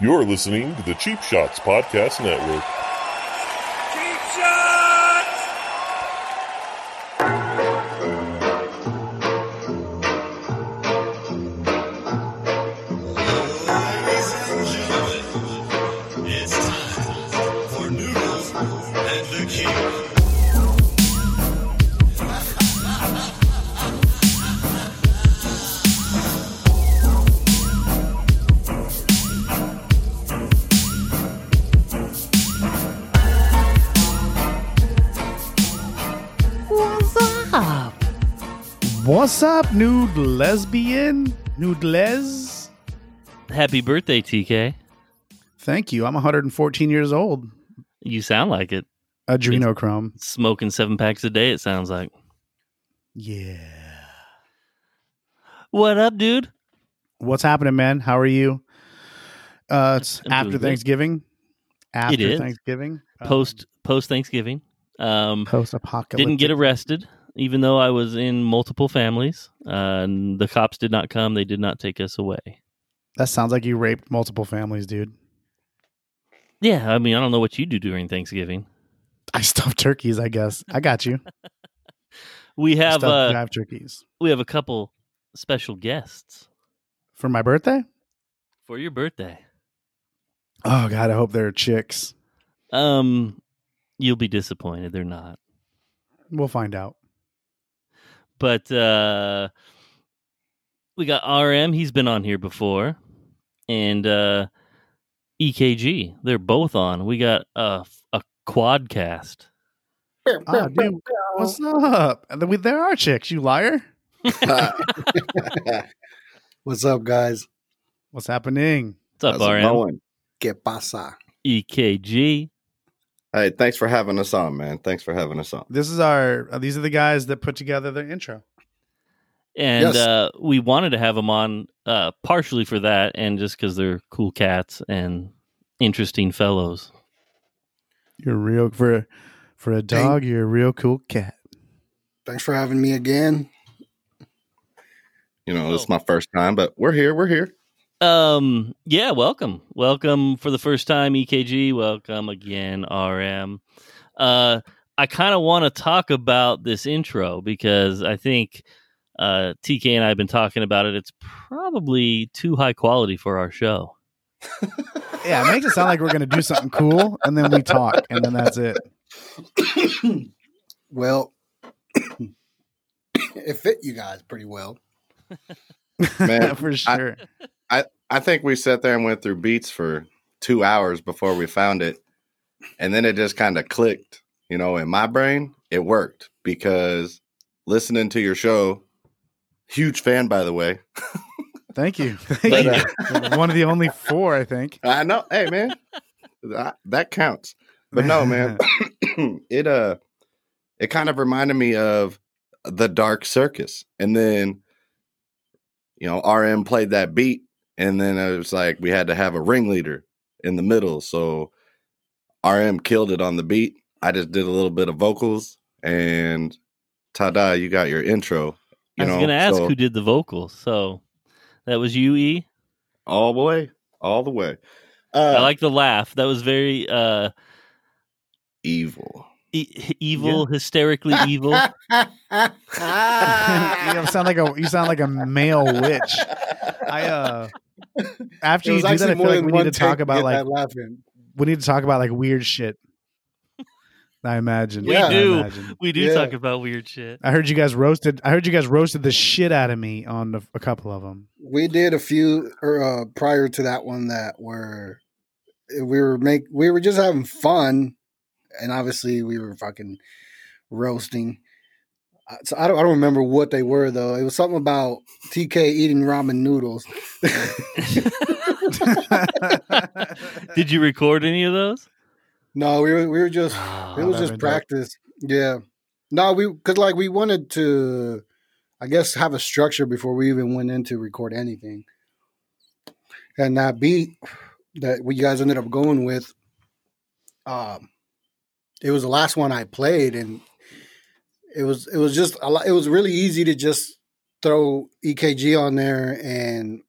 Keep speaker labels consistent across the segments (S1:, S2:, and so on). S1: You're listening to the Cheap Shots Podcast Network.
S2: Cheap shots!
S3: Ladies and gentlemen, it's time for Noodles and the King.
S4: What's up?
S5: What's up, nude lesbian? Nude les?
S4: Happy birthday, TK.
S5: Thank you. I'm 114 years old.
S4: You sound like it.
S5: Adrenochrome.
S4: Smoking seven packs a day, it sounds like.
S5: Yeah.
S4: What up, dude?
S5: What's happening, man? How are you? Uh, it's
S4: I'm doing
S5: after
S4: great.
S5: Thanksgiving. After
S4: is.
S5: Thanksgiving. Um,
S4: Post post Thanksgiving. Um
S5: post-apocalyptic.
S4: didn't get arrested, even though I was in multiple families. Uh, and the cops did not come. They did not take us away.
S5: That sounds like you raped multiple families, dude.
S4: Yeah, I mean, I don't know what you do during Thanksgiving.
S5: I stuffed turkeys, I guess. I got you.
S4: We have
S5: stuffed
S4: uh,
S5: jive turkeys
S4: we have a couple special guests
S5: for my birthday.
S4: for your birthday.
S5: Oh God, I hope they're chicks.
S4: Um, you'll be disappointed. They're not.
S5: We'll find out.
S4: but uh we got RM, he's been on here before, and uh EKG, they're both on. We got a a quadcast.
S5: Ah, dude, what's up? And then we- There are chicks. You liar.
S6: What's up, guys?
S5: What's happening?
S4: What's up, E
S7: How's it
S4: RM?
S7: going?
S6: Que pasa?
S4: EKG.
S7: Hey, thanks for having us on, man. Thanks for having us on.
S5: This is our. uh, These are the guys that put together the intro.
S4: And
S6: Yes.
S4: uh we wanted to have them on uh partially for that and just cuz they're cool cats and interesting fellows.
S5: You're real for for a dog. You're a real cool cat.
S6: Thanks for having me again.
S7: You
S4: Oh.
S7: know, it's my first time, but we're here. We're here.
S4: Um yeah, welcome. Welcome for the first time EKG, welcome again RM. Uh I kind of want to talk about this intro because I think uh TK and I have been talking about it. It's probably too high quality for our show.
S5: Yeah, it makes it sound like we're gonna do something cool, and then we talk, and then that's it.
S6: Well, it fit you guys pretty well.
S7: Man,
S5: for sure.
S7: I think we sat there and went through beats for two hours before we found it. And then it just kind of clicked. You know, in my brain, it worked because listening to your show, huge fan, by the way.
S5: Thank you. Thank
S7: But,
S5: you.
S7: uh,
S5: One of the only four, I think.
S7: I know. Hey, man, I, that counts. But no, man, it uh, it kind of reminded me of the Dark Circus, and then you know RM played that beat, and then it was like we had to have a ringleader in the middle, so RM killed it on the beat. I just did a little bit of vocals, and ta-da, you got your intro.
S4: I
S7: You
S4: was
S7: know,
S4: going to ask
S7: so-
S4: who did the vocals. So that was you, E.
S7: all the way, all the way.
S4: I
S7: Uh,
S4: like the laugh. That was very uh
S7: evil.
S4: e- evil, hysterically evil.
S5: you sound like a you sound like a male witch. I uh after
S6: It
S5: you
S6: was
S5: do that,
S6: actually
S5: I feel
S6: more
S5: like
S6: than
S5: we
S6: one
S5: need to
S6: take
S5: talk
S6: to
S5: about
S6: get
S5: like
S6: that laughing.
S5: we need to talk about like weird shit. I imagine.
S4: We
S5: I
S4: do.
S5: imagine.
S4: We do
S6: Yeah.
S4: talk about weird shit.
S5: I heard you guys roasted. I heard you guys roasted the shit out of me on the, a couple of them.
S6: We did a few or, uh, prior to that one that were eh, we were make we were just having fun, and obviously we were fucking roasting. Uh, So I don't I don't remember what they were though. It was something about TK eating ramen noodles.
S4: Did you record any of those?
S6: no, we were we were just it
S5: Oh,
S6: was
S5: that'd
S6: just
S5: been dope.
S6: practice. Yeah. No, we because like we wanted to, I guess, have a structure before we even went in to record anything. And that beat that we guys ended up going with, um, it was the last one I played, and it was it was just a lot, it was really easy to just E throw EKG on there and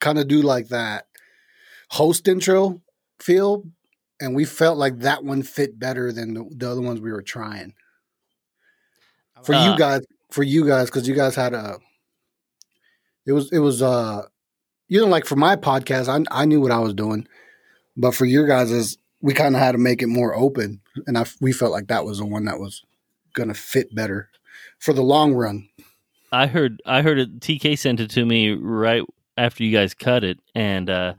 S6: kind of do like that host intro feel, and we felt like that one fit better than the, the other ones we were trying. For
S4: Uh,
S6: you guys, for you guys, because you guys had a, it was it was uh, you know, like for my podcast, I I knew what I was doing, but for your guys, is we kind of had to make it more open, and I we felt like that was the one that was gonna fit better for the long run.
S4: I heard I heard it TK sent it to me right after you guys cut it and uh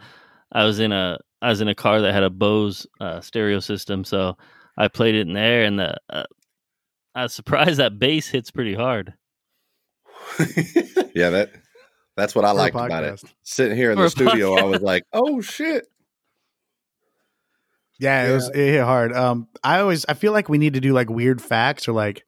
S4: I was in a I was in a car that had a Bose uh, stereo system so I played it in there and the uh, I was surprised that bass hits pretty hard.
S7: Yeah, that that's what I
S5: for a
S7: liked about it.
S5: podcast.
S7: Sitting here in
S4: For
S7: the
S4: a
S7: studio, I was like, "Oh shit!"
S5: Yeah, it was it hit hard. Um, I always I feel like we need to do like weird facts or like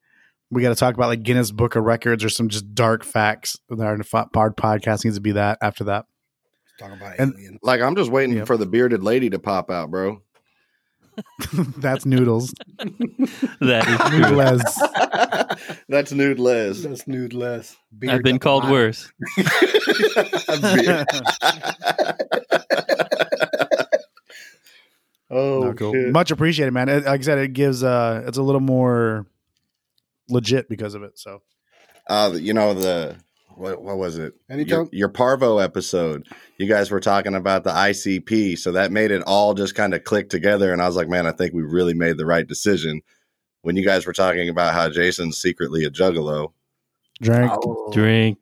S5: we got to talk about like Guinness Book of Records or some just dark facts. That Our fo- pod podcast needs to be that after that.
S6: Talk about
S5: And-
S6: aliens.
S7: Like I'm just waiting
S5: Yep.
S7: for the bearded lady to pop out, bro.
S5: That's noodles.
S4: That is true.
S5: Noodles.
S7: That's nude Les.
S6: That's nude less.
S4: I've been called worse.
S7: Beard. oh,
S5: No, cool.
S7: shit.
S5: Much appreciated, man. It, like I said, it gives uh, it's a little more legit because of it. So
S7: uh, you know the what, what was it? Your,
S6: Anytime.
S7: your Parvo episode. You guys were talking about the ICP, so that made it all just kind of click together. And I was like, man, I think we really made the right decision when you guys were talking about how Jason's secretly a juggalo.
S5: drink,
S7: Oh,
S4: Drink.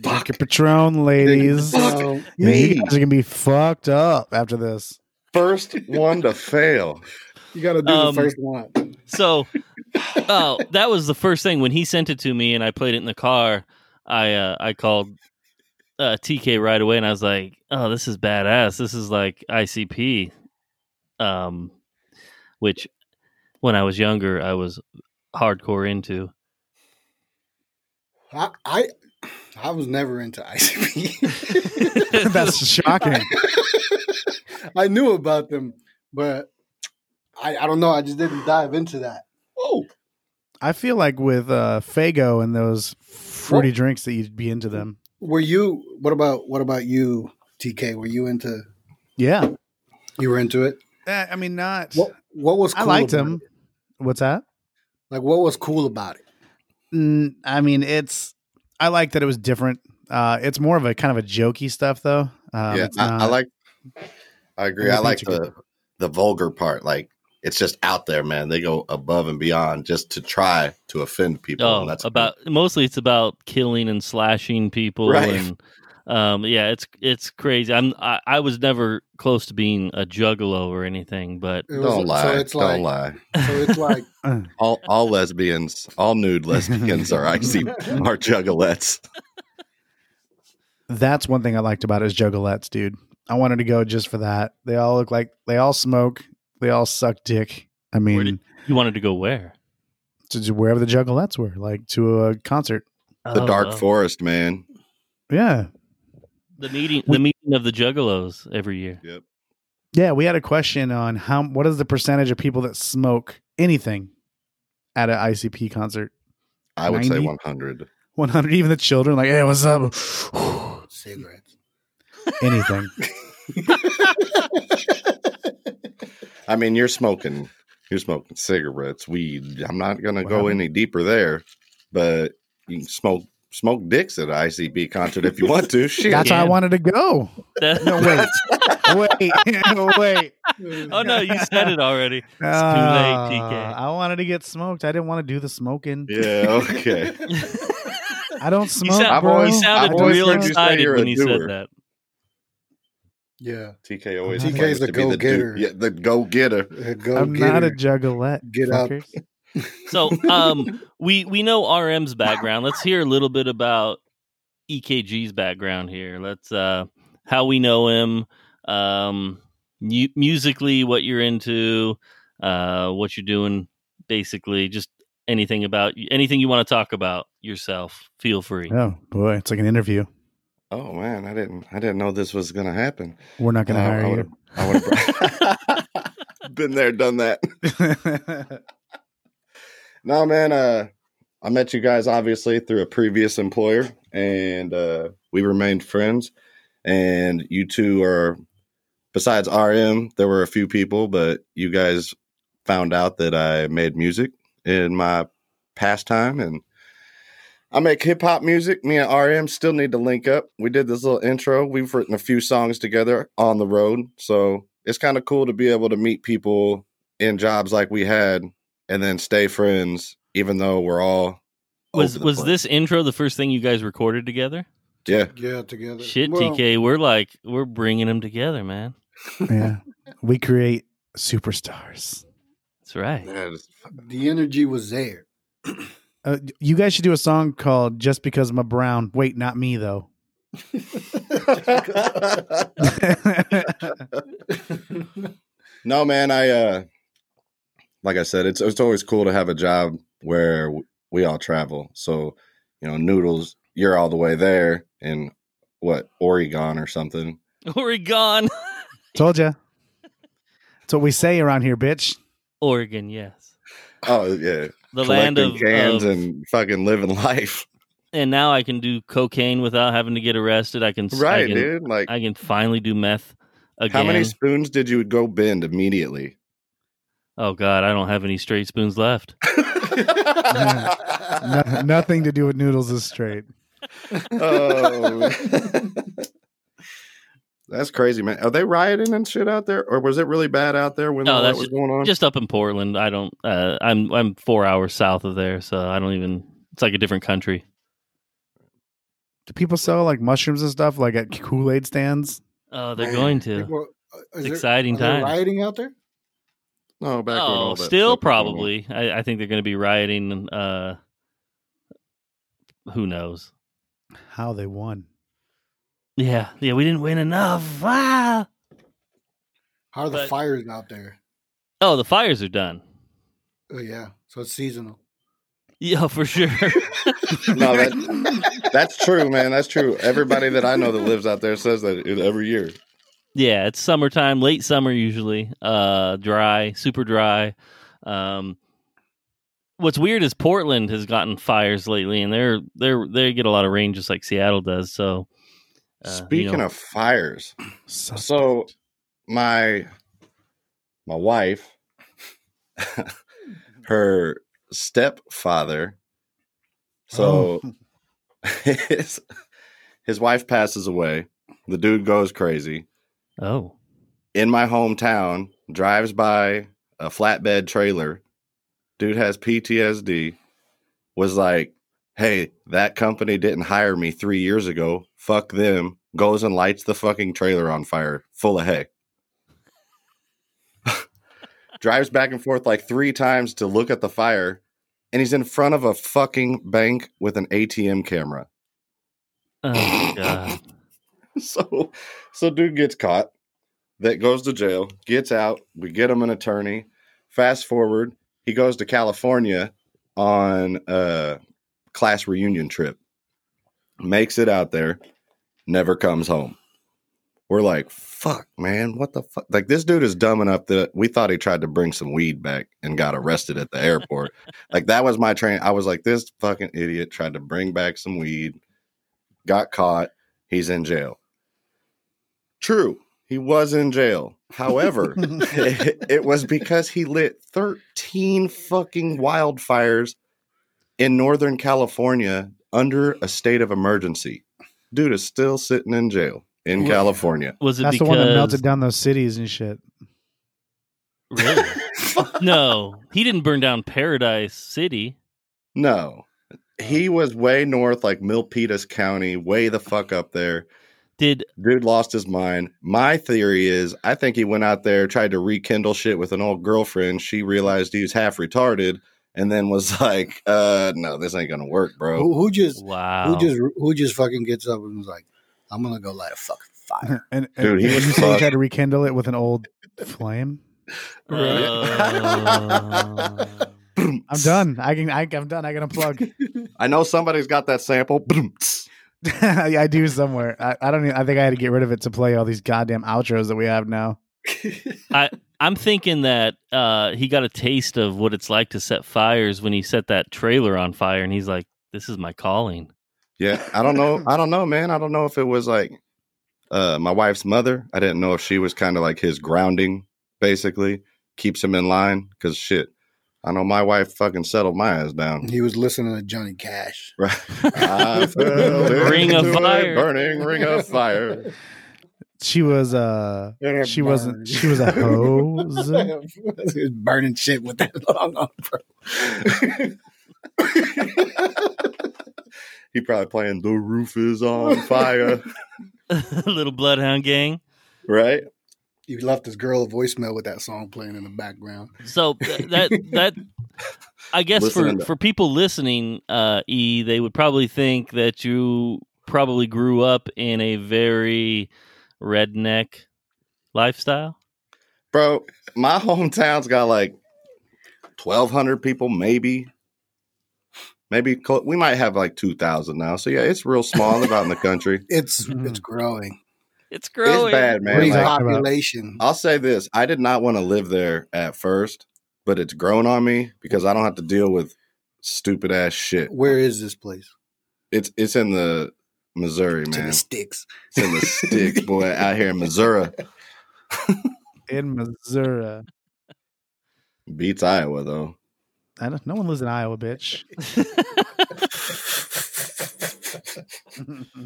S5: drink your Patron, ladies.
S7: Fuck
S6: So,
S5: Yeah, you
S7: me.
S5: guys are gonna be fucked up after this.
S7: First one to fail.
S6: you got to do
S4: Um,
S6: the first one.
S4: So oh, that was the first thing when he sent it to me and I played it in the car. I uh, I called uh, TK right away and I was like, "Oh, this is badass. This is like ICP." Um which when I was younger, I was hardcore into.
S6: I, I I was never into ICP.
S5: That's shocking.
S6: I knew about them, but I, I don't know. I just didn't dive into that. Oh,
S5: I feel like with uh Fago and those fruity
S6: Well-
S5: drinks that you'd be into them.
S6: were you? What about what about you, TK? Were you into?
S5: Yeah.
S6: You were into it.
S5: Eh, I mean not
S6: What What was? Cool
S5: I liked
S6: about
S5: them.
S6: it?
S5: What's that?
S6: Like what was cool about it?
S5: Mm, I mean it's I like that it was different. Uh it's more of a kind of a jokey stuff though. Um,
S7: yeah,
S5: it's
S7: I, I
S5: not-
S7: like. I agree. I
S5: Everything's a
S7: like the the vulgar part. Like it's just out there, man. They go above and beyond just to try to offend people.
S4: Oh,
S7: and that's
S4: about mostly it's about killing and slashing people
S7: Right.
S4: and um yeah, it's it's crazy. I'm I, I was never close to being a juggalo or anything, but
S6: It was-
S7: don't lie.
S6: So it's like
S7: don't lie.
S6: so it's like
S7: All all lesbians, all nude lesbians are icy are juggalettes.
S5: that's one thing I liked about it is Jogolettes, dude. I wanted to go just for that. They all look like they all smoke, they all suck dick. I mean,
S4: Where did- you wanted to go where?
S5: to to wherever the Juggalettes were, like to a concert.
S7: The
S4: Oh,
S7: dark
S4: wow.
S7: forest, man.
S5: Yeah,
S4: The meeting, the meeting of the Juggalos every year.
S7: Yep.
S5: Yeah, we had a question on how what is the percentage of people that smoke anything at an ICP concert?
S7: I would say
S5: 90?
S7: one hundred.
S5: 100 even the children like, "Hey, what's up?"
S6: cigarettes.
S5: anything.
S7: I mean, you're smoking. You're smoking cigarettes, weed. I'm not gonna
S5: What
S7: go
S5: happened?
S7: any deeper there, but you can smoke smoke dicks at an ICB concert if you want to. Shit.
S5: That's how I wanted to go.
S4: That-
S5: No wait. wait. wait.
S4: oh no, you said it already.
S5: Ah,
S4: TK.
S5: I wanted to get smoked. I didn't want to do the smoking.
S7: Yeah. Okay.
S5: I don't
S4: He
S5: smoke,
S4: sound-
S7: I've
S5: bro.
S4: he
S7: always-
S4: sounded
S7: I've always
S4: real
S7: heard you say
S4: excited
S7: you're a
S4: when he said
S7: doer.
S4: that.
S6: Yeah,
S7: TK always
S5: TK 's
S7: claims
S6: the
S7: to be dude-
S6: go-getter.
S7: Yeah, the go getter.
S6: Uh, go
S5: I'm
S6: get
S5: not a
S6: her.
S5: juggalette.
S6: Get up.
S5: fuckers.
S4: So, um, we we know RM's background. Let's hear a little bit about EKG's background here. Let's uh, how we know him, um, mu- musically, what you're into, uh, what you're doing, basically, just anything about anything you want to talk about yourself. Feel free.
S5: Oh boy, it's like an interview.
S7: Oh man, I didn't I didn't know this was gonna happen.
S5: We're not going to
S7: Uh, I
S5: hire
S7: would've- I would have been there, done that.
S5: you.
S7: No, man. Uh, I met you guys obviously through a previous employer, and uh, we remained friends. And you two are besides RM, there were a few people, but you guys found out that I made music in my pastime and I make hip hop music. Me and RM still need to link up. We did this little intro. We've written a few songs together on the road. So it's kind of cool to be able to meet people in jobs like we had and then stay friends, even though we're all.
S4: Was
S7: over the
S4: was
S7: place.
S4: this intro the first thing you guys recorded together?
S7: Yeah.
S6: Yeah, together.
S4: Shit,
S6: Well,
S4: TK, we're like we're bringing them together, man.
S5: yeah. We create superstars.
S4: That's right.
S7: Yeah, it's-
S6: The energy was there.
S5: Uh, you guys should do a song called "Just Because I'm a Brown." Wait, not me though.
S7: no, man, I uh like I said, it's it's always cool to have a job where w- we all travel. So, you know, noodles, you're all the way there in what, Oregon or something.
S4: Oregon,
S5: Told ya. That's what we say around here, bitch.
S4: Oregon, yes,
S7: Oh, yeah.
S4: the land of,
S7: collecting cans
S4: of- and,
S7: and fucking living life.
S4: now I can do cocaine without having to get arrested. I can I
S7: Right,
S4: can,
S7: dude. Like
S4: I can finally do meth again.
S7: how many spoons did you go bend immediately?
S4: oh God, I don't have any straight spoons left.
S5: No- nothing to do with noodles is straight.
S7: Oh. That's crazy, man. Are they rioting and shit out there, or was it really bad out there when
S4: No,
S7: all that
S4: that's
S7: was going on?
S4: Just up in Portland, I don't. Uh, I'm I'm four hours south of there, so I don't even. It's like a different country.
S5: Do people sell like mushrooms and stuff like at Kool Aid stands?
S4: Oh, they're
S7: Man,
S4: going to.
S6: People- uh, is
S4: it's
S6: there-
S4: exciting
S6: are there
S4: time.
S6: rioting out there?
S7: no, back when
S4: oh,
S7: all that
S4: still
S7: stuff was going on.
S4: probably. I, I think they're going to be rioting. Uh, who knows?
S5: How they won?
S4: Yeah, yeah, we didn't win enough. Ah!
S6: How are the
S4: But-
S6: fires out there?
S4: Oh, the fires are done.
S6: Oh yeah, so it's seasonal.
S4: Yeah, for sure.
S7: No, that, that's true, man. That's true. Everybody that I know that lives out there says that every year.
S4: yeah, it's summertime, late summer usually. Uh, dry, super dry. Um, what's weird is Portland has gotten fires lately, and they're they're they get a lot of rain just like Seattle does. So, uh, you
S7: Speaking
S4: know,
S7: of fires,
S5: Suspect.
S7: so my my wife, her stepfather, so. his, his wife passes away. The dude goes crazy.
S4: oh,
S7: In my hometown, drives by a flatbed trailer. Dude has PTSD. Was like, hey, that company didn't hire me three years ago. Fuck them. Goes and lights the fucking trailer on fire full of hay. drives back and forth like three times to look at the fire. And he's in front of a fucking bank with an ATM camera
S4: oh my god,
S7: so so dude gets caught that goes to jail gets out we get him an attorney fast forward he goes to california on a class reunion trip makes it out there never comes home we're like fuck man what the fuck like this dude is dumb enough that we thought he tried to bring some weed back and got arrested at the airport like that was my train i was like this fucking idiot tried to bring back some weed got caught he's in jail. True, he was in jail. However, it, it was because he lit 13 fucking wildfires in Northern California under a state of emergency. Dude is still sitting in jail in
S6: Yeah.
S7: California.
S4: was it
S5: That's the
S4: because
S5: one that melted down those cities and shit.
S4: Really? no, he didn't burn down Paradise City.
S7: No. He was way north, like Milpitas County, way the fuck up there.
S4: Did
S7: Dude lost his mind. My theory is I think he went out there, tried to rekindle shit with an old girlfriend. She realized he was half retarded and then was like, uh, no, this ain't gonna work, bro.
S6: Who, who just
S4: wow?
S6: who just who just fucking gets up and was like, I'm gonna go light a fucking fire.
S5: and, and
S7: Dude, he
S5: you
S7: was
S5: say you
S7: fucked.
S5: tried to rekindle it with an old flame.
S4: Uh,
S5: I'm done. I can. I, I'm done. I can unplug.
S7: I know somebody's got that sample. Boom, tss.
S5: I I do somewhere. I, I don't. Even, I think I had to get rid of it to play all these goddamn outros that we have now.
S4: I'm thinking that uh, he got a taste of what it's like to set fires when he set that trailer on fire, and he's like, "This is my calling."
S7: yeah, I don't know. I don't know, man. I don't know if it was like uh, my wife's mother. I didn't know if she was kind of like his grounding, basically keeps him in line. Because shit, I know my wife fucking settled my ass down.
S6: He was listening to Johnny Cash.
S7: Right,
S6: Uh,
S7: I fell
S4: Ring of
S7: into a
S4: fire.
S7: burning ring of fire.
S5: She was uh she wasn't she was a hose.
S6: he was burning shit with that long arm, bro.
S7: He probably playing "The Roof Is on Fire,"
S4: Little Bloodhound Gang.
S7: right?
S6: he left his girl a voicemail with that song playing in the background.
S4: So th- that that I guess
S7: Listening
S4: for
S7: to-
S4: for people listening, uh, E, they would probably think that you probably grew up in a very redneck lifestyle.
S7: Bro, my hometown's got like 1,200 people, maybe. Maybe cl- we might have like 2,000 now. So, yeah, it's real small and out in the country.
S6: It's
S5: Mm-hmm.
S6: it's growing.
S4: It's
S7: It's
S4: growing.
S7: bad, man.
S5: Pretty
S7: Like,
S5: talking about?
S6: Repopulation.
S7: I'll say this I did not want to live there at first, but it's grown on me because I don't have to deal with stupid ass shit.
S6: Where is this place?
S7: It's, it's in the Missouri,
S6: To
S7: man.
S6: the
S7: It's
S6: sticks.
S7: in the sticks, boy, out here in Missouri.
S5: in Missouri.
S7: Beats Iowa, though.
S5: I don't, no one lives in Iowa, bitch.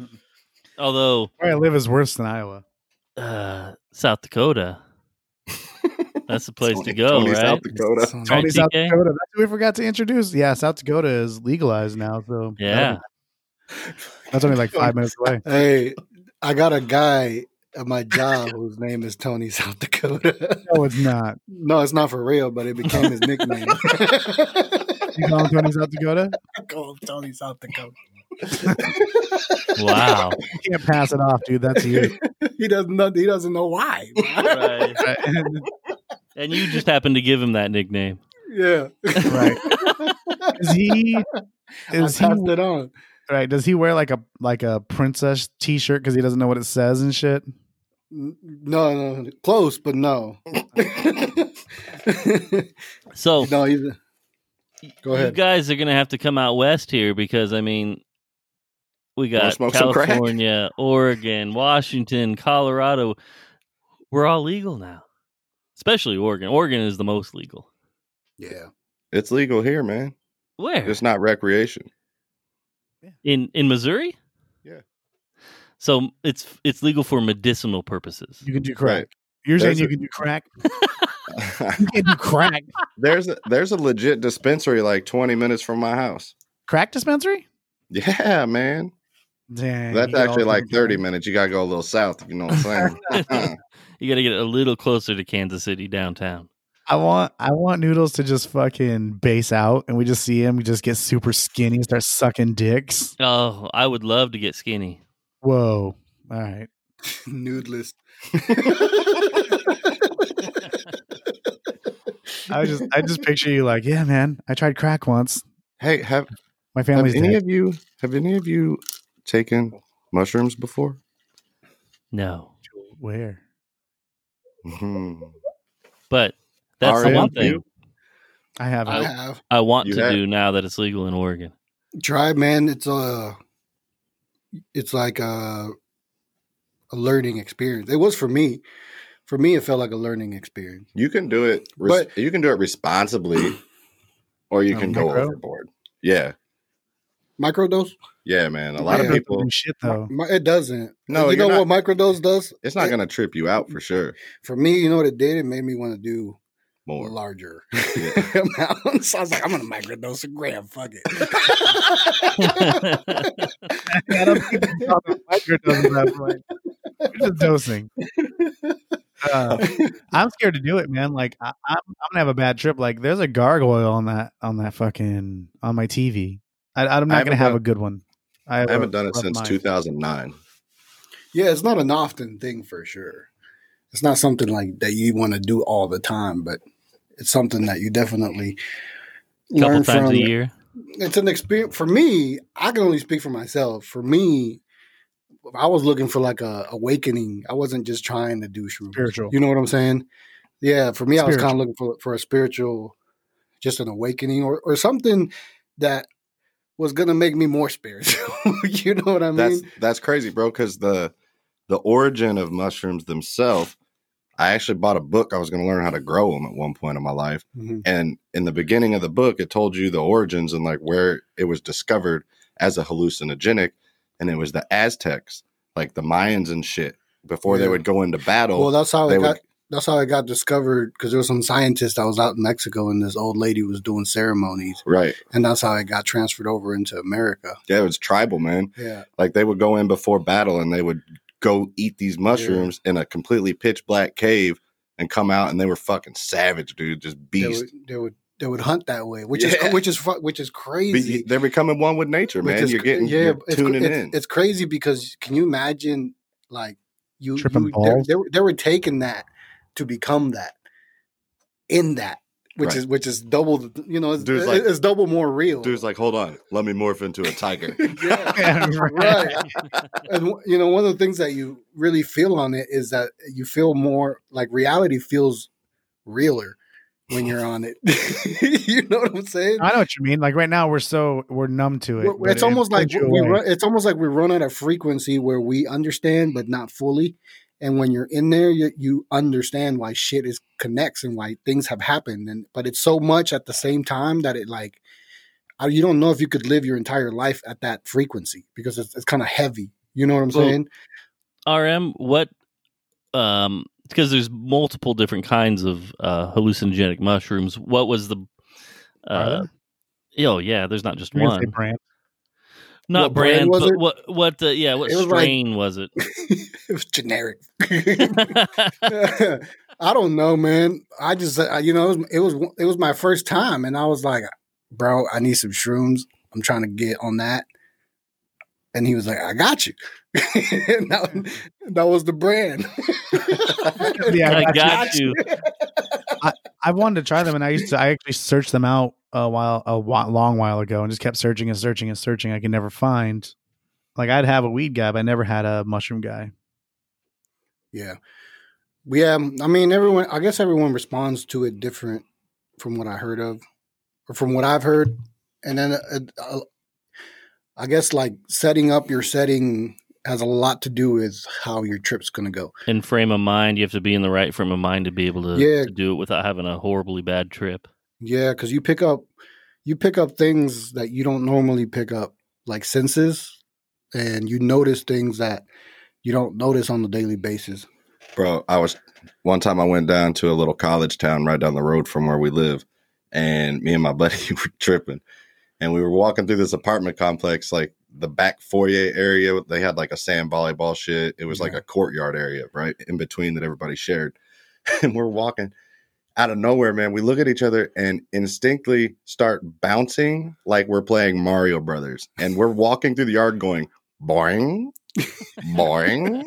S4: Although
S5: Where I live is worse than Iowa.
S4: uh, South Dakota, that's the place to
S7: Tony-
S4: go,
S7: Tony,
S4: right?
S7: South Dakota.
S6: Son of a-
S4: Right,
S5: Tony, South
S4: TK?
S5: Dakota. That's what we forgot to introduce. Yeah, South Dakota is legalized now, so
S4: Yeah.
S5: that's only like five minutes away.
S6: Hey, I got a guy at my job whose name is Tony South Dakota.
S5: No, it's not.
S6: no, it's not for real, but it became his nickname.
S5: You call him Tony South Dakota?
S6: I call him Tony South Dakota.
S4: Wow.
S5: You can't pass it off, dude. That's you.
S6: He doesn't know. He doesn't know why.
S4: Right. And you just happened to give him that nickname.
S6: yeah,
S5: right? Is he? Is
S6: I
S5: he
S6: passed it on.
S5: right? Does he wear like a like a princess T-shirt because he doesn't know what it says and shit?
S6: N- No, no, no. close, but no.
S4: So
S6: no, he's. Go
S4: you
S6: ahead.
S4: guys are gonna have to come out west here because I mean, we
S7: Wanna
S4: got
S7: smoke some crack?
S4: California, Oregon, Washington, Colorado. We're all legal now, especially Oregon. Oregon is the most legal.
S6: yeah,
S7: It's legal here, man.
S4: Where
S7: It's not recreation.
S4: in in Missouri?
S7: Yeah.
S4: So it's it's legal for medicinal purposes.
S5: You can do crack.
S7: Right.
S5: You're saying
S7: There's
S5: you
S7: a-
S5: can do crack? You can do crack.
S7: there's a, there's a legit dispensary like 20 minutes from my house.
S5: Crack dispensary?
S7: Yeah, man.
S5: Dang.
S7: That's
S5: you get all
S7: actually like
S5: kinds of
S7: 30
S5: crack.
S7: minutes. You got to go a little south, if you know what I'm saying. Uh-uh.
S4: You got to get a little closer to Kansas City downtown.
S5: I want I want noodles to just fucking base out, and we just see him just get super skinny, and start sucking dicks.
S4: Oh, I would love to get skinny.
S5: Whoa! All right.
S6: nudeless.
S5: I just I just picture you like, yeah, man. I tried crack once.
S7: hey, have,
S5: My
S7: have
S5: family's
S7: any
S5: dead.
S7: of you have any of you taken mushrooms before?
S4: No,
S5: Where?
S7: Hmm.
S4: but that's the
S7: RM,
S4: one thing
S7: you?
S5: I haven't.
S6: I have
S4: I want
S7: You
S4: to
S7: had-
S4: do now that it's legal in Oregon.
S6: tried, man. It's a, it's like a, a learning experience. It was for me. For me, it felt like a learning experience.
S7: You can do it. Res-
S6: But-
S7: you can do it responsibly, or you
S5: Um,
S7: can go
S5: micro?
S7: overboard. Yeah,
S6: Microdose?
S7: yeah, man. A lot
S6: Yeah.
S7: of
S5: Doesn't
S7: people.
S5: do shit though.
S6: Mi- It doesn't.
S7: No,
S6: you
S7: you're
S6: know what microdose does?
S7: It's not
S6: It-
S7: going to trip you out for sure.
S6: For me, you know what it did? It made me want to do
S7: More.
S6: larger amounts. I was like, I'm gonna microdose a gram. Fuck it.
S5: I don't think you call them microdosing at that point. You're just dosing. Uh, I'm scared to do it, man. Like I, I'm, I'm gonna have a bad trip. Like there's a gargoyle on that on that fucking on my TV. I, I'm
S7: I
S5: not
S7: haven't
S5: gonna have
S7: done-
S5: a good one.
S7: I haven't done it since
S5: two.
S7: 2009.
S6: yeah, it's not an often thing for sure. It's not something like that you want to do all the time, but it's something that you definitely
S4: couple
S6: learn
S4: times
S6: from.
S4: a year.
S6: It's an experience for me. I can only speak for myself. For me, I was looking for like a awakening. I wasn't just trying to do shrooms.
S5: spiritual.
S6: You know what I'm saying? Yeah, for me, I was kind
S5: Spiritual.
S6: of looking for for a spiritual, just an awakening or or something that was gonna make me more spiritual. you know what I mean?
S7: That's that's crazy, bro. Because the the origin of mushrooms themselves. I actually bought a book. I was going to learn how to grow them at one point in my life.
S6: Mhm.
S7: And in the beginning of the book, it told you the origins and like where it was discovered as a hallucinogenic. And it was the Aztecs, like the Mayans and shit, before they
S6: Yeah.
S7: would go into battle.
S6: Well, that's how
S7: they
S6: it
S7: would
S6: got. That's how it got discovered because there was some scientist that was out in Mexico and this old lady was doing ceremonies,
S7: right.
S6: and that's how it got transferred over into America.
S7: Yeah, it was tribal, man.
S6: Yeah,
S7: like they would go in before battle and they would go eat these mushrooms in a completely pitch black cave and come out and they were fucking savage, dude, just
S6: they
S7: beast.
S6: would, they would they would hunt that way, which
S7: Yeah.
S6: is which is fu- which is crazy.
S7: Be- they're becoming one with nature,
S6: Which
S7: man.
S6: is
S7: you're
S6: cr-
S7: getting you're
S6: it's,
S7: tuning
S6: it's,
S7: in.
S6: It's crazy because can you imagine like you,
S5: Tripping
S6: you
S5: balls?
S6: They, they, were- they were taking that to become that in that, which
S7: Right.
S6: is which is double. the- You know, it's,
S7: Dude's
S6: it-
S7: like-
S6: it's double more real.
S7: Dude's like, hold on, let me morph into a tiger.
S5: Yeah, right.
S6: right. and w- you know, one of the things that you really feel on it is that you feel more like reality feels realer when you're on it. you know what I'm saying?
S5: I know what you mean. Like right now, we're so we're numb to it.
S6: We're-
S5: but
S6: it's
S5: it
S6: almost like
S5: pulls you
S6: we
S5: away.
S6: run, it's almost like we run at a frequency where we understand but not fully and when you're in there you, you understand why shit is connects and why things have happened and but it's so much at the same time that it like I, you don't know if you could live your entire life at that frequency because it's, it's kind of heavy you know what i'm
S4: Well,
S6: saying
S4: RM, what um because there's multiple different kinds of uh hallucinogenic mushrooms. What was the
S5: Are
S4: uh oh yeah, there's not just
S5: You're gonna say
S4: one.
S5: brand.
S4: Not
S6: What
S4: brand,
S6: brand was
S4: but
S6: it?
S4: what what uh, yeah, what
S6: It was like-
S4: strain was it?
S6: it was generic I don't know, man. I just, I, you know, it was, it was it was my first time, and I was like, bro, I need some shrooms. I'm trying to get on that. And he was like, I got you. and that, that was the brand.
S5: Yeah, I
S4: I
S5: got you.
S4: got you.
S5: I wanted to try them, and I used to. I actually searched them out a while, a wa- long while ago, and just kept searching and searching and searching. I could never find. Like I'd have a weed guy, but I never had a mushroom guy.
S6: Yeah. Yeah. um, I mean, everyone, I guess everyone responds to it different from what I heard of or from what I've heard. And then uh, uh, I guess like setting up your setting has a lot to do with how your trip's going to go.
S4: And frame of mind, you have to be in the right frame of mind to be able to,
S6: Yeah.
S4: to do it without having a horribly bad trip.
S6: Yeah. Cause you pick up, you pick up things that you don't normally pick up, like senses, and you notice things that you don't notice on a daily basis.
S7: bro i was one time i went down to a little college town right down the road from where we live and me and my buddy were tripping and we were walking through this apartment complex like the back foyer area they had like a sand volleyball shit it was like
S6: Yeah.
S7: a courtyard area right in between that everybody shared and we're walking out of nowhere man we look at each other and instinctly start bouncing like we're playing mario brothers and we're walking through the yard going boing boing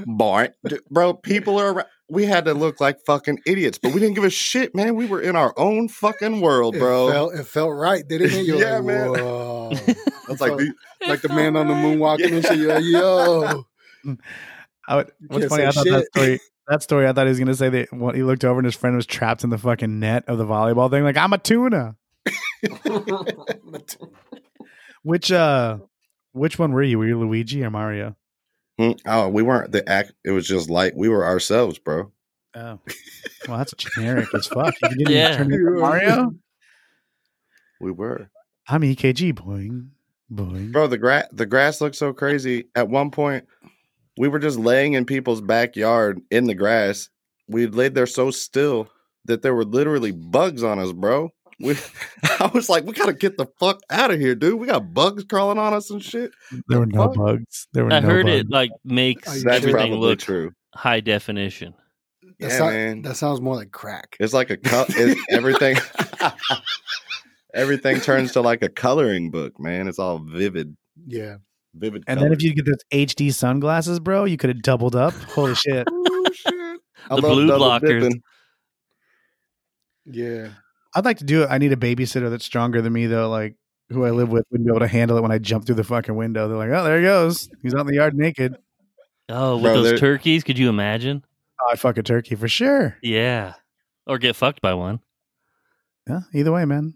S7: boing D- bro people are ar- we had to look like fucking idiots but we didn't give a shit man we were in our own fucking world Oh, bro
S6: It felt, it felt right, didn't it? You're
S7: Yeah,
S6: like,
S7: man.
S6: Whoa.
S7: it's like the-
S6: like the man on the moon walking and shit. You're like, yo,
S5: I would, what's funny?
S6: can't say
S5: I thought that
S6: shit.
S5: story. That story. I thought he was gonna say that when he looked over and his friend was trapped in the fucking net of the volleyball thing. Like I'm a tuna. Which uh, which one were you? Were you Luigi or Mario?
S7: Mm, oh we weren't the act it was just like we were ourselves bro
S5: Oh, well, that's generic as fuck. You didn't
S4: Yeah.
S5: turn into Mario.
S7: we were
S5: I'm EKG boing boing.
S7: bro the grass the grass looked so crazy at one point we were just laying in people's backyard in the grass we laid there so still that there were literally bugs on us bro we, I was like, we gotta get the fuck out of here, dude. We got bugs crawling on us and shit.
S5: There were no
S7: Fuck.
S5: bugs. There were
S4: I
S5: no
S4: heard
S5: bugs.
S4: it like makes
S6: That's
S4: everything look
S7: true.
S4: high definition.
S6: that,
S7: yeah,
S6: sou-
S7: man.
S6: that sounds more like crack.
S7: It's like a co- it's everything. everything turns to like a coloring book, man. It's all vivid,
S6: Yeah.
S7: vivid.
S5: And then if
S7: colors.
S5: you get those HD sunglasses, bro, you could have doubled up. Holy shit!
S7: I
S4: The
S7: love
S4: blue
S7: double
S4: blockers.
S7: dipping.
S6: Yeah.
S5: I'd like to do it. I need a babysitter that's stronger than me, though. Like who I live with wouldn't be able to handle it when I jump through the fucking window. They're like, "Oh, there he goes. He's out in the yard naked."
S4: Oh, with
S7: Bro,
S4: those
S7: there-
S4: turkeys, could you imagine?
S5: Oh, I fuck a turkey for sure.
S4: Yeah. Or get fucked by one.
S5: Yeah. Either way, man.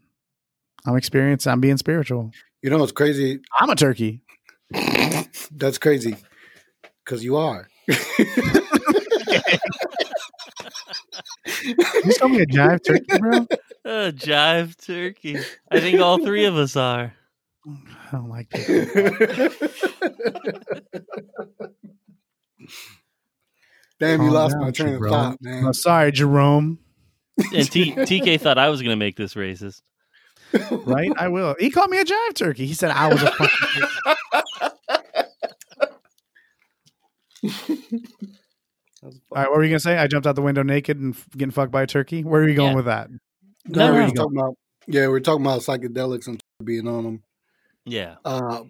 S5: I'm experienced. I'm being spiritual.
S6: You know, it's crazy.
S5: I'm a turkey.
S6: That's crazy. because you are.
S5: You saw me a jive turkey, bro.
S4: Uh, jive turkey. I think all three of us are.
S5: I don't like that.
S6: Damn, you
S5: Calm
S6: lost
S5: down,
S6: my train of
S5: Jerome.
S6: thought, man.
S5: I'm sorry, Jerome.
S4: And T- TK thought I was going to make this racist.
S5: Right? I will. He called me a jive turkey. He said I was a fucking turkey. All right, what were you gonna say? I jumped out the window naked and f- getting fucked by a turkey. Where are you going
S4: Yeah.
S5: with that?
S6: No,
S4: No,
S6: we
S4: no.
S6: were talking about yeah, we were talking about psychedelics and being on them.
S4: Yeah.
S6: Uh,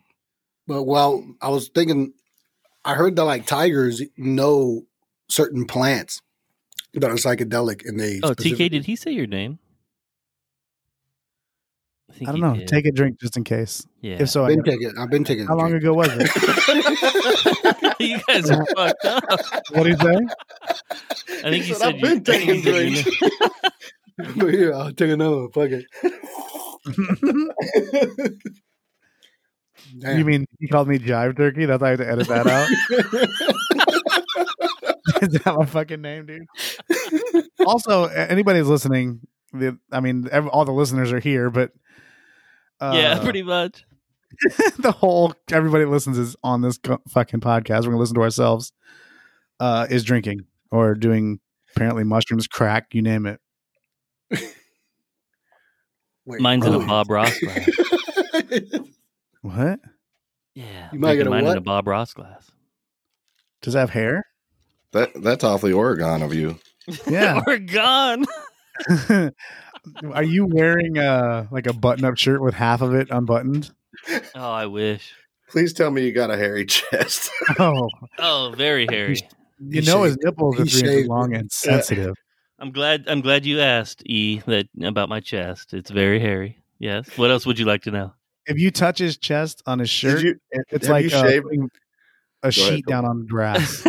S6: but while I was thinking, I heard that like tigers know certain plants that are psychedelic, and they
S4: Oh,
S6: specific-
S4: TK, did he say your name? think
S5: I don't
S4: he
S5: know.
S4: did.
S5: Take a drink just in case.
S4: yeah.
S5: If so, I
S6: Been
S5: know.
S6: taking, I've been taking.
S5: how long ago was it?
S4: you guys are fucked up.
S5: What do you say?
S4: I think he
S7: said,
S4: said
S7: "I've
S4: you-
S7: been
S4: I think he said
S7: taking
S4: you
S7: drinks."
S4: knew-
S6: But here, I'll take another one. Fuck it. Damn.
S5: You mean he called me jive turkey? That's why I have to edit that out. Is that my fucking name, dude? also, a- anybody's listening. The, I mean, ev- all the listeners are here, but uh,
S4: yeah, pretty much.
S5: the whole everybody that listens is on this co- fucking podcast. We're gonna listen to ourselves. Uh, is drinking or doing apparently mushrooms, crack, you name it.
S6: Wait,
S4: Mine's in a
S6: really?
S4: Bob Ross glass.
S5: What
S4: Yeah.
S6: You
S4: I'm
S6: might
S4: drinking
S6: get a
S4: mine in
S6: what?
S4: a Bob Ross glass.
S5: does that have hair?
S7: That that's awfully Oregon of you.
S5: Yeah.
S4: We're gone.
S5: are you wearing uh like a button-up shirt with half of it unbuttoned?
S4: Oh, I wish.
S7: Please tell me you got a hairy chest.
S5: Oh,
S4: Oh, very hairy.
S5: you
S6: He
S5: know his
S6: shaved
S5: nipples are
S6: He
S5: three inches
S6: shaved
S5: long
S6: it.
S5: and sensitive.
S4: I'm glad. I'm glad you asked E that about my chest. It's very hairy. Yes. What else would you like to know? if
S5: if you touch his chest on his shirt,
S7: Did you,
S5: it- it's
S7: have
S5: like
S7: you
S5: uh,
S7: shaved-
S5: putting a sheet down on grass.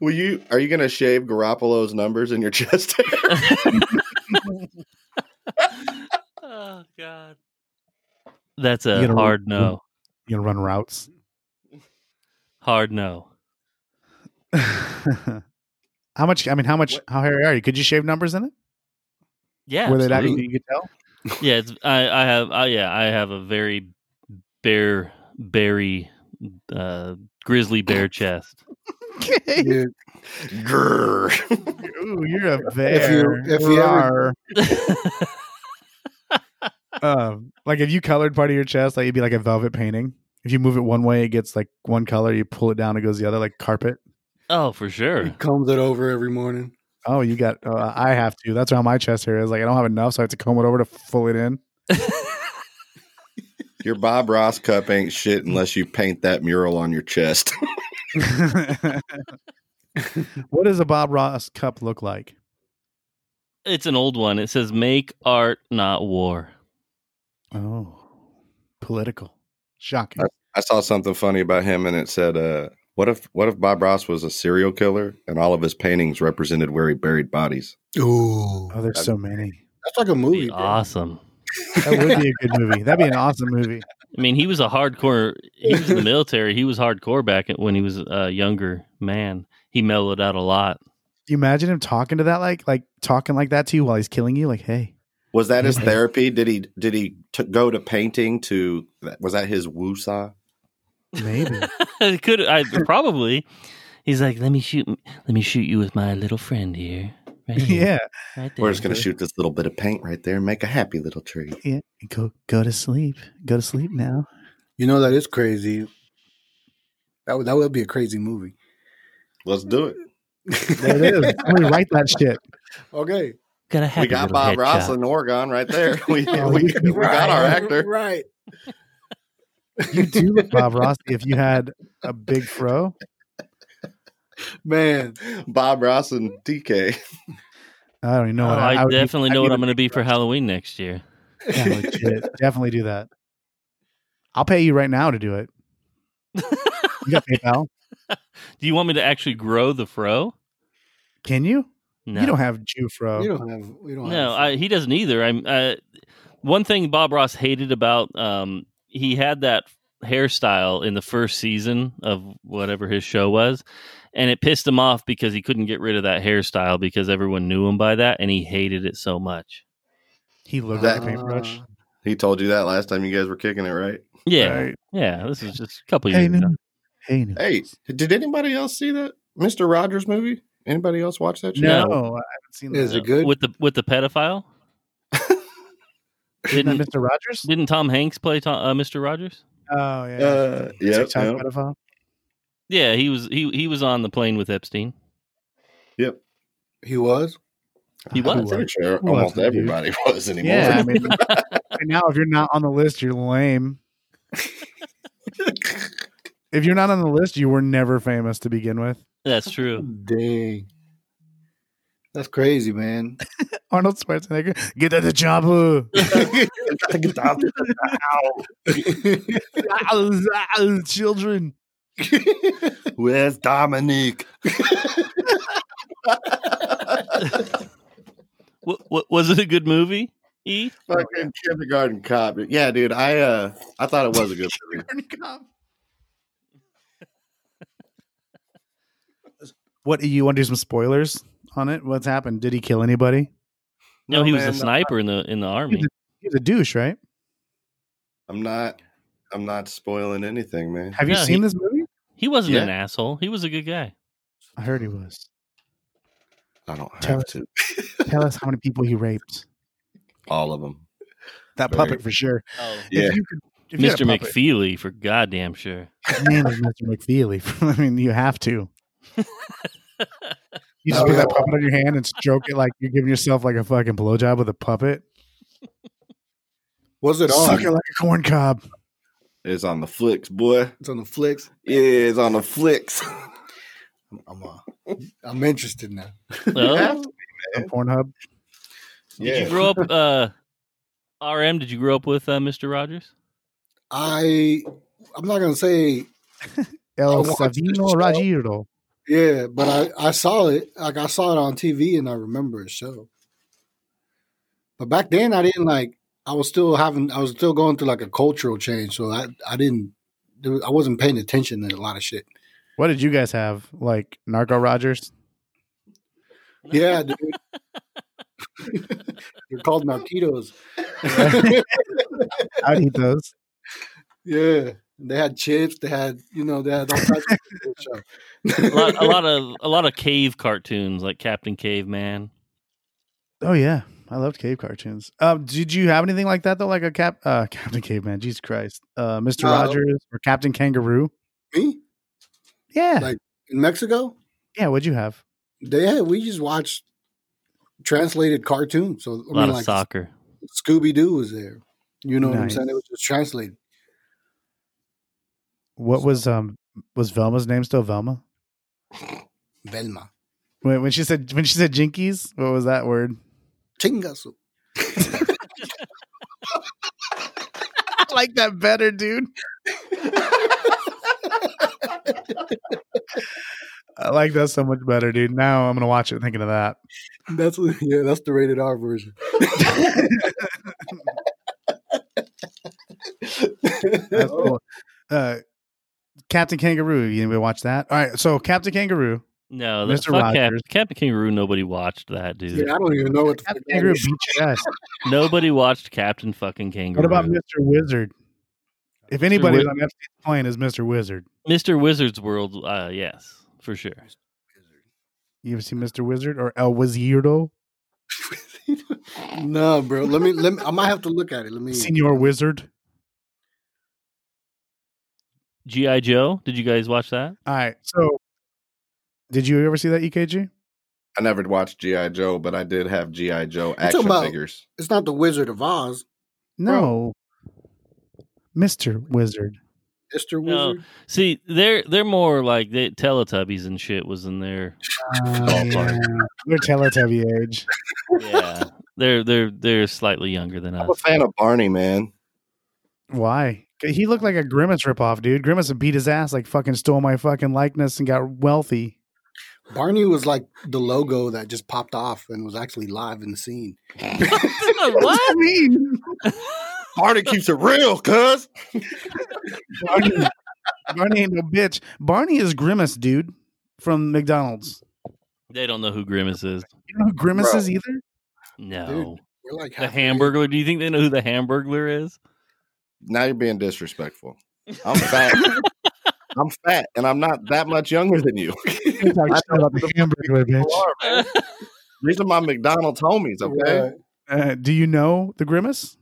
S7: will you are you gonna shave Garoppolo's numbers in your chest hair?
S4: Oh God. That's a
S5: You gotta-
S4: hard no.
S5: you can run routes.
S4: Hard no.
S5: how much? I mean, how much?
S7: What-
S5: How hairy are you? Could you shave numbers in it?
S4: Yeah.
S5: Were they that?
S4: absolutely.
S5: You could tell.
S4: Yeah. It's, I, I have. I, yeah. I have a very bear, berry, uh, grizzly bear chest.
S5: Okay.
S6: Dude,
S7: Grrr.
S5: Ooh, you're a
S6: If
S5: bear.
S6: you- if you ever-
S5: Rawr. um, like if you colored part of your chest, like it'd be like a velvet painting. If you move it one way, it gets like one color. You pull it down, it goes the other, like carpet.
S4: oh, for
S6: he
S4: sure.
S6: combs it over every morning.
S5: Oh, you got. Uh, I have to. That's how my chest hair is. Like I don't have enough, so I have to comb it over to full it in.
S7: Your Bob Ross cup ain't shit unless you paint that mural on your chest.
S5: what does a Bob Ross cup look like?
S4: It's an old one. It says "Make art, not war."
S5: Oh, political. Shocking.
S7: I saw something funny about him and it said, uh, what if what if Bob Ross was a serial killer and all of his paintings represented where he buried bodies?
S6: Ooh,
S5: Oh, there's so many.
S6: that's like a
S4: It'd
S6: movie.
S4: be
S6: bro.
S4: awesome.
S5: That would be a good movie. That'd be an awesome movie.
S4: I mean, he was a hardcore. He was in the military. He was hardcore back when he was a younger man. He mellowed out a lot.
S5: Do you imagine him talking to that like like talking like that to you while he's killing you? Like, hey.
S7: Was that his
S5: Mhm.
S7: therapy? Did he did he t- go to painting to was that his woosah?
S5: Maybe.
S4: It could I probably? He's like, let me shoot. Let me shoot you with my little friend here. Right here,
S5: yeah.
S4: right there.
S7: We're just gonna shoot this little bit of paint right there and make a happy little tree.
S5: Yeah. Go go to sleep. Go to sleep now.
S6: You know that is crazy. That would, that would be a crazy movie.
S7: Let's do it.
S5: There it is. Somebody write that shit.
S6: Okay,
S4: Got a happy
S7: we got
S4: little
S7: Bob
S4: headshot.
S7: Ross in Oregon right there. We,
S5: Oh,
S7: we,
S5: yeah.
S7: we got our
S6: Right,
S7: actor.
S6: right.
S5: You do look Bob Ross if you had a big fro.
S6: Man,
S7: Bob Ross and TK.
S5: I don't even know
S4: Oh,
S5: what
S4: I,
S5: would be-
S4: definitely
S5: I'd
S4: know
S5: be
S4: what
S5: the
S4: I'm going to
S5: big
S4: be
S5: fro.
S4: for Halloween next year.
S5: Yeah, legit. Definitely do that. I'll pay you right now to do it. You got PayPal?
S4: Do you want me to actually grow the fro?
S5: Can you?
S4: No,
S5: You don't have Jew fro.
S6: you don't have you don't
S4: no,
S6: have
S4: I, he doesn't either. I'm uh, one thing Bob Ross hated about um, he had that hairstyle in the first season of whatever his show was. And it pissed him off because he couldn't get rid of that hairstyle because everyone knew him by that and he hated it so much.
S5: He looked
S7: That-
S5: at the paintbrush.
S7: He told you that last time you guys were kicking it, right?
S4: Yeah.
S5: Right.
S4: Yeah. This is just a couple
S5: Hey,
S4: years ago.
S5: no. Hey, no.
S7: Hey, did anybody else see that Mister Rogers movie? Anybody else watch that? shit?
S5: no,
S4: no.
S5: I haven't seen that.
S6: Is it good?
S4: With the with the pedophile?
S5: Isn't
S4: didn't,
S5: that Mr. Rogers?
S4: didn't Tom Hanks play Tom, uh, Mr. Rogers?
S5: Oh yeah.
S7: Uh, yeah,
S5: TikTok
S7: yeah.
S5: pedophile.
S4: Yeah, he was he he was on the plane with Epstein.
S6: he was.
S4: He was.
S7: I'm pretty sure
S5: Who
S7: almost
S5: was it, dude?
S7: everybody was anymore.
S5: Yeah, I mean, and now if you're not on the list, you're lame. if you're not on the list, you were never famous to begin with.
S4: That's true.
S6: Dang, that's crazy, man.
S5: Arnold Schwarzenegger, get out the chopper. Children.
S7: Where's Dominique?
S4: W- w- was it a good movie? E?
S7: Fucking kindergarten cop. Yeah, dude. I uh, I thought it was a good movie.
S5: What you want to do some spoilers on it? What's happened? Did he kill anybody?
S4: No, he was
S7: Oh,
S4: a
S7: man,
S4: sniper in the in the army.
S5: He was a douche, right?
S7: I'm not. I'm not spoiling anything, man.
S5: Have you
S4: No,
S5: seen
S4: he-
S5: this movie?
S4: He wasn't
S7: Yeah.
S4: an asshole. He was a good guy.
S5: I heard he was.
S7: I don't have
S5: Tell-
S7: to.
S5: Tell us how many people he raped.
S7: All of them.
S5: That
S7: Very-
S5: puppet for sure.
S4: Oh,
S7: Yeah.
S5: If you could, if you had
S4: Mr.
S5: a puppet-
S4: McFeely for goddamn sure.
S5: His name is Mr. McFeely. I mean, you have to. You just
S6: Oh,
S5: put
S6: yeah.
S5: that puppet on your hand and stroke it like you're giving yourself like a fucking blowjob with a puppet.
S6: Was it on?
S5: Suck it like a corn cob.
S7: It's on the flicks, boy.
S6: It's on the flicks.
S7: Yeah, it's on the flicks.
S6: I'm uh, I'm interested now.
S4: Oh,
S5: on Pornhub.
S4: did you grow up uh RM, did you grow up with uh, Mr. Rogers?
S6: I I'm not gonna say
S5: El
S6: watched this
S5: Savino
S6: show.
S5: Ragiro.
S6: yeah, but I I saw it like I saw it on TV and I remember it so. But back then I didn't like I was still having I was still going through like a cultural change, so I I didn't there was- I wasn't paying attention to a lot of shit.
S5: What did you guys have? Like Narco Rogers?
S6: Yeah, dude. They're called Narquitos.
S5: I'd eat those.
S6: yeah. They had chips, they had you know, they had all types of shit,
S4: A
S6: so.
S4: lot, a lot of a lot of cave cartoons like Captain Caveman.
S5: Oh yeah, I loved cave cartoons. Um, did you have anything like that though? Like a cap, uh, Captain Caveman. Jesus Christ, uh, Mr.
S6: No.
S5: Rogers or Captain Kangaroo?
S6: Me?
S5: Yeah,
S6: Like- In Mexico?
S5: yeah. What'd you have?
S6: They had we just watched translated cartoons. So
S4: A
S6: I
S4: lot
S6: mean,
S4: of
S6: like
S4: soccer.
S6: Scooby Doo was there. You know what I'm
S5: Nice.
S6: saying? It was just translated.
S5: What was um was Velma's name still Velma?
S6: Velma,
S5: When, when she said when she said jinkies, what was that word?
S6: chingasu.
S5: I like that better, dude. I like that so much better, dude. Now I'm gonna watch it thinking of that.
S6: That's yeah, that's the rated R version.
S5: That's cool. Uh, Captain Kangaroo. You anybody watch that? All right. So Captain Kangaroo.
S4: No, that's
S5: Mr.
S4: fuck Cap-
S5: Rogers.
S4: Captain Kangaroo. Nobody watched that dude.
S6: Yeah, I don't even know what the fuck
S5: Captain
S6: that
S5: Kangaroo
S6: is.
S5: beat your ass.
S4: Nobody watched Captain fucking Kangaroo.
S5: What about Mr. Wizard? If anybody's
S4: Wiz-
S5: on Epstein's plane is Mr. Wizard.
S4: Mr. Wizard's World? Uh, yes, for sure.
S5: You ever seen Mr. Wizard or El Wizardo?
S6: no, bro. Let me let me. I might have to look at it. Let me.
S5: Senior Wizard.
S4: GI Joe. Did you guys watch that?
S5: All right. So, did you ever see that E EKG?
S7: I never watched GI Joe, but I did have GI Joe
S6: talking
S7: action
S6: about-
S7: figures.
S6: It's not the Wizard of Oz,
S5: No. Mr. Wizard.
S6: Mister
S4: No.
S6: Wizard.
S4: See, they're they're more like they, Teletubbies and shit was in there.
S5: Oh, yeah. They're Teletubby age.
S4: Yeah, they're they're they're slightly younger than
S7: I'm a
S4: us.
S7: fan of Barney, man.
S5: Why? He looked like a Grimace ripoff, dude. Grimace beat his ass, like fucking stole my fucking likeness and got wealthy.
S6: Barney was like the logo that just popped off and was actually live in the scene.
S4: what?
S5: mean?
S7: Barney keeps it real, cuz.
S5: Barney, Barney ain't no bitch. Barney is Grimace, dude, from McDonald's.
S4: They don't know who Grimace is.
S5: You know who Grimace
S7: Bro.
S5: is either?
S4: No.
S6: We're like
S4: the
S6: halfway.
S4: hamburglar. Do you think they know who the hamburglar is?
S7: Now you're being disrespectful. I'm fat. I'm fat, and I'm not that much younger than you.
S5: You talk shit about the hamburger,
S7: You
S5: bitch.
S7: are, man. These are my McDonald's homies, okay?
S6: Right.
S5: Uh, do you know the Grimace?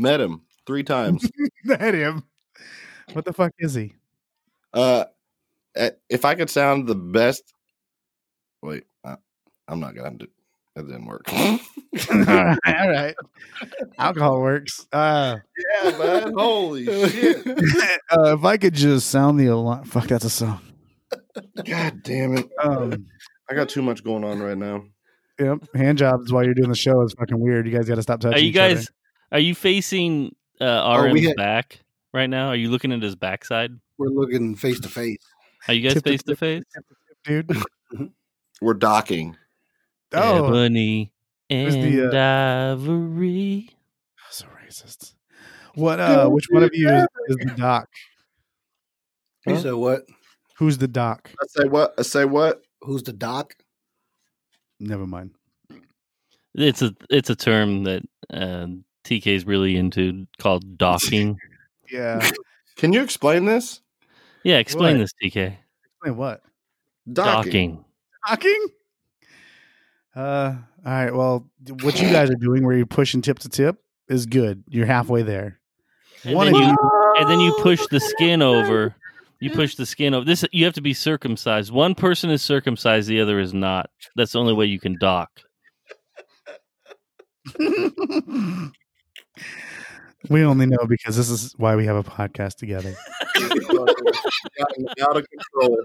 S7: Met him three times.
S5: That him. What the fuck is he?
S7: Uh, eh, if I could sound the best, wait, I, I'm not gonna do. That didn't work. yeah,
S5: All right. Alcohol works. Uh,
S7: man. Holy shit!
S5: uh, if I could just sound the alarm. Fuck, that's a song.
S7: God damn it!
S5: Um,
S7: I got too much going on right now.
S5: yep. Hand jobs while you're doing the show is fucking weird. You guys got to stop touching.
S4: Are you
S5: each other.
S4: guys? Are you facing uh,
S6: Oh, we
S4: RM's
S6: had-
S4: back right now? Are you looking at his backside?
S6: We're looking face to face.
S4: Are you guys
S5: Tip to
S4: face to
S5: tip.
S4: face?
S5: dude?
S7: We're docking.
S5: Oh,
S4: Ebony
S5: was
S4: and
S5: the, uh,
S4: Ivory.
S5: so racist. What? Uh, which one of you is, is the doc?
S6: He
S7: Huh?
S6: said, "What?
S5: Who's the doc?
S7: I Uh, say what? I say what?
S6: Who's the doc?"
S5: Never mind.
S4: It's a it's a term that uh, TK's really into called docking.
S5: Yeah.
S7: Can you explain this?
S4: yeah, explain
S5: What?
S4: this, TK.
S5: Explain what?
S4: Docking.
S5: Docking. Uh. All right. Well, what you guys are doing, where you're pushing tip to tip, is good. You're halfway there.
S4: And
S5: One
S4: then
S5: of
S4: you
S5: you-
S4: and then you push the skin over. You push the skin over. This you have to be circumcised. One person is circumcised, the other is not. That's the only way you can dock.
S5: we only know because this is why we have a podcast together.
S7: Gotten out of control.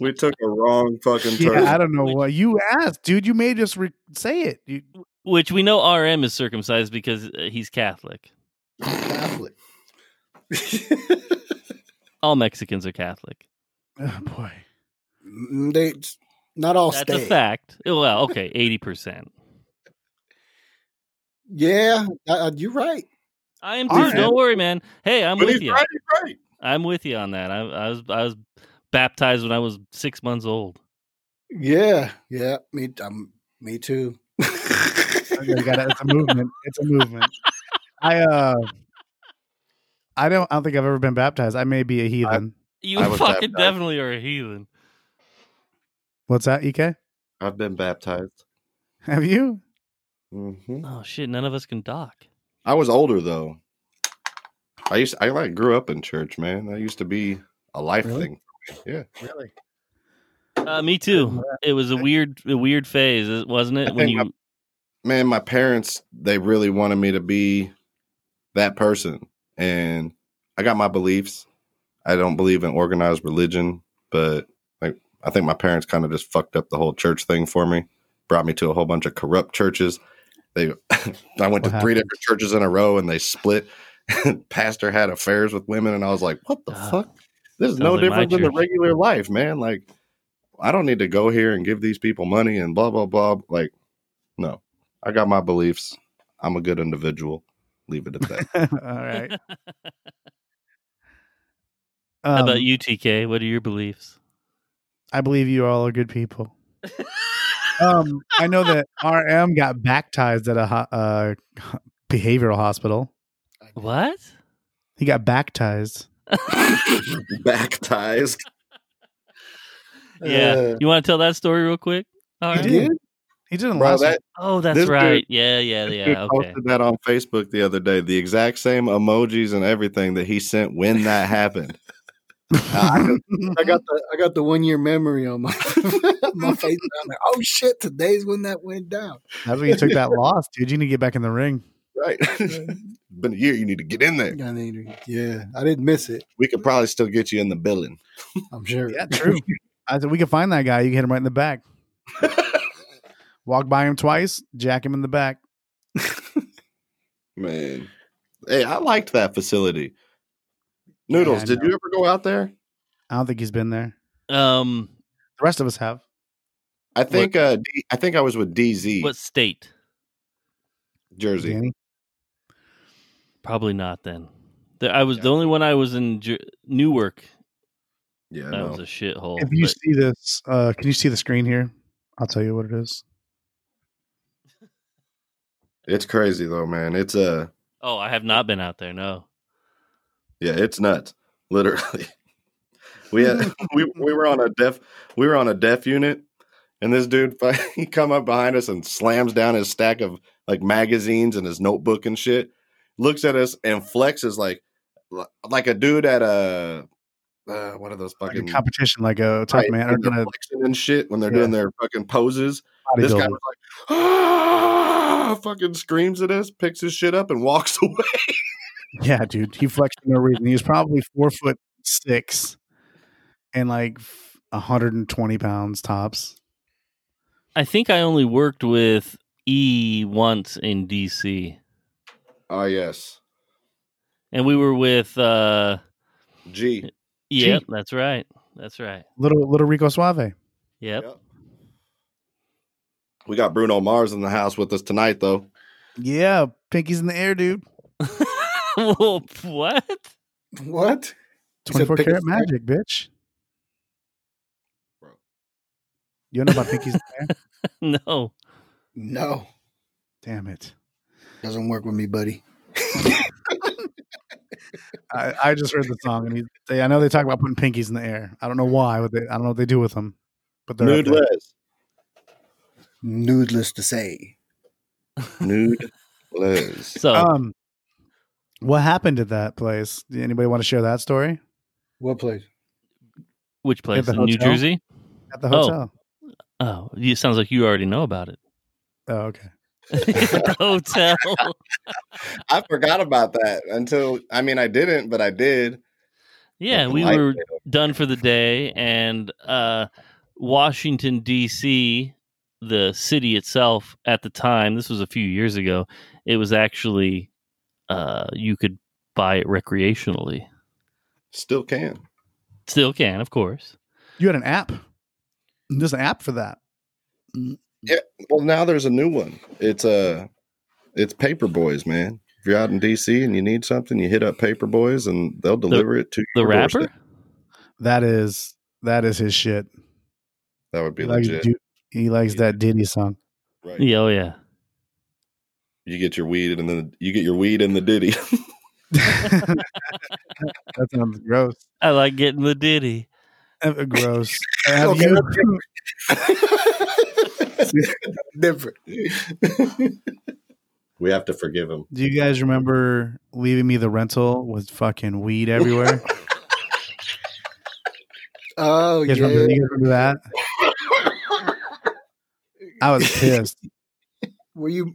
S7: We took a wrong fucking turn.
S5: Yeah, I don't know what you asked, dude. You may just re- say it. You,
S4: Which we know RM is circumcised because uh, he's Catholic.
S6: Catholic.
S4: All Mexicans are Catholic.
S5: oh boy,
S6: Mm, they not all
S4: That's
S6: stay.
S4: a fact. Well, okay, eighty percent.
S6: Yeah, uh, you're right.
S4: I am too.
S5: All right.
S4: Don't worry, man. Hey, I'm
S7: But
S4: with
S7: he's
S4: you.
S7: right, he's right.
S4: I'm with you on that. I, I was I was baptized when I was six months old.
S6: Yeah, yeah. Me, um, me too.
S5: Okay, you gotta- it's a movement. It's a movement. I uh, I don't. I don't think I've ever been baptized. I may be a heathen.
S4: You
S7: I was
S4: fucking
S7: baptized.
S4: definitely are a heathen.
S5: What's that, Ek?
S7: I've been baptized.
S5: Have you?
S7: hmm
S4: Oh shit! None of us can dock.
S7: I was older though. I used I like grew up in church, man. That used to be a life
S5: Really?
S7: thing.
S5: Really?
S4: Uh, me too. It was a weird, a weird phase, is- wasn't
S7: I
S4: it? When
S7: think
S4: you,
S7: Man, my parents they really wanted me to be that person, and I got my beliefs. I don't believe in organized religion, but like I think my parents kind of just fucked up the whole church thing for me. Brought me to a whole bunch of corrupt churches. They, I went to
S5: What happened?
S7: three different churches in a row, and they split. Pastor had affairs with women, and I was like, "What the
S4: Ah.
S7: fuck?" This is
S4: Sounds
S7: no
S4: like my
S7: different than the
S4: church.
S7: regular life, man. Like, I don't need to go here and give these people money and blah blah blah. Like, no, I got my beliefs. I'm a good individual. Leave it at that.
S5: All right.
S4: how
S5: Um,
S4: about you, TK? What are your beliefs?
S5: I believe you all are good people. um, I know that RM got baptized at a ho- uh, behavioral hospital.
S4: What?
S5: He got baptized.
S7: Back ties.
S4: Yeah,
S6: Uh,
S4: you want to tell that story real quick? All
S5: He
S4: right.
S5: Oh, did. He didn't
S7: Bro,
S5: last.
S7: that
S4: Oh, that's
S7: This dude-
S4: right. yeah, Oh, yeah,
S7: this dude
S4: yeah. Okay.
S7: posted that on Facebook the other day. The exact same emojis and everything that he sent when that happened.
S6: I got the I got the one year memory on my my face. I'm like, oh shit, today's when that went down.
S5: That's when you took that loss, dude. You need to get back in the ring.
S7: Right. Been a year. You need to get in there.
S6: I mean, yeah, I didn't miss it.
S7: We could probably still get you in the building.
S6: I'm sure.
S5: Yeah, true. I said we can find that guy. You can hit him right in the back. Walk by him twice, jack him in the back.
S7: Man. Hey, I liked that facility. Noodles,
S5: Yeah, I
S7: did you ever go out there?
S5: I don't think he's been there.
S4: Um,
S5: The rest of us have.
S7: I think uh D- I think I was with DZ
S4: what state?
S5: Mm-hmm.
S7: Jersey.
S5: Danny.
S4: Probably not then. The, I was the only one I was in Jer- Newark.
S7: Yeah,
S4: That
S7: no.
S4: was a shithole.
S5: If you
S4: but-
S5: see this, uh, can you see the screen here? I'll tell you what it is.
S7: it's crazy though, man. It's a uh,
S4: oh, I have not been out there. No.
S7: yeah, it's nuts. Literally, we had we we were on a def we were on a def unit, and this dude fi- he come up behind us and slams down his stack of like magazines and his notebook and shit. Looks at us and flexes like like a dude at a uh, what are those
S5: Like a
S7: fucking
S5: competition, like a tough
S7: Right,
S5: man. Or
S7: like the
S5: gonna
S7: flexing and shit when they're
S5: Yeah.
S7: doing their fucking poses. This guy
S5: bodybuilder.
S7: was like, ah, fucking screams at us, picks his shit up, and walks away.
S5: Yeah, dude, he flexed for no reason. He was probably four foot six and like 120 pounds tops.
S4: I think I only worked with E once in DC.
S7: Ah, yes.
S4: And we were with uh
S7: G.
S4: Yep, that's right. That's right.
S5: Little little Rico Suave.
S4: Yep.
S7: Yep. We got Bruno Mars in the house with us tonight, though.
S5: Yeah, pinkies in the air, dude.
S4: Well, what?
S6: What? He said
S5: 24
S6: pick a
S5: karat
S6: stack.
S5: magic, bitch.
S7: Bro.
S5: You don't know about pinkies in the air?
S4: No.
S6: No,
S5: Damn it.
S6: doesn't work with me, buddy.
S5: I, I just heard the song and he, they, I know they talk about putting pinkies in the air. I don't know why, but they, I don't know what they do with them. But they're up
S7: Nude
S5: there.
S7: Les.
S6: Needless to say,
S7: Nude Les.
S4: So
S5: Um, what happened at that place? Do Anybody want to share that story
S6: what place?
S4: which place?
S5: the
S4: In New
S5: hotel?
S4: Jersey?
S5: at the
S4: Oh.
S5: hotel?
S4: Oh, it sounds like you already know about it.
S5: Oh, okay.
S4: the hotel.
S7: I forgot about that until, I mean, I didn't, but I did.
S4: Yeah,
S7: Fucking
S4: we
S7: light
S4: were
S7: day over
S4: done for the day and uh Washington DC, the city itself at the time, this was a few years ago, it was actually uh you could buy it recreationally.
S7: Still can.
S4: Still can, of course.
S5: You had an app. There's an app for that.
S7: Well, now there's a new one. It's uh, it's Paper Boys, man. If you're out in DC and you need something, you hit up Paper Boys and they'll deliver it to
S4: The
S7: your doorstep.
S4: rapper?
S5: That is that is his shit.
S7: That would be
S5: He likes,
S7: legit.
S5: Du- he likes that Diddy song.
S7: right.
S4: Yeah, oh yeah.
S7: You get your weed and then you get your weed in the ditty.
S5: that sounds gross.
S4: I like getting the ditty.
S5: Uh, Gross. Have
S6: Okay,
S5: you-
S6: Different.
S7: we have to forgive him.
S5: do you guys remember leaving me the rental with fucking weed everywhere?
S6: Oh
S5: You guys
S6: yeah.
S5: remember, you guys remember that? I was pissed.
S6: Were you?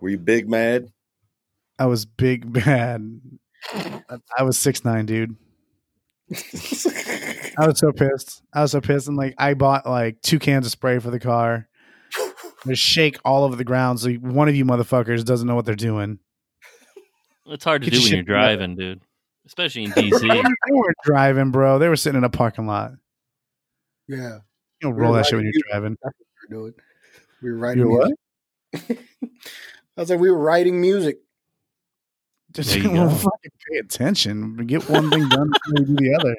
S7: Were you big mad?
S5: I was big bad. I- I was six nine, dude. I was so pissed. I was so pissed. And like, I bought like two cans of spray for the car. There's shake all over the ground, so one of you motherfuckers doesn't know what they're doing.
S4: It's hard to
S5: Get your
S4: do when
S5: shit
S4: you're driving, dude. Especially in DC.
S5: They weren't driving, bro. They were sitting in a parking lot.
S6: Yeah,
S5: You don't
S6: We were
S5: roll that shit
S6: riding
S5: when
S6: you-
S5: you're driving.
S6: we were doing. We were writing.
S5: You were what?
S6: music. I was like, we were writing music.
S5: Just
S4: There you
S5: well,
S4: go.
S5: fucking pay attention. Get one thing done before you do the other.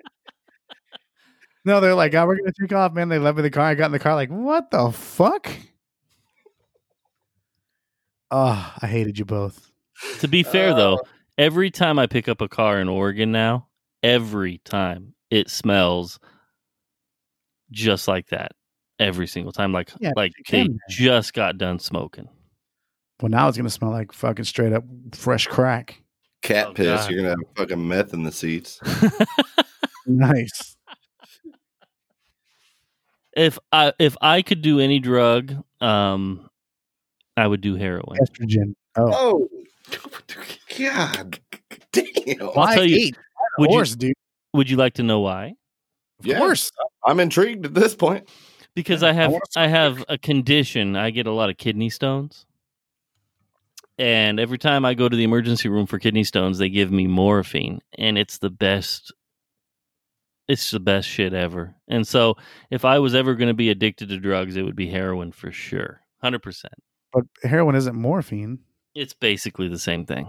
S5: No, they're like, oh, we're gonna take off, man. They left me in the car. I got in the car, like, what the fuck? Oh, I hated you both.
S4: to be fair though,
S5: Oh.
S4: every time I pick up a car in Oregon now, every time it smells just like that. Every single time. Like
S5: Yeah,
S4: like
S5: you
S4: they
S5: can.
S4: just got done smoking.
S5: Well, now it's gonna smell like fucking straight up fresh crack.
S7: Cat
S4: Oh,
S7: piss.
S4: God.
S7: You're gonna have fucking meth in the seats.
S5: Nice.
S4: if I if I could do any drug, um I would do heroin.
S5: Estrogen. Oh,
S7: Oh,
S6: God,
S7: damn!
S4: I'll tell you-
S5: eight?
S4: Would
S5: Of
S4: you
S5: course, dude.
S4: would you like to know why?
S5: Of
S7: Yeah.
S5: course.
S7: I'm intrigued at this point.
S4: because
S5: Yeah,
S4: I
S5: I
S4: have
S5: wanna
S4: I have a condition. I get a lot of kidney stones, and every time I go to the emergency room for kidney stones, they give me morphine, and it's the best. It's the best shit ever. And so, if I was ever going to be addicted to drugs, it would be heroin for sure, hundred percent.
S5: But heroin isn't morphine.
S4: It's basically the same thing.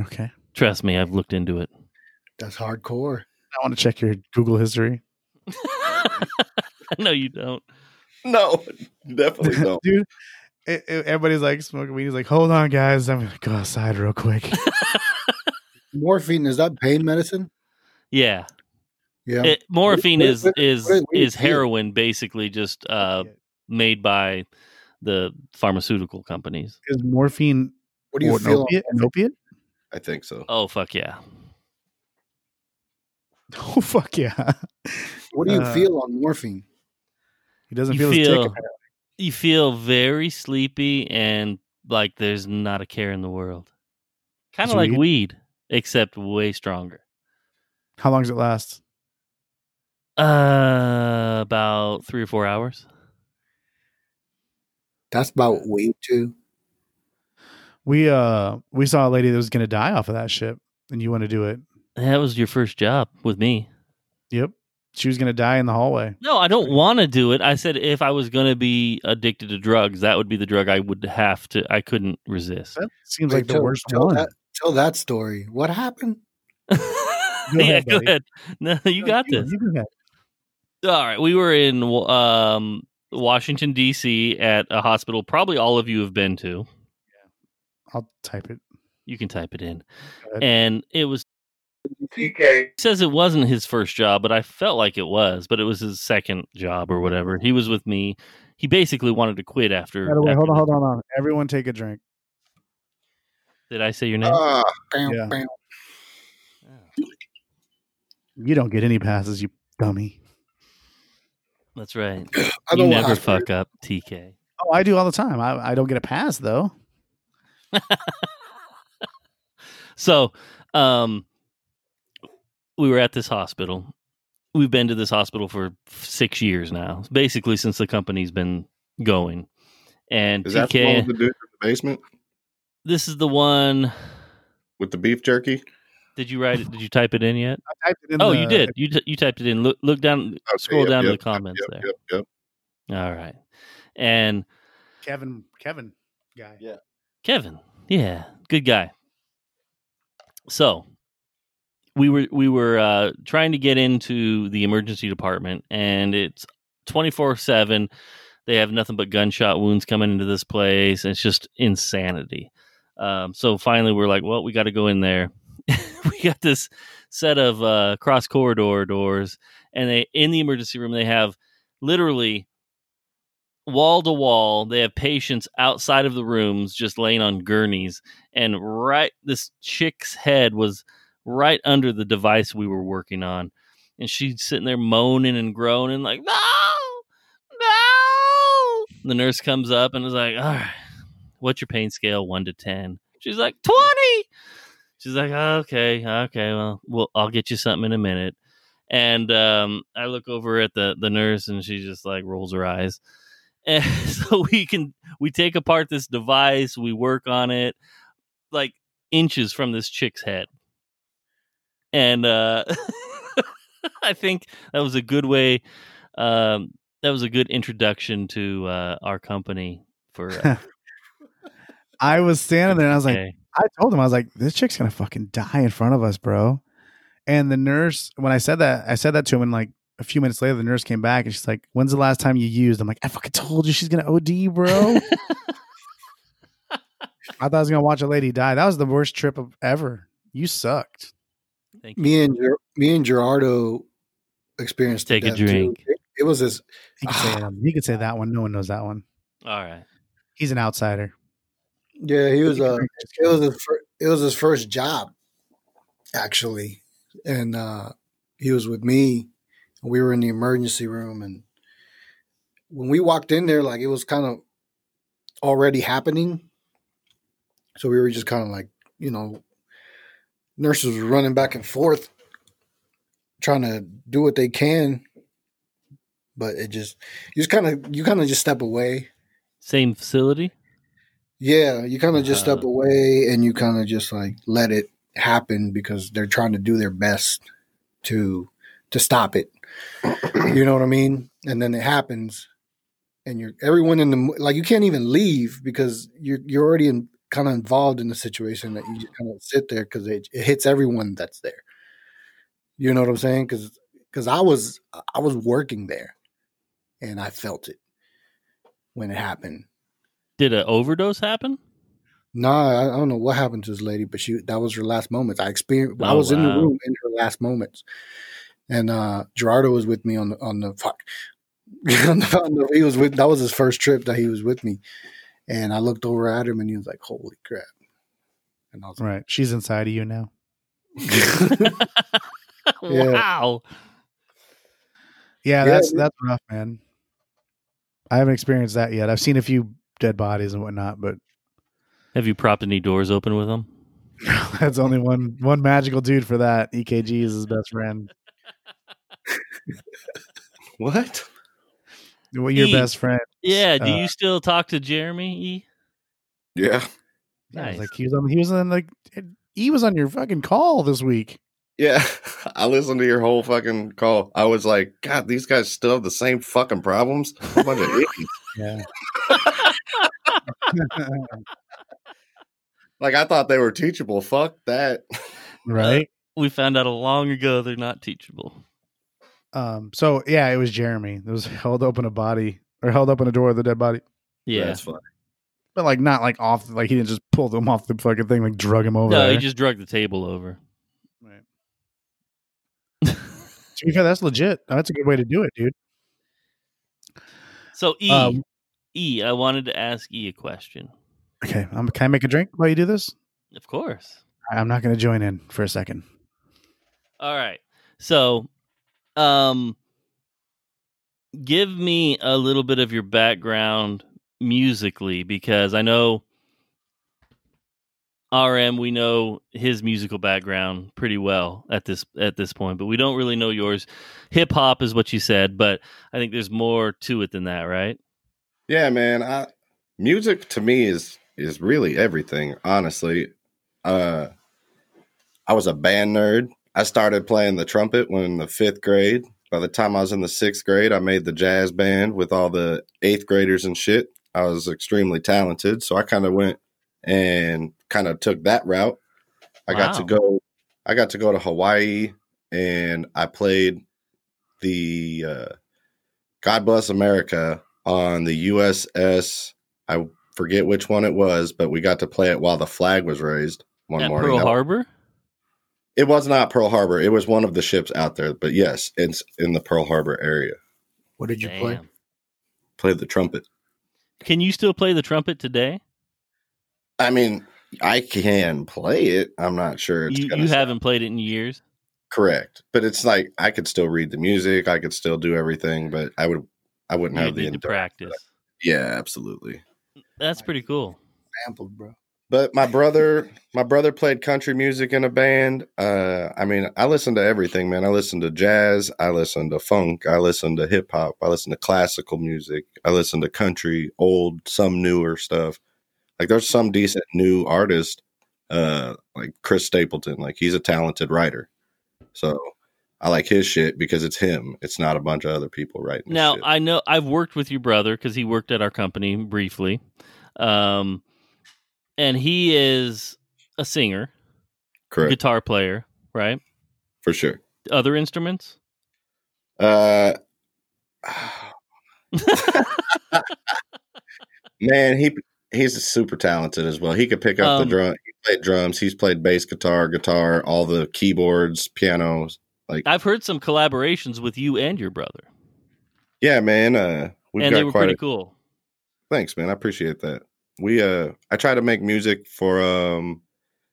S5: Okay.
S4: Trust me, I've looked into it.
S6: That's hardcore.
S5: I want to check your Google history.
S4: no, you don't.
S7: No, definitely don't.
S5: Dude, it, it- everybody's like smoking weed. He's like, hold on, guys. I'm going to go outside real quick.
S6: Morphine is that pain medicine?
S4: Yeah,
S6: Yeah.
S4: It- morphine
S6: What-
S4: is
S6: what-
S4: is
S6: what- what do you
S4: is
S6: feel?
S4: heroin, basically just uh, made by the pharmaceutical companies.
S5: Is morphine
S6: what do you
S5: or an
S6: feel?
S5: opiate? An opiate?
S7: I think so.
S4: Oh fuck yeah!
S5: Oh, fuck yeah.
S6: What do you
S5: Uh,
S6: feel on morphine?
S5: He doesn't
S4: You
S5: feel, his tick.
S4: feel-
S5: apparently.
S4: You feel very sleepy and like there's not a care in the world. Kind
S5: Is
S4: of like
S5: weed-
S4: weed, except way stronger.
S5: How long does it last?
S4: Uh, about three or four hours.
S6: That's
S5: uh,
S6: about weed too.
S5: We uh we saw a lady that was gonna die off of that shit, and you want to do it.
S4: That was your first job with me.
S5: Yep. She was gonna die in the hallway.
S4: No, I don't want to do it. I said if I was going to be addicted to drugs, that would be the drug I would have to. I couldn't resist.
S5: That seems
S6: Wait,
S5: like the
S6: tell-
S5: worst
S6: tell
S5: one.
S6: That, tell that story. What happened?
S4: yeah,
S5: ahead,
S4: go
S5: buddy.
S4: ahead. No, you
S5: No,
S4: got
S5: you-
S4: this.
S5: you do that.
S4: All right, we were in um, Washington D.C. at a hospital. Probably all of you have been to.
S5: I'll type it.
S4: You can type it in,
S5: Go ahead.
S4: and it was
S2: TK.
S4: He says it wasn't his first job, but I felt like it was, but it was his second job or whatever. He was with me. He basically wanted to quit after.
S5: By the way,
S4: after
S5: hold on,
S4: the-
S5: hold on, hold on. Everyone take a drink.
S4: Did I say your
S6: Uh,
S4: name?
S7: Ah,
S6: Bam,
S5: Yeah.
S6: bam.
S5: You don't get any passes, you dummy.
S4: That's right.
S6: I
S4: You
S6: don't
S4: never
S6: have
S4: fuck up, TK.
S5: Oh, I do all the time. I, I don't get a pass though.
S4: So, um, we were at this hospital. We've been to this hospital for six years now, basically since the company's been going. And
S7: Is that the one
S4: TK,
S7: with the dude in the basement
S4: this is the one.
S7: with the beef jerky?
S4: Did you write it? Did you type it in yet?
S5: I typed it in
S4: Oh,
S5: the-
S4: you did. You t- you typed it in. Look look down.
S7: Okay,
S4: Scroll
S7: yep,
S4: down to
S7: yep,
S4: the comments
S7: yep,
S4: there.
S7: Yep, yep.
S4: All right. And
S5: Kevin Kevin guy.
S7: Yeah.
S4: Kevin, yeah, good guy. So we were we were uh, trying to get into the emergency department, and it's twenty four seven. They have nothing but gunshot wounds coming into this place. It's just insanity. Um, so finally, we're like, well, we got to go in there. we got this set of uh, cross corridor doors, and they in the emergency room they have literally wall to wall. They have patients outside of the rooms just laying on gurneys. And right, this chick's head was right under the device we were working on. And she's sitting there moaning and groaning, like, no, no. The nurse comes up and is like, all right, what's your pain scale? One to 10. She's like, 20. She's like, okay, okay, well, well, I'll get you something in a minute. And um, I look over at the, the nurse and she just like rolls her eyes. And so we can we take apart this device, we work on it like inches from this chick's head. And uh I think that was a good way um that was a good introduction to uh our company for uh,
S5: I was standing there and I was like,
S4: okay.
S5: I told him I was like, this chick's gonna fucking die in front of us, bro. And the nurse, when I said that, I said that to him, and like a few minutes later, the nurse came back and she's like, "When's the last time you used?" I'm like, "I fucking told you she's gonna OD, bro." I thought I was gonna watch a lady die. That was the worst trip of ever. You sucked.
S4: Thank you.
S6: Me and Ger- me and Gerardo experienced
S4: Take a
S6: death, too.
S4: drink.
S6: It, it was this.
S5: He could say that. He could say that one. No one knows that one.
S4: All right.
S5: He's an outsider.
S6: Yeah, he was uh, a. It was his. Fir- it was his first job, actually, and uh, he was with me. We were in the emergency room, and when we walked in there, like it was kind of already happening. So we were just kind of like, you know, nurses were running back and forth, trying to do what they can, but it just you just kind of you kind of just step away
S4: Same facility?
S6: yeah, you kind of just step
S4: Uh-huh.
S6: away and you kind of just like let it happen because they're trying to do their best to to stop it. you know what I mean? And then it happens, and you're everyone in the mo- like you can't even leave because you're you're already in kind of involved in the situation that you just kind of sit there because it, it hits everyone that's there. You know what I'm saying? Because because I was I was working there, and I felt it when it happened.
S4: Did an overdose happen?
S6: No, I, I don't know what happened to this lady, but she that was her last moments. I experienced. I
S4: Oh,
S6: was in the
S4: wow.
S6: room in her last moments, and uh Gerardo was with me on the on the fuck. on the- on the- he was with. That was his first trip that he was with me, and I looked over at him and he was like, "Holy crap!" And I was like,
S5: Right. She's inside of you now.
S4: Wow.
S5: Yeah,
S6: Yeah,
S5: that's
S6: dude.
S5: that's rough, man. I haven't experienced that yet. I've seen a few dead bodies and whatnot, but
S4: Have you propped any doors open with them?
S5: that's only one one magical dude for that. EKG is his best friend.
S7: What?
S5: Well, your
S4: E.
S5: best friend.
S4: Yeah. Do
S5: Uh,
S4: you still talk to Jeremy? E?
S7: Yeah.
S5: Yeah, it was
S4: Nice.
S5: Like he was on. He was on. Like he was on your fucking call this week.
S7: Yeah. I listened to your whole fucking call. I was like, God, these guys still have the same fucking problems. A bunch of idiots.
S5: Yeah.
S7: Like I thought they were teachable. Fuck that.
S5: right.
S4: we found out a long ago they're not teachable.
S5: Um. So yeah, it was Jeremy. It was held open a body or held open a door with a dead body,
S4: Yeah.
S7: That's funny.
S5: but like not like off. Like he didn't just pull them off the fucking thing. Like drug him over.
S4: No,
S5: there.
S4: he just drug the table over.
S5: Right. To be fair, that's legit. That's a good way to do it, dude.
S4: So E,
S5: Um,
S4: E, I wanted to ask E a question.
S5: Okay, I'm, can I make a drink while you do this?
S4: Of course.
S5: I'm not going to join in for a second.
S4: All right. So, um, give me a little bit of your background musically because I know RM. We know his musical background pretty well at this at this point, but we don't really know yours. Hip hop is what you said, but I think there's more to it than that, right?
S7: Yeah, man. I, music to me is is really everything, honestly. Uh I was a band nerd. I started playing the trumpet when in the fifth grade. By the time I was in the sixth grade, I made the jazz band with all the eighth graders and shit. I was extremely talented, so I kind of went and kind of took that route. I got to
S4: Wow.
S7: go. I got to go to Hawaii, and I played the uh, God Bless America on the USS. I forget which one it was, but we got to play it while the flag was raised one
S4: at
S7: morning.
S4: Pearl
S7: That-
S4: Harbor.
S7: it was not Pearl Harbor. It was one of the ships out there, but yes, it's in the Pearl Harbor area.
S6: "What did you play?"
S4: Damn.
S7: Play the trumpet.
S4: Can you still play the trumpet today?
S7: I mean, I can play it. I'm not sure it's
S4: You,
S7: gonna
S4: you
S7: sound
S4: haven't played it in years.
S7: correct, but it's like I could still read the music. I could still do everything, but I would, I wouldn't
S4: You
S7: have the
S4: need to
S7: endurance.
S4: practice.
S7: Yeah, absolutely.
S4: That's pretty cool.
S6: Sample, bro.
S7: But my brother, my brother played country music in a band. Uh, I mean, I listen to everything, man. I listen to jazz. I listen to funk. I listen to hip hop. I listen to classical music. I listen to country, old, some newer stuff. Like there's some decent new artist, uh, like Chris Stapleton. Like he's a talented writer. So I like his shit because it's him. It's not a bunch of other people writing. his
S4: Now
S7: shit.
S4: I know I've worked with your brother because he worked at our company briefly, um, and he is a singer,
S7: correct
S4: guitar player, right?
S7: for sure.
S4: Other instruments?
S7: Uh, man, he he's super talented as well. He could pick up
S4: Um,
S7: the drum. He played drums. He's played bass guitar, guitar, all the keyboards, pianos.
S4: I've heard some collaborations with you and your brother,
S7: Yeah, man. Uh, we've
S4: and
S7: got
S4: they were
S7: quite
S4: pretty
S7: a,
S4: cool.
S7: Thanks, man. I appreciate that. We uh I try to make music for um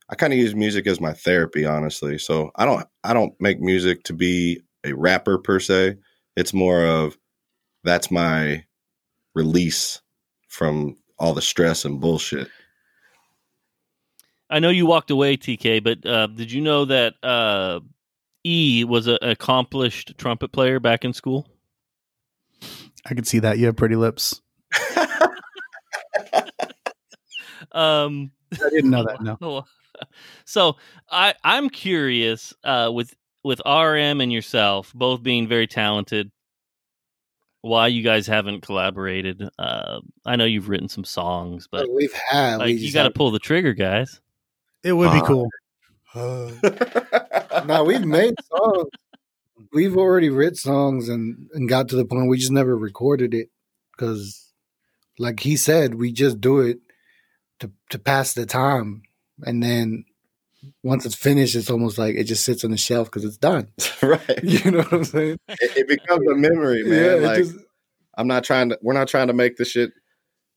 S7: I kind of use music as my therapy, honestly. So I don't I don't make music to be a rapper per se. It's more of that's my release from all the stress and bullshit.
S4: I know you walked away, TK, but uh, did you know that uh, E was an accomplished trumpet player back in school?
S5: I can see that. You have pretty lips.
S4: Um,
S5: I didn't know that. No.
S4: so I I'm curious uh, with with RM and yourself both being very talented. why you guys haven't collaborated. Uh, I know you've written some songs, but
S6: But we've had.
S4: like
S6: we
S4: you
S6: just
S4: got to
S6: haven't-
S4: pull the trigger, guys.
S5: It would be
S7: Uh,
S5: cool.
S6: no, we've made songs. We've already written songs and, and got to the point we just never recorded it because, like he said, we just do it to to pass the time, and then once it's finished, it's almost like it just sits on the shelf because it's done.
S7: right.
S6: You know what I'm saying?
S7: It, it becomes a memory, man.
S6: it
S7: like
S6: just-
S7: I'm not trying to. We're not trying to make this shit.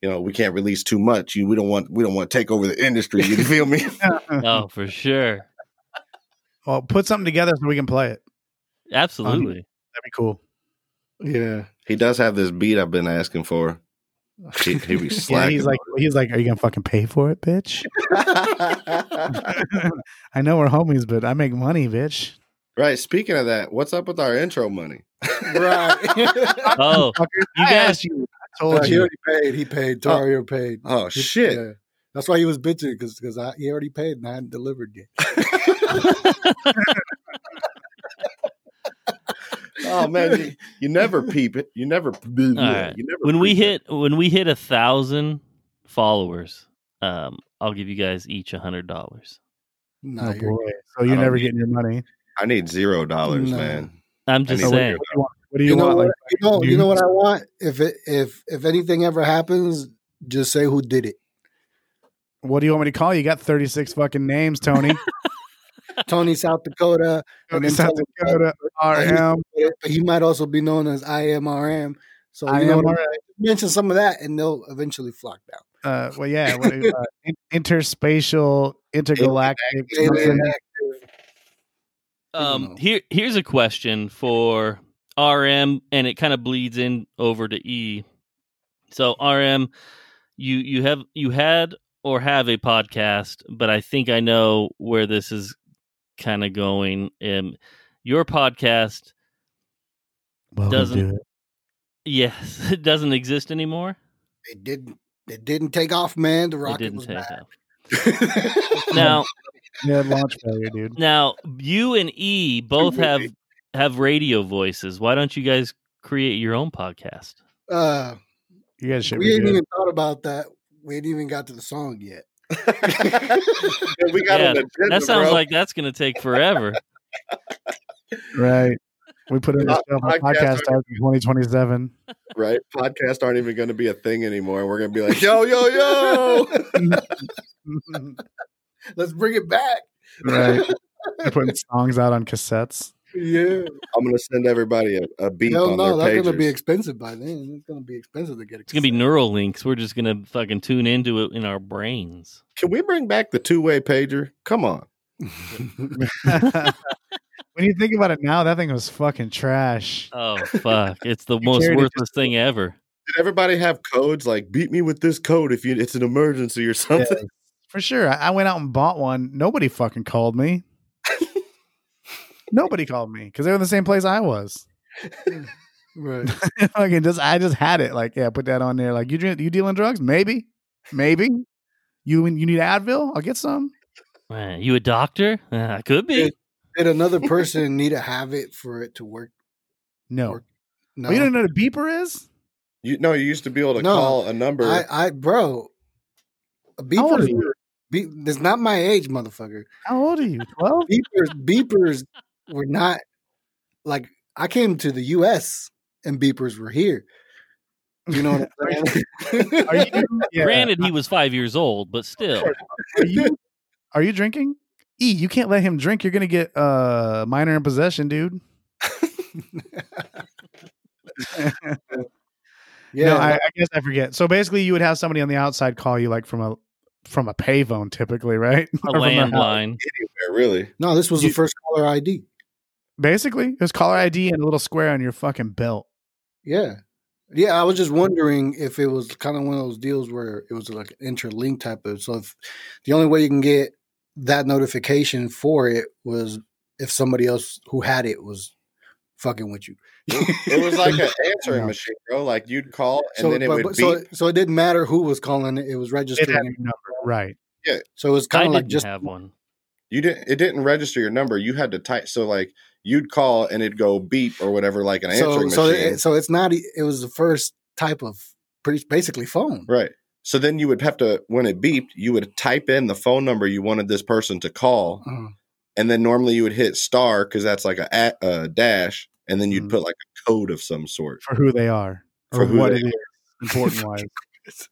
S7: You know, we can't release too much. You, we don't want. We don't want to take over the industry. You feel me?
S4: Oh, for
S7: Um,
S4: sure,
S5: Well, put something together so we can play it.
S4: absolutely.
S5: That'd be cool.
S6: yeah.
S7: he does have this beat I've been asking for. He, he be
S5: Yeah,
S7: slacking.
S5: he's like, he's like, are you gonna fucking pay for it, bitch? I know we're homies, but I make money, bitch.
S7: right. Speaking of that, what's up with our intro money?
S6: right.
S4: Oh,
S5: Fucker,
S4: You
S5: I
S4: guys-
S5: asked you. I told
S6: But he
S5: you.
S6: already paid. He paid.
S7: Oh.
S6: Dario paid.
S7: Oh
S6: He-
S7: shit!
S6: yeah. That's why he was bitching because because I he already paid and I hadn't delivered yet.
S7: Oh man, you, you never peep it. You never. You never
S4: right. when we
S7: peep it.
S4: hit when we hit a thousand followers, um, I'll give you guys each a hundred dollars.
S6: Nah,
S5: Oh,
S6: you're
S5: boy.
S6: good.
S5: So you're
S7: I
S5: never
S7: don't-
S5: getting your money.
S7: I need zero dollars,
S6: Nah.
S7: man.
S4: I'm
S7: I
S4: just
S7: know what
S4: saying.
S7: you're-
S5: What do you want? What do you, want?
S6: You know what?
S5: Like,
S6: You know, you know
S5: dudes?
S6: what I want. If it if if anything ever happens, just say who did it.
S5: what do you want me to call you? You got 36 fucking names, Tony.
S6: Tony South Dakota. And
S5: Tony,
S6: then
S5: South
S6: tell them-
S5: Dakota, RM.
S6: But he might also be known as IMRM. So you know, what I'm
S5: IMRM.
S6: saying? mention some of that, and they'll eventually flock down.
S5: Uh, well, yeah. What, uh, in- interspatial, intergalactic.
S6: They- they-
S5: something.
S6: don't know.
S4: Um, here here's a question for RM, and it kind of bleeds in over to E. So RM, you you have you had or have a podcast, but I think I know where this is kind of going. Um, your podcast,
S5: Welcome
S4: doesn't-
S5: to it.
S4: yes, it doesn't exist anymore.
S6: It didn't. It didn't take off, man. The
S4: it
S6: rocket
S4: didn't
S6: was
S4: take
S6: back.
S4: off. Now
S5: Yeah, launch failure, dude.
S4: now you and E both have have radio voices. Why don't you guys create your own podcast?
S6: uh,
S5: You guys should
S6: we
S5: be
S6: ain't
S5: good.
S6: even thought about that. We ain't even got to the song yet.
S7: Yeah, we got
S4: Yeah,
S7: an agenda,
S4: That sounds
S7: bro.
S4: like that's going to take forever.
S5: Right. We put in
S7: Uh,
S5: this film, our
S7: podcast
S5: podcast starts in 2027.
S7: right. Podcasts aren't even going to be a thing anymore. We're going to be like, yo, yo, yo.
S6: Let's bring it back.
S5: right. They're putting songs out on cassettes.
S6: Yeah.
S7: I'm going to send everybody a, a beat
S6: Hell
S7: on
S6: no,
S7: their
S6: that's
S7: pages.
S6: gonna be expensive by then. It's gonna be expensive to get.
S4: It's gonna be neural links. We're just gonna fucking tune into it in our brains.
S7: Can we bring back the two way pager? Come on.
S5: when you think about it now, that thing was fucking trash.
S4: Oh fuck! It's the
S5: You
S4: most
S5: carried it
S4: worthless thing ever.
S7: Did everybody have codes like beat me with this code if you it's an emergency or something?
S5: For sure. I, I went out and bought one. Nobody fucking called me. Nobody called me because they were in the same place I was.
S6: right.
S5: Fucking just I just had it. Like, yeah, put that on there. Like, you drink, you dealing drugs? Maybe, maybe. You you need Advil? I'll get some.
S4: Man, you a doctor? Uh, I could be.
S6: It- Did another person need to have it for it to work?
S5: No,
S6: Or- No,
S5: Well, you don't know what a beeper is.
S7: You no, you used to be able to
S6: No,
S7: call a number.
S6: I, I, bro, a
S5: How old are
S6: beeper. is-
S5: you?
S6: Be, that's not my age, motherfucker.
S5: How old are you? Twelve?
S6: Beepers, beepers were not like I came to the U.S. and beepers were here. You know what I'm saying?
S5: Are you? Yeah.
S4: Granted, he was five years old, but still,
S5: Are you? Are you drinking? E, you can't let him drink. You're gonna get uh minor in possession, dude.
S6: yeah,
S5: No, I, I guess I forget. So basically, you would have somebody on the outside call you like from a from a payphone, typically, right?
S4: a
S5: Or from uh, their house.
S4: landline.
S7: anywhere, really.
S6: no, this was
S5: you-
S6: the first caller ID.
S5: Basically, it was caller ID and a little square on your fucking belt.
S6: Yeah. Yeah, I was just wondering if it was kind of one of those deals where it was like an interlink type of. So if the only way you can get that notification for it was if somebody else who had it was fucking with you.
S7: It was like an answering
S5: No.
S7: machine, bro. Like you'd call and
S6: so,
S7: then it
S6: but-
S7: would
S6: but-
S7: beep.
S6: so, so it didn't matter who was calling it; it was
S5: It had
S6: registering.
S5: your number, right?
S6: so it was
S4: I
S6: kind of
S4: didn't
S6: like just
S4: have one.
S7: you didn't it didn't register your number. You had to type so like you'd call and it'd go beep or whatever, like an
S6: so
S7: answering
S6: so
S7: machine.
S6: it, so it's not. e, It was the first type of pretty basically phone.
S7: right. So then you would have to, when it beeped, you would type in the phone number you wanted this person to call,
S6: Uh,
S7: and then normally you would hit star because that's like a, a, a dash, and then you'd
S6: Mm.
S5: Mhm.
S7: put like a code of some sort.
S5: for who they are
S7: For
S5: or
S7: who
S5: what
S7: they
S5: it is important wise.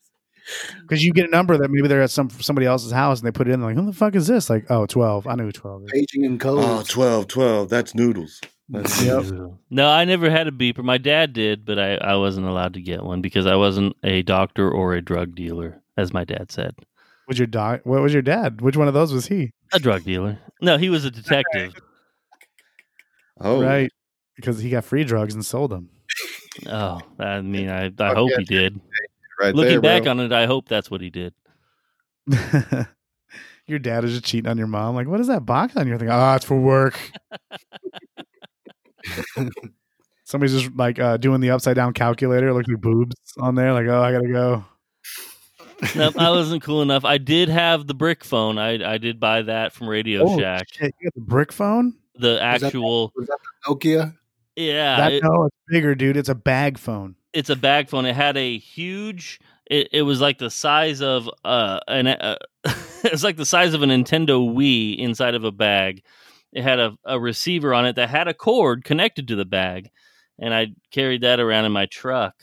S5: Because you get a number that maybe they're at some somebody else's house and they put it in like, who the fuck is this? Like, oh, 12. I knew who 12 is.
S6: paging and
S7: Oh,
S6: codes.
S7: 12, 12, that's noodles.
S5: Yep.
S4: No, I never had a beeper. My dad did, but I, I wasn't allowed to get one because I wasn't a doctor or a drug dealer, as my dad said.
S5: Was your dog? What was your dad? Which one of those was he?
S4: A drug dealer. No, he was a detective.
S7: Oh,
S5: Right. Because he got free drugs and sold them.
S4: Oh, I mean, I, I
S7: Fuck
S4: hope
S7: yeah,
S4: he did.
S7: right
S4: Looking
S7: there,
S4: back
S7: bro.
S4: on it, I hope that's what he did.
S5: your dad is just cheating on your mom. Like, what is that box on your thing? Ah, it's for work. Somebody's just like uh, doing the upside down calculator, like the boobs on there. Like, oh, I gotta go.
S4: No, I wasn't cool enough. I did have the brick phone. I I did buy that from Radio
S5: Oh,
S4: Shack.
S5: shit, you got the brick phone?
S4: The
S6: that the-
S4: actual,
S6: Was that the Nokia?
S4: yeah,
S5: That,
S4: Uh, it-
S5: no, it's bigger, dude. It's a bag phone.
S4: it's a bag phone. It had a huge. It, it was like the size of uh an uh, it was like the size of a Nintendo Wii inside of a bag. It had a, a receiver on it that had a cord connected to the bag, and I carried that around in my truck.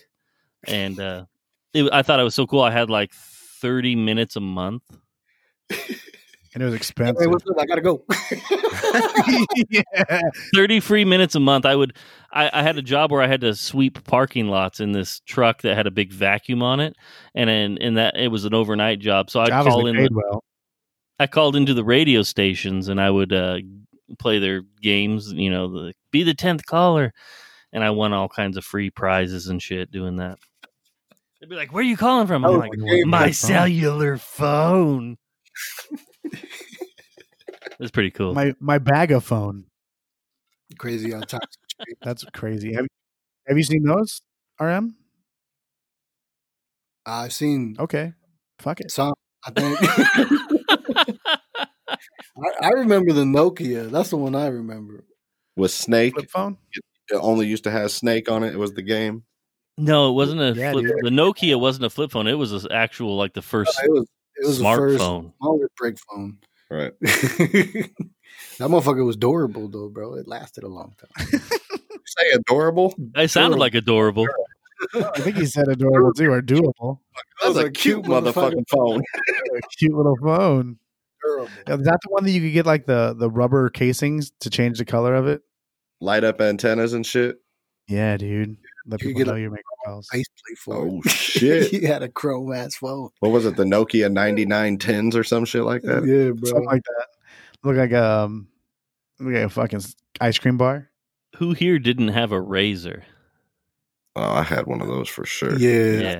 S4: And uh, it, I thought it was so cool. I had like thirty minutes a month.
S5: And it was
S6: Hey,
S5: expensive.
S6: what's up? I gotta go.
S5: yeah.
S4: 30 free minutes a month i would I, I had a job where i had to sweep parking lots in this truck that had a big vacuum on it and and, and that it was an overnight job so i'd
S5: Obviously
S4: call in
S5: paid
S4: the,
S5: well.
S4: i called into the radio stations and i would uh, play their games you know the, be the 10th caller and i won all kinds of free prizes and shit doing that they'd be like where are you calling from i'm
S6: Oh,
S4: like
S5: Like,
S6: my
S5: what
S4: my
S5: the fuck?
S4: cellular phone it's pretty cool
S5: my my bag of phone.
S6: Crazy on top.
S5: That's crazy. Have, have you seen those? RM?
S6: I've seen
S5: Okay. Fuck it.
S6: some. I think. I, I remember the Nokia. That's the one I remember.
S7: Was Snake,
S5: Flip phone.
S7: it only used to have Snake on it. It was the game.
S4: No, it wasn't a
S5: Yeah,
S4: flip.
S5: dude.
S4: The Nokia wasn't a flip phone. It was an actual like the first
S6: It was it was the first
S4: smartphone.
S6: smaller brick phone.
S7: Right.
S6: that motherfucker was durable though, bro. It lasted a long time.
S7: Say adorable.
S4: It sounded like adorable.
S5: I think he said adorable too, or doable.
S7: That's a cute motherfucking phone.
S5: Cute little phone.
S6: Durable.
S5: Is that the one that you could get like the the rubber casings to change the color of it?
S7: Light up antennas and shit.
S5: Yeah, dude. Let
S6: You could
S5: people
S6: get
S5: know
S6: a-
S5: you're making calls.
S6: Faceplate for
S7: Oh
S6: it.
S7: shit.
S6: he had a chrome ass phone.
S7: what was it? The Nokia 9910s or some shit like that?
S6: Yeah,
S5: Something like that. Look like um, look like a fucking s- ice cream bar.
S4: Who here didn't have a razor?
S7: Oh, I had one of those for sure.
S6: Yeah.
S4: Yeah.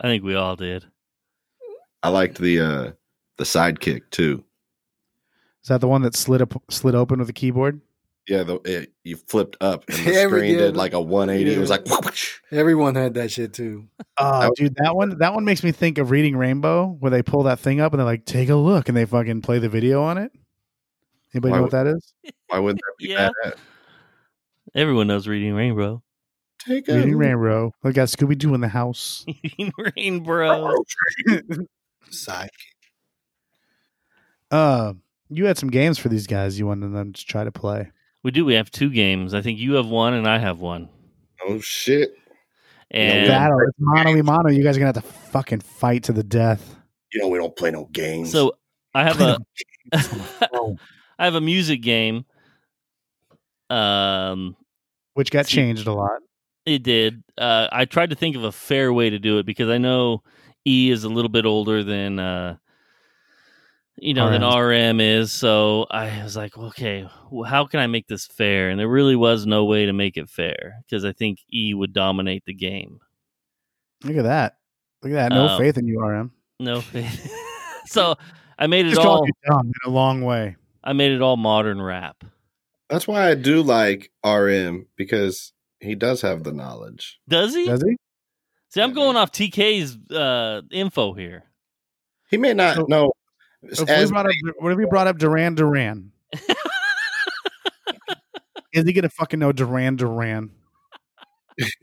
S4: I think we all did.
S7: I liked the uh the sidekick too.
S5: Is that the one that slid up, slid open with a keyboard?
S7: Yeah, the it, you flipped up and the
S6: Yeah, we
S7: screen
S6: did.
S7: did like a 180. It was
S6: Yeah.
S7: like
S6: Everyone had that shit too.
S5: Oh,
S7: That-
S5: dude, that one that one makes me think of Reading Rainbow, where they pull that thing up and they're like, "Take a look," and they fucking play the video on it. Anybody
S7: Why
S5: know what that is?
S7: why would that be
S4: Yeah.
S7: bad?
S4: Everyone knows Reading Rainbow.
S7: Take
S5: Reading Rainbow. Look, got Scooby Doo in the house.
S4: Reading Rainbow.
S6: Side.
S5: Uh, you had some games for these guys you wanted them to try to play.
S4: We do. We have two games. I think you have one and I have one.
S7: Oh shit.
S4: And
S5: Battle. It's mono y mono. You guys are gonna have to fucking fight to the death.
S7: You know we don't play no games.
S4: so I have a
S5: Oh.
S4: I have a music game. Um,
S5: Which got
S4: See-
S5: changed a lot.
S4: It did. Uh, I tried to think of a fair way to do it because I know E is a little bit older than uh, you know than RM is. So I was like, okay, wh- how can I make this fair? And there really was no way to make it fair because I think E would dominate the game.
S5: Look at that. Look at that. No
S4: Um,
S5: faith in you, RM.
S4: No, so I made it
S5: Just all
S4: all.
S5: you dumb in a long way.
S4: I made it all modern rap.
S7: That's why I do like RM because he does have the knowledge.
S4: Does he?
S5: Does he?
S4: See, I'm
S7: Yeah,
S4: going
S7: man.
S4: off TK's uh, info here.
S7: He may not
S5: So-
S7: know.
S5: If we
S7: as-
S5: brought up, what if we brought up Duran Duran? Is he gonna fucking know Duran Duran?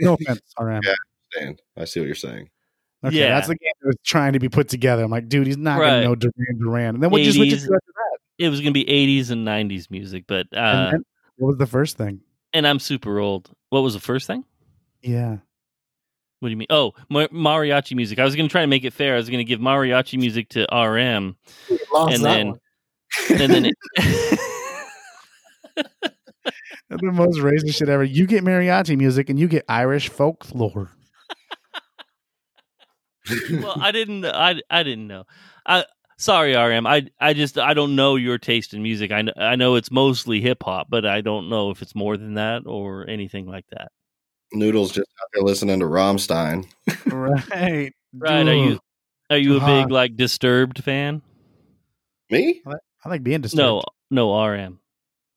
S5: No offense, RM.
S7: Yeah. understand. I see what you're saying.
S5: Okay,
S4: Yeah.
S5: that's the game that was trying to be put together. I'm like, dude, he's not
S4: Right.
S5: gonna know Duran Duran. And then what just what
S4: 80s.
S5: just after that?
S4: It was gonna be '80s and '90s music, but uh,
S5: And then, what was the first thing?
S4: and I'm super old. What was the first thing?
S5: Yeah.
S4: What do you mean? Oh, ma- mariachi music. I was going to try to make it fair. I was going to give mariachi music to RM,
S6: Lost
S4: and
S6: that
S4: then,
S6: one.
S4: and then,
S5: That's the most racist shit ever. You get mariachi music and you get Irish folklore.
S4: well, I didn't. I I didn't know. I sorry, RM. I I just I don't know your taste in music. I kn- I know it's mostly hip hop, but I don't know if it's more than that or anything like that.
S7: Noodles just out there listening to Rammstein.
S5: right.
S4: Right? Are you
S5: Dude.
S4: are you a
S5: Uh-huh.
S4: big like Disturbed fan?
S7: Me?
S5: I like being disturbed.
S4: No, no, RM.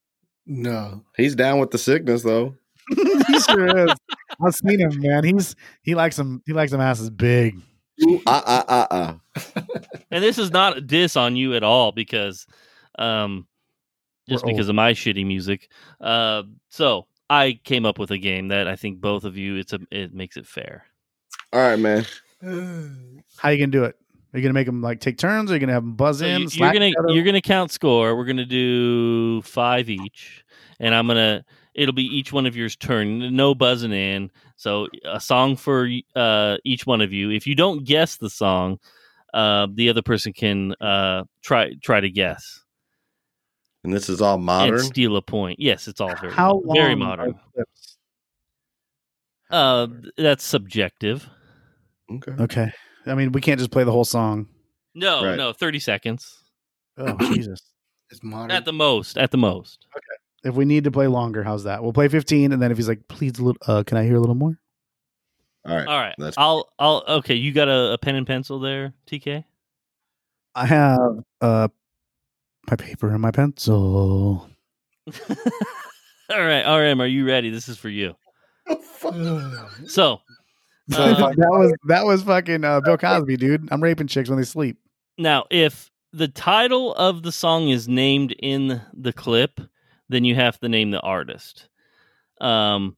S6: no.
S7: He's down with the sickness though.
S5: he sure is. I've seen him, man. He's he likes him. He likes him asses big.
S7: Uh uh uh uh.
S4: And this is not a diss on you at all because um just
S5: We're old.
S4: because of my shitty music. Uh so I came up with a game that I think both of you it's a it makes it fair.
S7: All right, man.
S5: How you gonna do it? Are you gonna make him like take turns? Or are you gonna have him buzz in?
S4: you, are
S5: slack
S4: gonna
S5: each other?
S4: you're gonna count score. We're gonna do five each, and I'm gonna it'll be each one of yours turn. No buzzing in. So a song for uh, each one of you. If you don't guess the song, uh, the other person can uh, try try to guess
S7: And this is all modern.
S4: and steal a point. Yes, it's all very
S5: How
S4: modern- very
S5: long are
S4: modern.
S5: clips?
S4: Uh, that's subjective.
S7: Okay.
S5: Okay. I mean, we can't just play the whole song.
S4: No,
S7: Right.
S4: no, thirty seconds
S5: Oh Jesus!
S6: It's modern.
S4: at the most. At the most.
S5: If we need to play longer, how's that? We'll play fifteen, and then if he's like, "Please, a little, uh, can I hear a little more?"
S7: All right.
S4: All right.
S7: That's-
S4: I'll. I'll. Okay. You got a, a pen and pencil there, TK.
S5: I have uh my paper and my pencil.
S4: All right, RM, are you ready? This is for you.
S6: Ugh.
S4: So uh,
S5: that was that was fucking uh, Bill Cosby, dude. I'm raping chicks when they sleep.
S4: now, if the title of the song is named in the clip, then you have to name the artist. Um,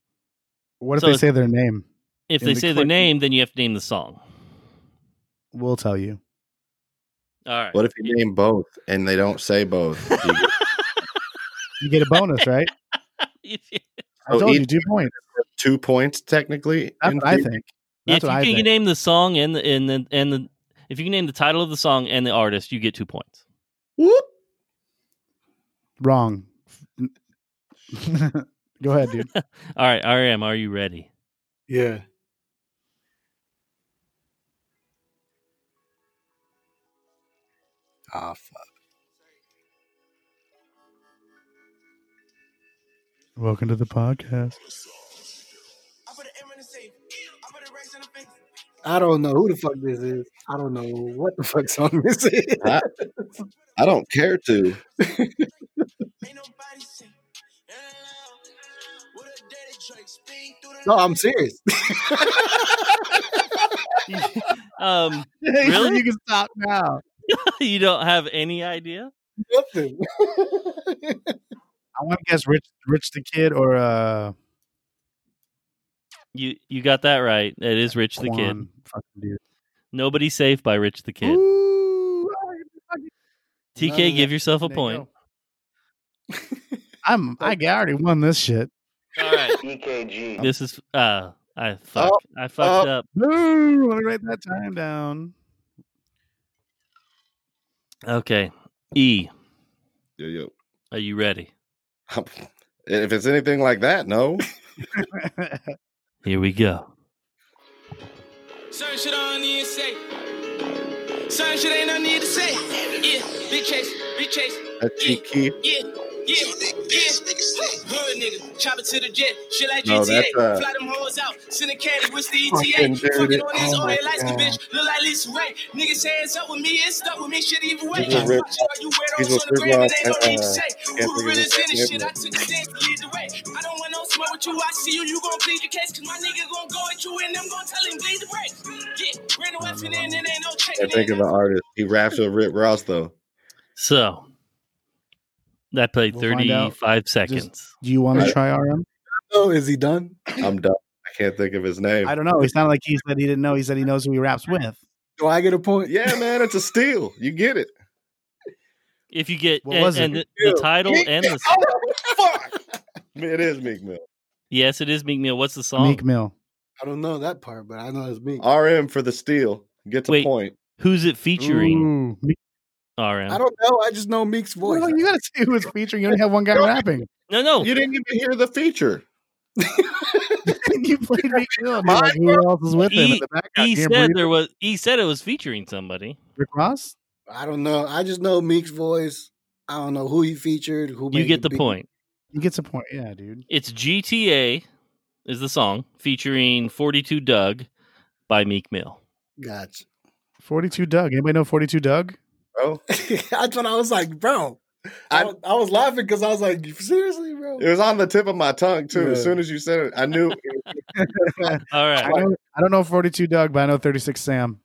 S5: What if
S4: So
S5: they
S4: it's-
S5: say their name?
S4: if
S5: In
S4: they
S5: the
S4: say their
S5: clip.
S4: name, then you have to name the song.
S5: We'll tell you.
S4: All right.
S7: What if you name both and they don't say both? You get
S5: You get a bonus, right?
S4: if
S5: I
S7: So
S5: told you
S7: each-
S5: two points.
S7: two points technically.
S5: That's
S7: in
S5: what I
S7: theory?
S5: think. That's
S4: you
S5: what I
S4: can
S5: think.
S4: name the song and the and the and the if you can name the title of the song and the artist, you get two points.
S7: Whoop.
S5: Wrong. Go ahead, dude.
S4: All right, RM, are you ready?
S6: yeah. Ah, fuck.
S5: Welcome to the podcast.
S6: I don't know who the fuck this is. I don't know what the fuck song this is.
S7: I don't care to.
S6: No, I'm serious.
S4: Um, Really?
S5: Really? you can stop now.
S4: you don't have any idea?
S6: Nothing.
S5: I want to guess Rich, Rich the Kid or uh,
S4: You you got that right. It is Rich the Kid.
S5: Quan. Fucking dude.
S4: Nobody safe by Rich the Kid.
S5: Ooh, I- fucking-
S4: TK,
S6: No,
S4: give yourself a
S5: there you
S4: point.
S5: go. I'm. I g- I already won this shit.
S4: All right,
S2: EKG.
S4: this is uh, I fuck, I fucked up.
S5: Ooh, let me write that time down.
S4: Okay, E,
S7: Yo, yo.
S4: are you ready?
S7: If it's anything like that, no.
S4: Here we go.
S8: Certain shit I don't need to say. Certain shit ain't no need to say. Yeah, be chasing, be chasing.
S7: That's cheeky.
S8: Yeah, yeah, yeah. Hood nigga, chop it to the jet. Shit like
S7: No,
S8: GTA.
S7: that's, uh,
S8: Fly them hoes out. Send a caddy, what's the
S7: Fucking
S8: ETA? Fucking
S7: dirty.
S8: on his
S6: Oh
S8: oh
S6: my
S8: lights,
S6: God.
S8: bitch. Look like Lisa Ray. Niggas hands up with me, it's stuck with me, shit either way.
S7: He's a rip-
S8: Fuck you, are you
S7: he's
S8: weirdos
S7: a
S8: on the gram?
S7: rip-off,
S8: It ain't no need to
S7: uh,
S8: say.
S7: can't
S8: Who the
S7: think of
S8: real is
S7: his
S8: in this shit?
S7: name.
S8: I took the stand to lead the way. I don't want no smoke with you. I see you, you gon' plead your case. Cause my nigga gon' go at you and I'm gon' tell him bleed the brakes. Yeah, ran a weapon in, it ain't no
S7: I
S8: checking
S7: think
S8: in.
S7: of the artist. He raps with Rick Ross though.
S4: So, That played
S5: We'll find out.
S4: 35 seconds.
S5: Do you want to
S7: Right.
S5: try RM?
S6: Oh, is he done?
S7: I'm done. I can't think of his name.
S5: I don't know. It's not like he said he didn't know. He said he knows who he raps with.
S6: Do I get a point?
S7: Yeah, man, it's a steal. You get it.
S4: if you get
S5: What
S4: and,
S5: was it?
S4: and the, the title and the
S7: Oh, fuck. It is Meek Mill.
S4: yes, it is Meek Mill. What's the song?
S5: Meek Mill.
S6: I don't know that part, but I know it's me.
S4: Oh,
S7: RM for the steal. Gets a
S4: Wait.
S7: point.
S4: Who's it featuring?
S5: Ooh, Meek-
S4: RM.
S6: I don't know. I just know Meek's voice.
S5: Well, you gotta see who it's featuring. You only have one guy rapping.
S4: No, no.
S7: You didn't even hear the feature.
S5: you played Meek Mill. I mean, like, who else is with him in the background?
S4: He
S5: Jim
S4: said
S5: Breeden,
S4: there was. He said it was featuring somebody.
S5: Rick Ross.
S6: I don't know. I just know Meek's voice. I don't know who he featured. Who
S4: You
S6: made
S4: get the
S6: beat.
S4: point.
S5: He gets a point. Yeah, dude.
S4: It's GTA is the song featuring 42 Doug by Meek Mill.
S6: Gotcha.
S5: Forty-two Doug. Anybody know Forty-two Doug?
S7: Bro.
S6: That's what I was like, bro. I,
S7: I-
S6: was- I was laughing because I was like, seriously, bro.
S7: It was on the tip of my tongue too. As
S6: Yeah.
S7: soon as you said it, I knew
S4: All
S5: I
S4: right.
S5: don't, I don't know Forty-two Doug, but I know Thirty-six Sam.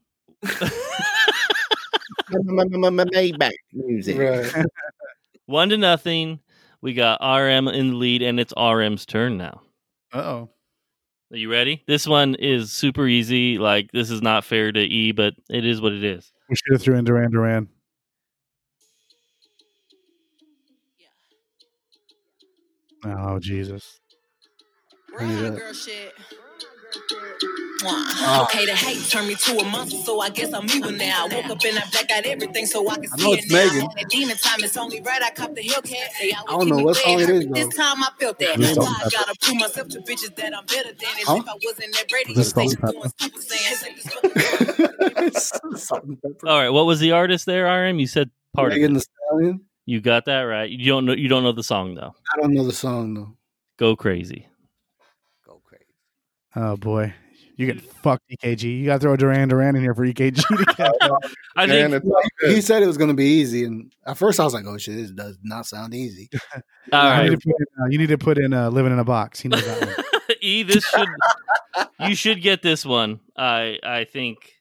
S7: Maybach music.
S6: Right.
S4: One to nothing. We got RM in the lead, and it's RM's turn now.
S5: Oh,
S4: Are you ready? This one is super easy. Like this is not fair to E, but it is what it is.
S5: we should have threw in Duran Duran. Oh Jesus!
S6: Turn it
S9: Brown girl shit.
S6: Ah.
S9: Mwah. Okay, the hate turned me to a monster, so I guess I'm evil now. I woke up and I blacked out everything, so I can
S6: I
S9: see
S6: know
S9: it
S6: it's
S9: now.
S6: Megan.
S9: The demon time is only right. I cop the Hellcat. They always
S6: I don't
S9: keep
S6: know
S9: me
S6: what song
S9: fed.
S6: it is,
S9: This
S6: though.
S9: time I felt that.
S5: This
S9: That's
S5: song
S9: why I
S5: Pepper.
S9: gotta prove myself to bitches that I'm better than. As
S6: Huh?
S9: if I wasn't that radio
S5: This song
S9: station
S5: Pepper.
S9: doing Super Saiyan.
S6: Salt and pepper.
S4: All right. What was the artist there, RM? You said part of it.
S6: Megan Thee Stallion.
S4: You got that right. You don't know. You don't know the song though.
S6: I don't know the song though.
S4: Go crazy.
S6: Go crazy.
S5: Oh boy, you get fucked, EKG. You gotta throw Duran Duran in here for EKG to catch up.
S4: I
S7: Man,
S4: think.
S7: it's all
S6: He
S7: good.
S6: said it was going to be easy, and at first I was like, "Oh shit, this does not sound easy."
S4: All
S5: You
S4: right.
S5: need to put in, uh, you need to put in uh, "Living in a Box." He knows that one.
S4: E, this should. you should get this one. I I think.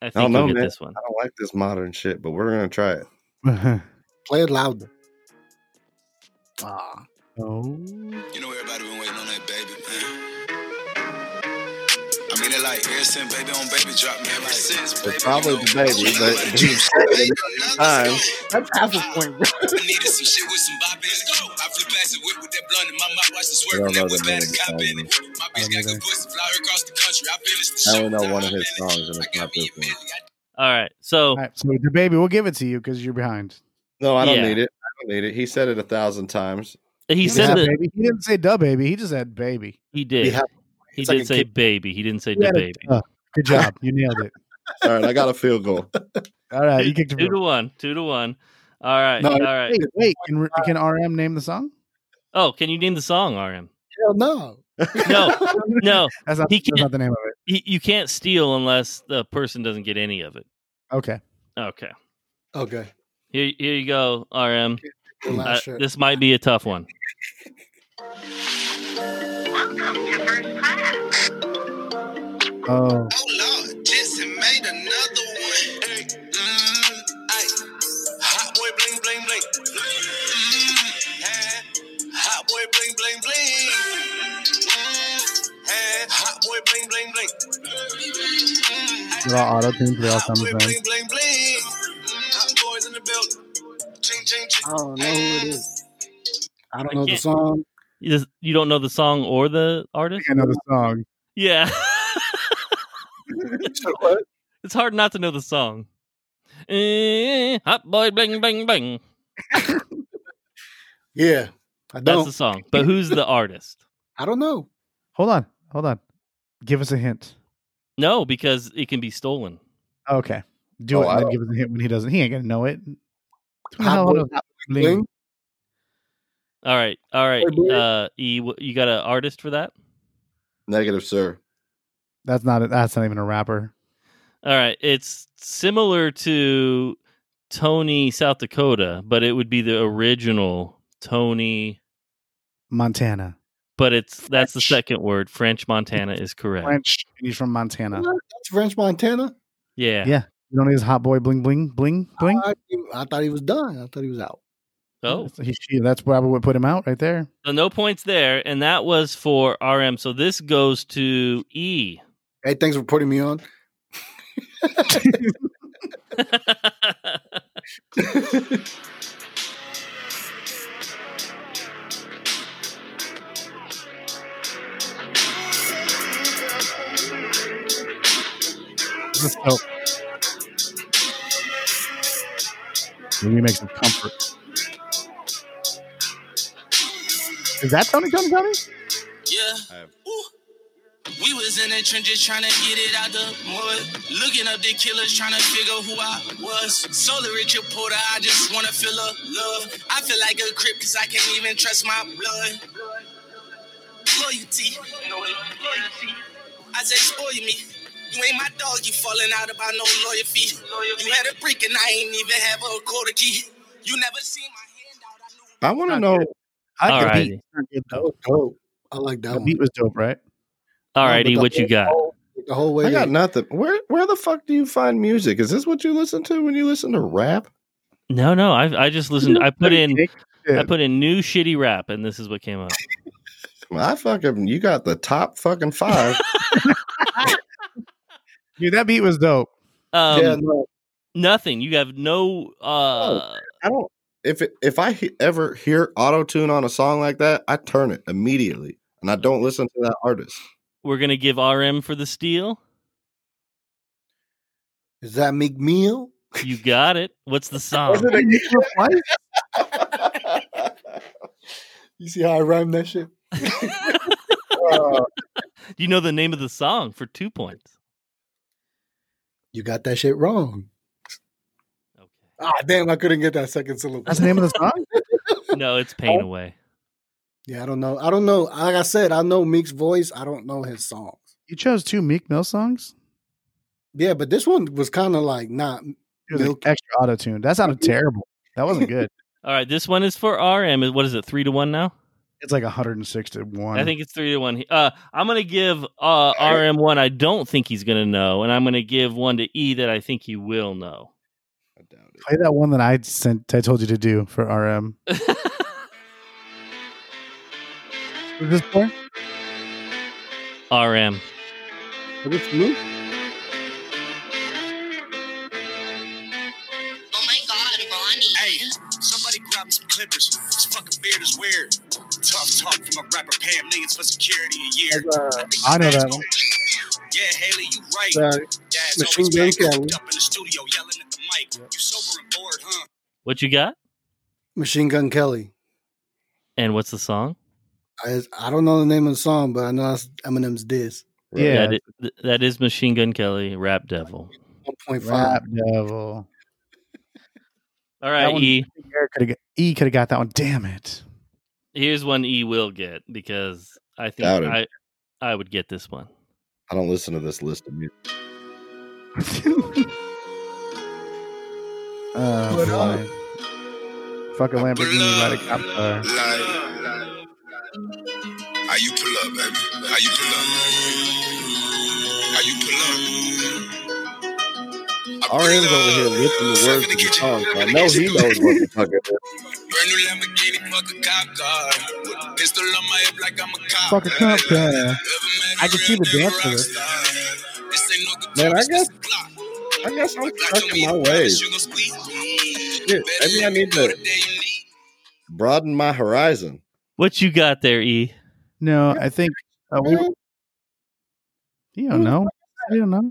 S4: I think
S7: don't know,
S4: you'll get
S7: man.
S4: this one.
S7: I don't like this modern shit, but we're gonna try it.
S6: Play it louder. Ah,
S5: oh,
S3: You know everybody been waiting on that baby, man. I mean, it like ever since baby on baby drop, man. Ever since baby,
S7: It's probably
S3: you
S7: the
S3: know,
S7: baby,
S3: nobody
S7: but
S3: like
S7: you
S3: you.
S7: said it
S3: Nobody
S7: times.
S3: like you.
S6: that's half a point, bro.
S3: I needed some shit with some bop in it. I flew past it with, with that blunt in my mouth, watch the
S7: I
S3: swerve,
S7: don't
S3: and that
S7: know
S3: was bad
S7: the name
S3: as
S7: of the
S3: cop
S7: song.
S3: in it. My bitch got good
S5: either.
S3: pussy, fly her across the country. I finished the
S7: I
S3: show.
S7: only know one of
S3: I'm
S7: his
S3: in it.
S7: songs, and
S3: I
S7: it's
S3: got
S7: not
S3: me
S7: this
S3: a
S7: one.
S3: million.
S4: All right. So
S5: all right. So, the baby, we'll give it to you because you're behind.
S7: No, I don't
S4: Yeah.
S7: need it. I don't need it. He said it a thousand times.
S4: he
S5: You
S4: said
S5: said
S4: that
S5: baby. He didn't say "duh, baby." He just said "baby."
S4: he did.
S6: He had-
S4: He
S6: it's like
S4: did
S6: a
S4: say
S6: kid-
S4: baby. He didn't say
S5: You
S4: the
S5: had a
S4: baby.
S5: duh. Good job. You nailed it.
S7: All right, I got a field goal.
S5: All right, you kicked it.
S4: Two to one. Two to one. All right.
S6: No,
S4: all right.
S5: Wait, wait. Can, can RM name the song?
S4: Oh, can you name the song, RM?
S6: Hell no.
S4: No, no.
S5: That's not,
S4: He
S5: that's
S4: can't-
S5: not the name of it.
S4: You, you can't steal unless the person doesn't get any of it.
S5: Okay.
S4: Okay.
S6: Okay.
S4: Here, here you go, RM.
S6: Your
S4: Uh,
S6: last shot.
S4: this might be a tough one.
S5: Oh,
S3: Oh Lord, Jesse made another one. Hey, mm, ay. hot boy bling bling bling. Mm, eh, hot boy bling bling bling. Mm, eh, hot boy bling bling bling. Mm,
S5: they're all auto tuned.
S3: ay.
S5: They all
S3: Hot
S5: sound
S3: boy
S5: the
S3: bling
S5: same.
S3: bling bling. Mm, hot boys in the building. Ching ching ching.
S6: I don't know who it is. I don't
S4: I
S6: know the
S4: can't-
S6: song.
S4: You, just- you don't know the song or the
S5: I
S4: artist?
S5: think I know the song.
S4: Yeah.
S6: What?
S4: it's hard not to know the song. Eh, hot boy, bling, bling, bling.
S6: Yeah, I
S4: That's
S6: don't.
S4: the song. But who's the artist?
S6: I don't know.
S5: Hold on. Hold on. Give us a hint.
S4: No, because it can be stolen.
S5: Okay. Do
S7: Oh,
S5: it
S7: I
S5: and then
S7: don't-
S5: give us a hint when he doesn't. He ain't gonna know it.
S6: Hot
S5: Hell,
S6: boy,
S5: no. Bling.
S6: Bling.
S4: All right. All right.
S6: Hey, boy.
S4: Uh, e, wh- you got an artist for that?
S7: Negative, sir.
S5: That's not. A, that's not even a rapper.
S4: All right. It's similar to Tony South Dakota, but it would be the original Tony.
S5: Montana.
S4: But it's that's the
S5: French.
S4: second word. French Montana is correct.
S5: French. And he's from Montana.
S6: What? That's French Montana.
S4: Yeah.
S5: Yeah. You don't need his hot boy bling bling bling bling.
S6: I, I thought he was done. I thought he was out.
S4: Oh,
S5: That's- he- she- that's probably what put him out right there.
S4: so no points there, and that was for RM. So this goes to E.
S6: Hey, thanks for putting me on. Oh,
S5: This is dope. The remix of Comfort. Is that Tony Tony Tony?
S7: I
S8: Yeah.
S7: have-
S8: Ooh. We was in the trenches trying to get it out the mud. Looking up the killers, trying to figure who I was. Solar Richard Porter, I just wanna feel a love. I feel like a crip cause I can't even trust my blood. Loyalty. Loyalty. I said, spoil me. You ain't my dog, you falling out about no lawyer fee. You had a brick and I ain't even have a quarter key. You never seen my hand out. I knew
S7: I want to know.
S5: I like
S4: Alrighty.
S5: beat.
S6: That was dope. I like that
S5: The
S6: one.
S5: beat was dope, right?
S4: Oh. All
S6: Yeah, but
S4: righty,
S6: the
S4: what you
S6: whole-
S4: got?
S6: The whole way.
S7: I got
S6: they-
S7: nothing. Where where the fuck do you find music? Is this what you listen to when you listen to rap?
S4: No, no, I I just listened. I put in I
S5: Yeah.
S4: put in new shitty rap, and this is what came up.
S7: I fucking you got the top fucking five.
S5: Dude, that beat was dope.
S4: Um,
S6: yeah, no, Oh.
S4: Nothing. You have no. Uh,
S7: I don't. If it, if I he- ever hear auto tune on a song like that, I turn it immediately, and I don't listen to that artist.
S4: We're gonna give RM for the steal.
S6: is that McMeal?
S4: You got it. What's the song?
S6: You see how I rhyme that shit?
S4: you know the name of the song for two points.
S6: You got that shit wrong.
S4: Okay.
S6: Ah, damn, I couldn't get that second syllable.
S5: That's the name of the song.
S4: No, it's Pain
S6: Oh.
S4: Away.
S6: Yeah, I don't know. I don't know. Like I said, I know Meek's voice. I don't know his songs.
S5: You chose two Meek Mill songs.
S6: Yeah, but this one was kind of like not.
S5: It was like
S6: Milk.
S5: extra auto tune. That sounded terrible. That wasn't good.
S4: All right, this one is for RM. What is it? Three to one now.
S5: It's like 106 to one.
S4: I think it's three to one. Uh, I'm gonna give uh, RM one. I don't think he's gonna know, and I'm gonna give one to E that I think he will know.
S7: I doubt it.
S5: play that one that I sent. I told you to do for RM. Is this for?
S4: RM.
S6: Which Meek?
S9: Oh my god, Ronnie.
S8: Hey, somebody grab me some clippers. This fucking beard is weird. Tough talk from a rapper paying millions for security a year.
S5: I know that one.
S8: Yeah, Haley, you right.
S6: Uh,
S8: Dad's
S6: Machine
S8: always
S6: Gun
S8: back
S6: Kelly.
S8: up in the studio yelling at the mic. You sober and bored, huh?
S4: What you got?
S6: Machine Gun Kelly.
S4: And what's the song?
S6: I, I don't know the name of the song, but I know that's Eminem's diss.
S5: Yeah,
S4: That i- th- that is Machine Gun Kelly, Rap Devil.
S6: One point five.
S5: Rap Devil. That
S4: All right,
S5: one-
S4: E.
S5: Eric could have. E could have got that one. Damn it.
S4: Here's one E will get because I think
S7: Doubt it.
S4: I I would get this one.
S7: I don't listen to this list of music.
S5: Oh, boy. Fucking Lamborghini by the cop car.
S3: How you pull up, baby? How you pull up? How you pull up?
S7: RM's over here lifting the words to the song. so I know he knows what the fuck it is.
S8: Brand new Lamborghini, fuck a cop car. With a pistol on my hip like I'm a cop.
S5: Fucking cop car.
S8: I
S5: can see the dance to this.
S7: Man, I guess- I guess I'm stuck in my ways. Shit, maybe I need to broaden my horizon.
S4: What you got there, E?
S5: No, I think. Uh, we, you don't know. You don't know.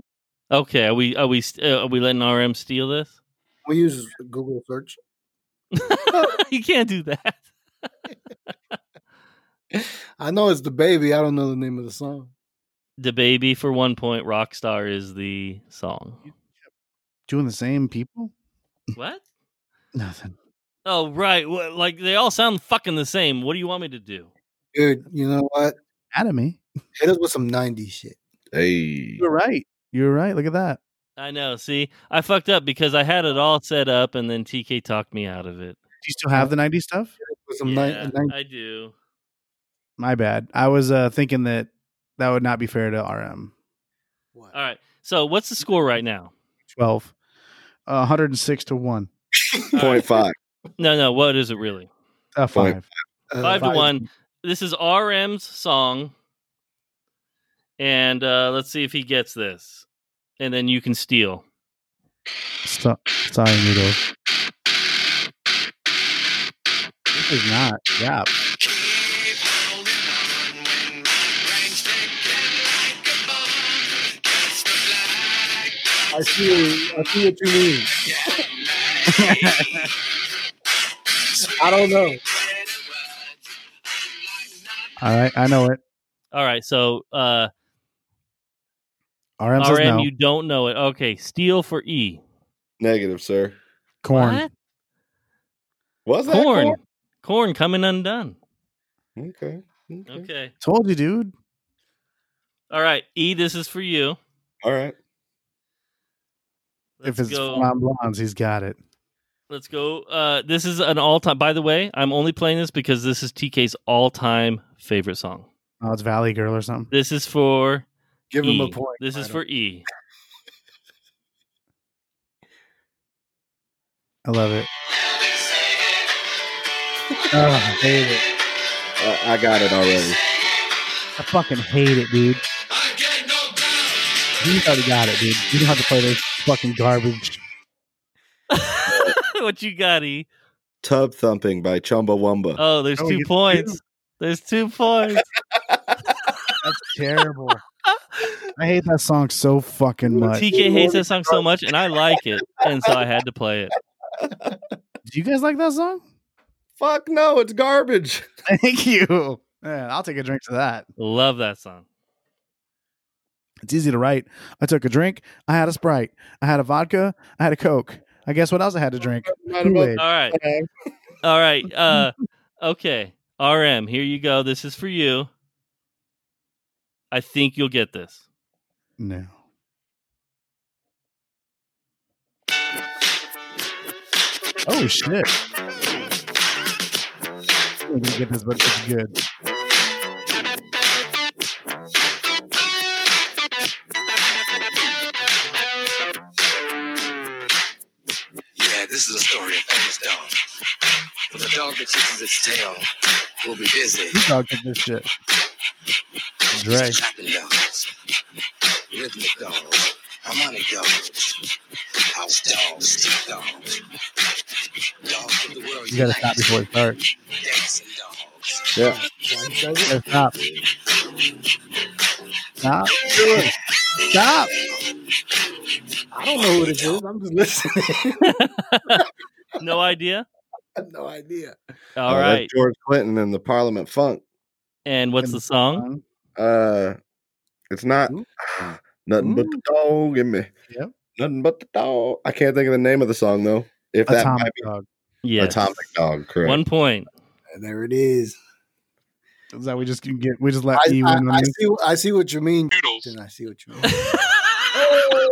S4: Okay, are we are we st- uh, are we letting RM steal this?
S6: We use Google search.
S4: you can't do that.
S6: I know it's the baby. I don't know the name of the song.
S4: The baby for one point. Rockstar is the song.
S5: Doing the same people.
S4: What?
S5: Nothing.
S4: Oh right, Wha- like they all sound fucking the same. What do you want me to do?
S6: Dude, you know what?
S5: Out of me.
S6: Hit us with some 90s shit.
S7: Hey,
S5: You're right. You're right. Look at that.
S4: I know. See, I fucked up because I had it all set up, and then TK talked me out of it.
S5: Do you still have the 90s stuff?
S6: With some ni-
S4: Yeah,
S6: 90s.
S4: I do.
S5: My bad. I was uh, thinking that that would not be fair to RM.
S6: What?
S4: All right. So what's the score right now?
S5: 12. Uh, 106 to 1.
S7: point five.
S4: No, no. What is it really?
S5: A five.
S6: Uh,
S4: Five to one. This is RM's song, and uh, let's see if he gets this, and then you can steal.
S5: So, sorry, Noodles. This is not rap.
S6: I see. I see what you mean. I don't know.
S5: All right, I know it.
S4: All right, so uh,
S5: RM says
S4: RM,
S5: no.
S4: you don't know it. Okay, steal for E.
S7: Negative, sir.
S5: Corn.
S4: What?
S7: Was that
S4: Corn. Corn coming undone.
S7: corn? Okay. okay.
S4: Okay.
S5: Told you, dude.
S4: All right, E. This is for you.
S7: All right.
S4: Let's
S5: if it's
S4: go.
S5: blonde blondes, he's got it.
S4: Let's go. Uh, this is an all-time. By the way, I'm only playing this because this is TK's all-time favorite song.
S5: Oh, it's Valley Girl or something.
S4: This is for
S6: Give
S4: e.
S6: him a point.
S4: This is
S6: Fido.
S4: for E.
S5: I love it. Oh, I hate it.
S7: I, I got it already.
S5: I fucking hate it, dude. You already got it, dude. You don't have to play this fucking garbage.
S4: what you got, E?
S7: Tub thumping by Chumbawamba.
S4: Oh, there's
S5: Oh,
S4: two
S5: you-
S4: points. There's two points.
S5: That's terrible. I hate that song so fucking much.
S4: TK hates that song so much, and I like it, and so I had to play it.
S5: Do you guys like that song?
S7: Fuck no, it's garbage.
S5: Thank you. Man, I'll take a drink to that.
S4: Love that song.
S5: It's easy to write. I took a drink. I had a Sprite. I had a vodka. I had a Coke. I guess what else I had to drink? Kool-Aid.
S4: All right. All right. Uh, okay. RM, here you go. This is for you. I think you'll get this.
S5: No. Oh shit! I'm gonna get this, but it's good.
S8: Yeah, this is a story of famous dog. But the dog that chases its tail will be busy
S5: Who dog did this shit? Dre.
S8: trapping dogs, rhythmic dogs, harmonic dogs, house dogs, street dogs, dogs of the world.
S5: You
S8: unite,
S5: gotta stop before it starts.
S8: dancing dogs.
S7: Yeah.
S5: You gotta stop. Stop. Stop.
S6: I don't know what it is. I'm just listening.
S4: No idea?
S6: I have no idea.
S4: All
S7: Uh,
S4: right.
S7: that's George Clinton and the Parliament Funk.
S4: And what's the song?
S7: Uh, it's not
S5: Ooh.
S7: nothing but
S5: Ooh.
S7: the dog in me.
S5: Yep.
S7: Nothing but the dog. I can't think of the name of the song though. If that
S5: Atomic
S7: might be
S5: dog.
S4: Yes.
S7: Atomic Dog, correct?
S4: One point.
S6: And there it is.
S5: Is that we just can get? We just let
S6: I,
S5: E
S6: I,
S5: win on
S6: I
S5: this.
S6: see. I see what you mean. And I see what you mean.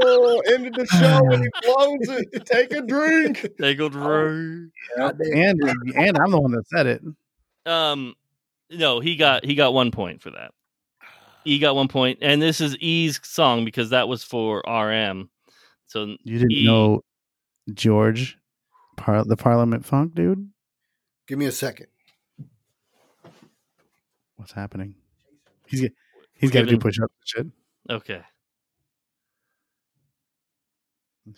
S7: Oh, ended the show and he blows it. Take a drink.
S4: They go through.
S5: And and I'm the one that said it.
S4: Um, no, he got he got one point for that. E got one point, and this is E's song because that was for RM. So
S5: You didn't
S4: E.
S5: know George, par- the Parliament Funk dude.
S6: Give me a second.
S5: What's happening? He's get, he's got to do
S4: giving-
S5: push ups and
S4: okay,
S5: shit.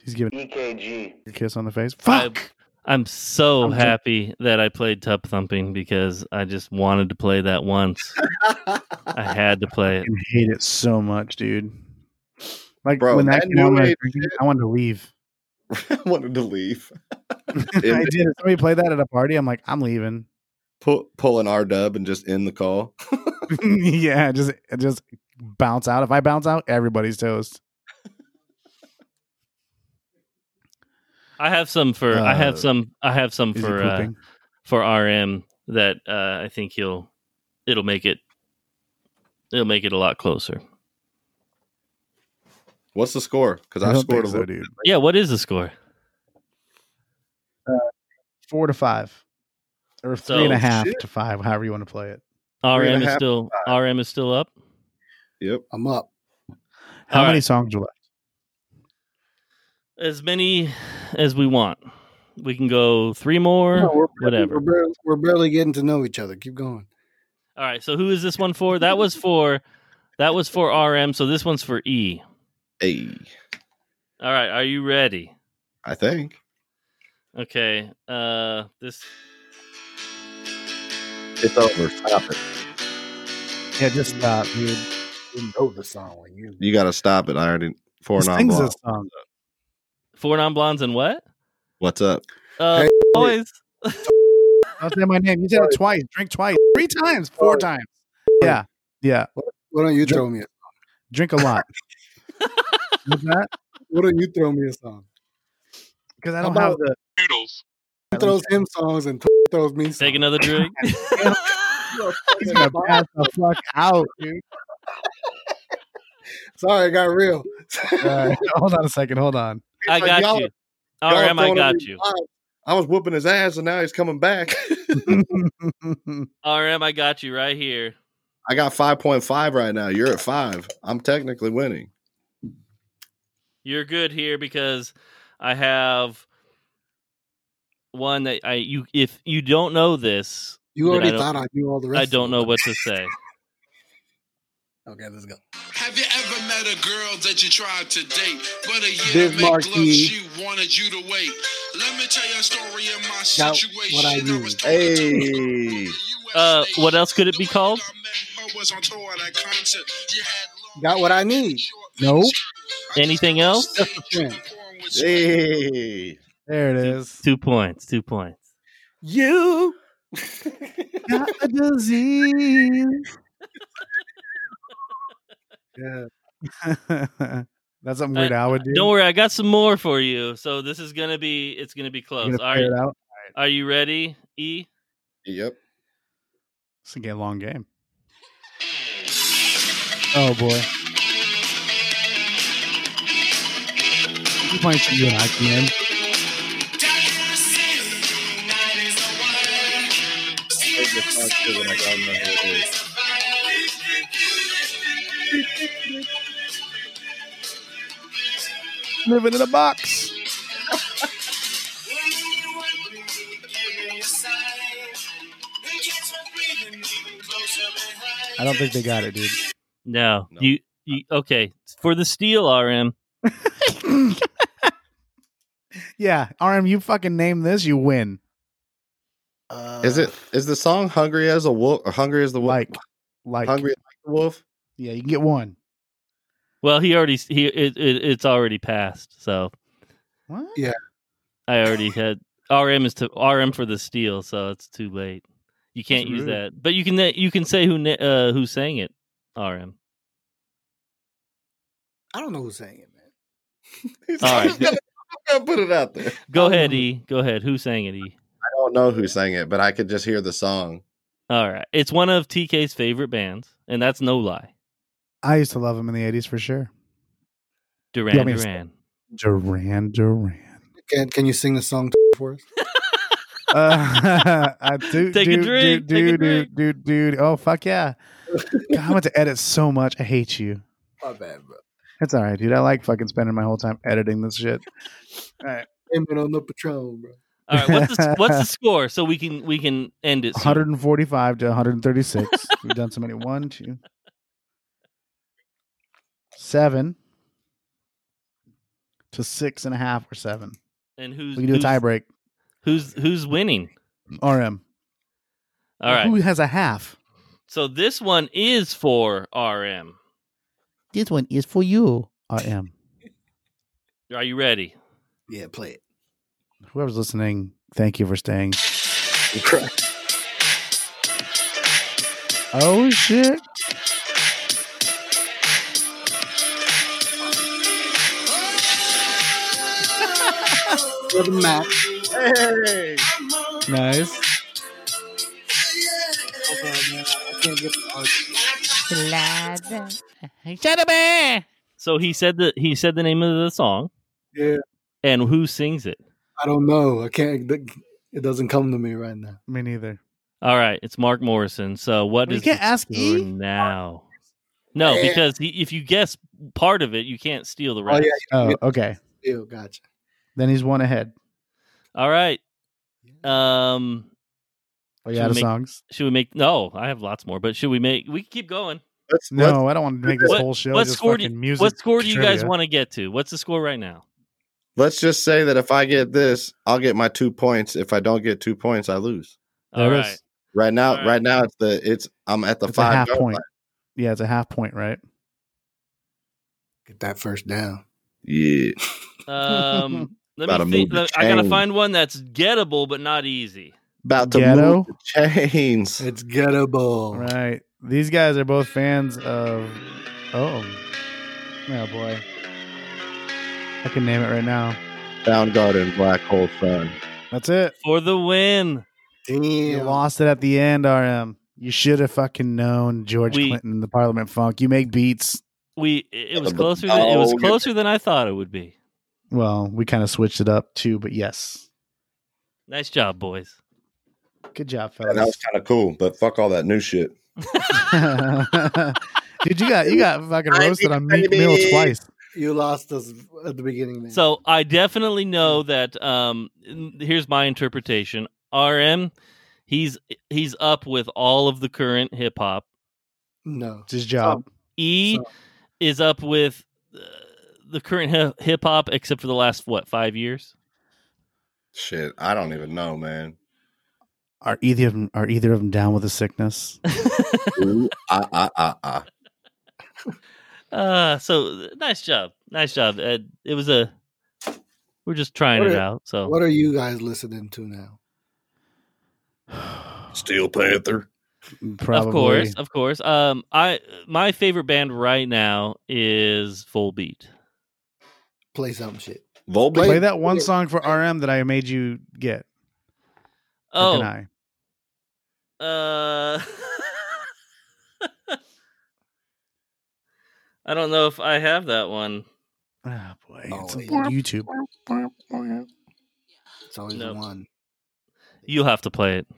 S5: He's giving
S7: E
S2: EKG.
S5: a kiss on the face.
S4: I-
S5: Fuck.
S4: I'm so
S5: I'm just-
S4: happy that I played Tub Thumping because I just wanted to play that once. I had to play it.
S5: I hate it so much, dude. Like
S7: Bro,
S5: when that,
S7: that
S5: came out,
S7: new
S5: when I,
S7: age
S5: drank it,
S7: shit.
S5: I wanted to leave.
S7: I wanted to leave.
S5: I did. If somebody played that at a party, I'm like, I'm leaving.
S7: Pull, pull an R dub and just end the call.
S5: yeah, just just bounce out. If I bounce out, everybody's toast.
S4: I have some for I have
S5: Uh,
S4: some I have some
S5: Is
S4: for
S5: he
S4: uh,
S5: pooping?
S4: for RM that uh, I think he'll it'll make it it'll make it a lot closer.
S7: What's the score? Because
S5: I
S7: I,
S5: don't
S7: scored
S5: think so,
S7: a little.
S5: dude.
S4: Yeah, what is the score?
S5: Four to five, or
S4: So-
S5: three and a half
S7: Shit.
S5: to five, however you want to play it.
S7: Three and
S4: RM
S7: a
S4: is
S7: half,
S4: still RM is still up.
S7: Yep.
S6: I'm up.
S5: How
S4: All
S5: many
S4: right.
S5: songs are left?
S4: As many as we want. We can go three more.
S6: No, we're-
S4: whatever.
S6: We're barely, we're barely getting to know each other. Keep going.
S4: All right. So who is this one for? That was for that was for RM. So this one's for E.
S7: Hey,
S4: All right. Are you ready?
S7: I think
S4: Okay. Uh this
S7: it's over. Stop it.
S5: Yeah, just stop, dude.
S6: You know the song when you.
S7: You got to stop it. I already four
S5: This
S7: non
S5: thing's a
S7: blonde.
S5: song.
S4: four non blondes and what?
S7: What's up?
S4: Uh
S6: Hey.
S4: always
S5: Don't say my name. You said it twice. Drink twice. Three times. Four times. Yeah. Yeah.
S6: Why don't you throw me? A,
S5: Drink a lot. What's that?
S6: why don't you throw me a song?
S5: Because I
S6: How
S5: don't have
S6: about-
S5: the.
S6: He throws him songs and throws me. Songs.
S4: take another drink.
S5: He's gonna pass the fuck out, dude.
S6: Sorry, I got real.
S5: Uh, hold on a second. Hold on.
S4: I
S7: Like, y'all-
S4: got you. RM, Oh, I
S7: throwing
S4: got
S7: me
S4: you.
S7: bombs. I was whooping his ass, and now he's coming back.
S4: RM, I got you right here.
S7: I got five point five right now. You're at five. I'm technically winning.
S4: You're good here because I have one that I you if you don't know this,
S6: You
S4: Then I
S6: already
S4: don't-
S6: thought I knew all the rest.
S4: I
S6: of
S4: don't
S6: them.
S4: know what to say.
S6: Okay, let's go.
S8: Have you ever met a girl that you tried to date, but a year
S6: Biz
S8: make love
S6: Markie.
S8: she wanted you to wait? Let me tell you a story of my
S6: Now,
S8: situation.
S6: what
S8: I
S6: I
S8: was talking
S6: need.
S8: to a
S7: Hey.
S8: girl from the US
S4: Uh
S8: station.
S4: what else could it
S8: The
S4: be
S8: way
S4: called?
S8: that I met her was on tour at a concert. You had long
S6: Got what I need.
S8: short
S5: Nope.
S8: legs. I just
S4: Anything else?
S8: stayed tripping with sweat.
S7: Hey,
S5: There it is.
S4: Two points, two points.
S6: You.
S5: Got a disease.
S6: Yeah.
S5: That's something weird I would do.
S4: Don't worry, I got some more for you. So this is gonna be it's gonna be
S5: You
S4: close.
S5: gotta
S4: All
S5: figure
S4: right,
S5: it out.
S4: are you ready? E.
S7: yep.
S5: It's gonna get a long game. Oh boy. I'm playing some you and I can. Living in a box. I don't think they got it, dude.
S4: No,
S7: No.
S4: You, you okay for the steel RM?
S5: Yeah, RM, you fucking name this, you win.
S6: Uh,
S7: Is it is the song "Hungry as a Wolf"? Or "Hungry as the Wolf"?
S5: Like, like,
S7: "Hungry like the Wolf."
S5: yeah, you can get one.
S4: Well, he already he it, it, it's already passed, so
S5: What?
S6: Yeah.
S4: I already had RM is to RM for the steel, so it's too late. You can't use
S7: rude.
S4: that, but you can you can say who na- uh, who sang it. RM.
S6: I don't know who's saying it, man.
S7: He's
S4: All
S7: like,
S4: right.
S7: I'm gonna- I'm gonna put it out there.
S4: Go ahead, E. Go ahead. Who sang it, E?
S7: I don't know who sang it, but I could just hear the song.
S4: All right, it's one of TK's favorite bands, and that's no lie.
S5: I used to love him in the 80s for sure.
S4: Duran
S5: me to stop? Duran
S4: Duran.
S5: Duran.
S6: Can Can you sing the song for us?
S5: Uh, I do,
S4: Take a
S5: do,
S4: drink, take
S5: Do, do,
S4: a
S5: do,
S4: drink.
S5: do, do, do. Oh, fuck yeah. God, I'm about to edit so much. I hate you.
S6: My bad, bro.
S5: It's all right, dude. I like fucking spending my whole time editing this shit.
S6: Aiming on the Patron, bro.
S4: All right, what's the, what's the score so we can we can end it? soon?
S5: 145 to 136. We've done so many. One, two, seven to six and a half or seven.
S4: And who's
S5: We can do a
S4: who's,
S5: tie break.
S4: who's who's winning?
S5: RM.
S4: All right.
S5: Who has a half?
S4: So this one is for RM.
S5: This one is for you, RM.
S4: Are you ready?
S6: Yeah, play it.
S5: Whoever's listening, thank you for staying. Oh shit.
S6: For the Mac.
S7: Hey,
S5: Nice.
S4: So he said the he said the name of the song
S6: Yeah,
S4: and who sings it.
S6: I don't know. I can't. It doesn't come to me right now.
S5: Me neither.
S4: All right, it's Mark Morrison. So what
S5: You
S4: is
S5: can't
S4: the
S5: ask
S4: score
S5: E?
S4: now? No,
S6: Yeah.
S4: because he, if you guess part of it, you can't steal the
S6: Oh
S4: rest.
S6: yeah,
S5: Oh, okay.
S6: you do. Gotcha.
S5: Then he's one ahead.
S4: All right. Um,
S5: Are you Oh, out of
S4: Make-
S5: songs?
S4: should we make? No, I have lots more, but should we make? We can keep going.
S7: Let's,
S5: No, I don't want to make this
S4: What-
S5: whole show
S4: what
S5: just
S4: score do
S5: fucking
S4: you-
S5: music.
S4: What score do you guys
S5: trivia.
S4: want to get to? What's the score right now?
S7: Let's just say that if I get this, I'll get my two points. If I don't get two points, I lose.
S4: All
S5: There
S4: right.
S5: is-
S7: Right now,
S4: All right.
S7: right. now it's the it's I'm at the
S5: It's a
S7: five
S5: half
S7: yard
S5: point.
S7: line.
S5: Yeah, it's a half point, right?
S6: Get that first down.
S7: Yeah.
S4: Um, let
S7: Gotta
S4: me think.
S7: move the
S4: let- I gotta
S7: chain.
S4: find one that's gettable but not easy.
S7: About to
S5: Ghetto?
S7: move the chains.
S6: It's gettable.
S5: Right. These guys are both fans of. Oh. Oh, boy. I can name it right now.
S7: Soundgarden, Black Hole Sun.
S5: That's it.
S4: For the win.
S5: You
S6: Damn.
S5: lost it at the end, RM. You should have fucking known George
S4: We-
S5: Clinton and the Parliament Funk. You make beats.
S4: We it it was
S7: Oh,
S4: closer than it was
S7: yeah.
S4: closer than I thought it would be.
S5: Well, we kind of switched it up too, but yes.
S4: Nice job, boys.
S5: Good job,
S7: And that was
S5: fellas.
S7: kind of cool, but fuck all that new shit.
S5: Dude, you got you got fucking
S7: I
S5: roasted
S7: beat
S5: on
S7: the
S5: Meek Mill
S7: baby.
S5: twice.
S6: You lost us at the beginning. Man.
S4: So I definitely know that. Um, n- here's my interpretation. RM, he's he's up with all of the current hip hop.
S6: no.
S5: It's his job.
S4: E
S6: So-
S4: is up with uh, the current hip hop, except for the last what five years.
S7: Shit, I don't even know, man.
S5: Are either of them, are either of them down with the sickness?
S7: Ooh, ah, ah, ah, ah.
S4: Uh, so th- nice job, nice job. Uh, it was a we're just trying
S6: What
S4: it
S6: are-
S4: out. So
S6: What are you guys listening to now?
S7: Steel Panther.
S5: Probably.
S4: of course, of course. Um, I my favorite band right now is Full Beat.
S6: Play some shit.
S7: Volbeat.
S5: Play
S6: Play-
S5: that one
S6: play-
S5: song for RM that I made you get. Or
S4: Oh,
S5: can I?
S4: Uh, I don't know if I have that one.
S5: Oh boy,
S6: Oh,
S5: it's on
S6: yeah.
S5: YouTube.
S6: It's always
S4: Nope.
S6: one.
S4: You'll have to play it.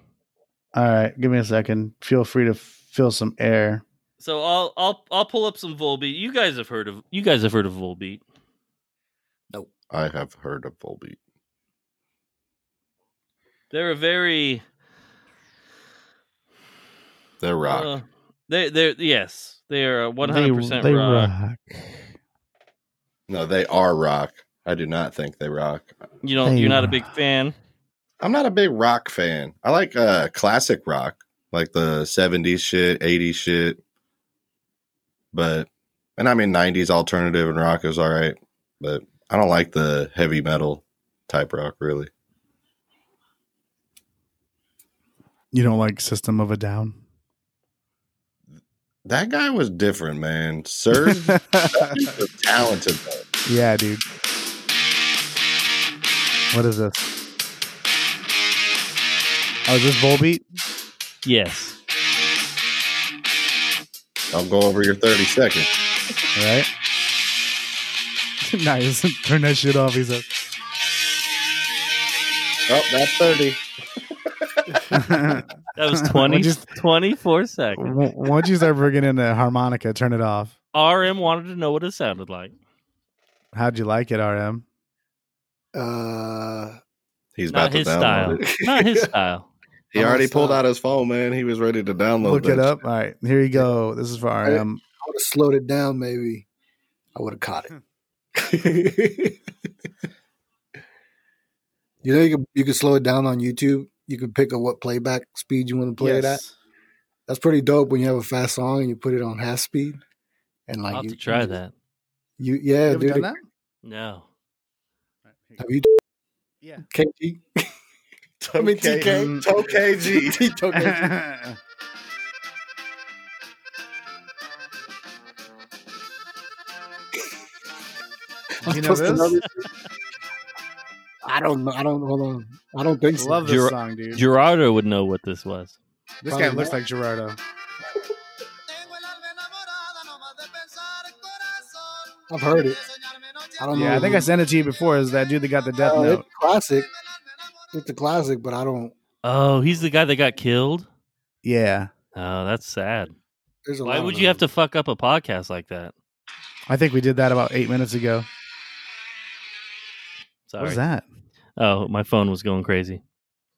S5: All right, give me a second. Feel free to fill some air.
S4: So I'll I'll I'll pull up some Volbeat. You guys have heard of you guys have heard of Volbeat.
S7: I have heard of Volbeat.
S4: They're a very
S7: They're rock.
S4: uh, they they're yes they are one
S5: They-
S4: hundred percent
S5: they
S4: rock.
S7: no, they are rock. I do not think they rock.
S4: You don't
S5: They
S4: you're not a
S5: rock.
S4: big fan.
S7: I'm not a big rock fan. I like uh classic rock, like the 70s shit, 80s shit. But and I mean 90s alternative and rock is all right, but I don't like the heavy metal type rock really.
S5: You don't like System of a Down?
S7: That guy was different, man. Serge was talented. though.
S5: yeah, dude. What is this? Oh, is this Volbeat?
S4: Yes.
S7: Don't go over your 30 seconds.
S5: All right. nice. Turn that shit off. He said.
S7: Oh, that's 30.
S4: That was 20,
S5: We'll just-
S4: 24 seconds.
S5: W- Once you start bringing in the harmonica, turn it off.
S4: RM wanted to know what it sounded like.
S5: How'd you like it, RM?
S6: Uh,
S7: He's
S4: Not
S7: about to
S4: his
S7: download
S4: style.
S7: it.
S4: Not his style.
S7: He
S6: I'm gonna
S7: already pulled
S6: stop.
S7: out his phone, man. He was ready to download
S5: Look it
S7: that
S5: up. All right, here you go. This is for RM.
S6: I would have slowed it down. Maybe I would have caught it. you know, you can you can slow it down on YouTube. You can pick up what playback speed you want to play it at. That's pretty dope when you have a fast song and you put it on half speed. And like
S4: I'll have
S6: you
S4: to try
S6: you-
S4: that.
S6: You yeah,
S5: You ever
S6: dude.
S5: done that?
S4: No.
S6: Have you
S5: Yeah.
S6: KG? I
S7: I
S6: mean,
S7: mean,
S5: TK.
S7: TK. KG.
S6: Okay.
S5: you know this?
S6: I don't know. I don't hold on. I don't think so.
S5: Love this
S4: Ger-
S5: song, dude.
S4: Gerardo would know what this was.
S5: this guy looks like Gerardo.
S6: I've heard it. I don't
S5: Yeah, I
S6: know.
S5: think I sent it to you before. Is that dude that got the death
S6: Uh,
S5: note?
S6: it's classic. It's a classic, but I don't.
S4: Oh, he's the guy that got killed?
S5: Yeah,
S4: Oh, that's sad.
S6: There's a
S4: Why
S6: lot
S4: would
S6: of
S4: you have
S6: them.
S4: to fuck up a podcast like that?
S5: I think we did that about eight minutes ago.
S4: Sorry.
S5: What was that?
S4: Oh, my phone was going crazy.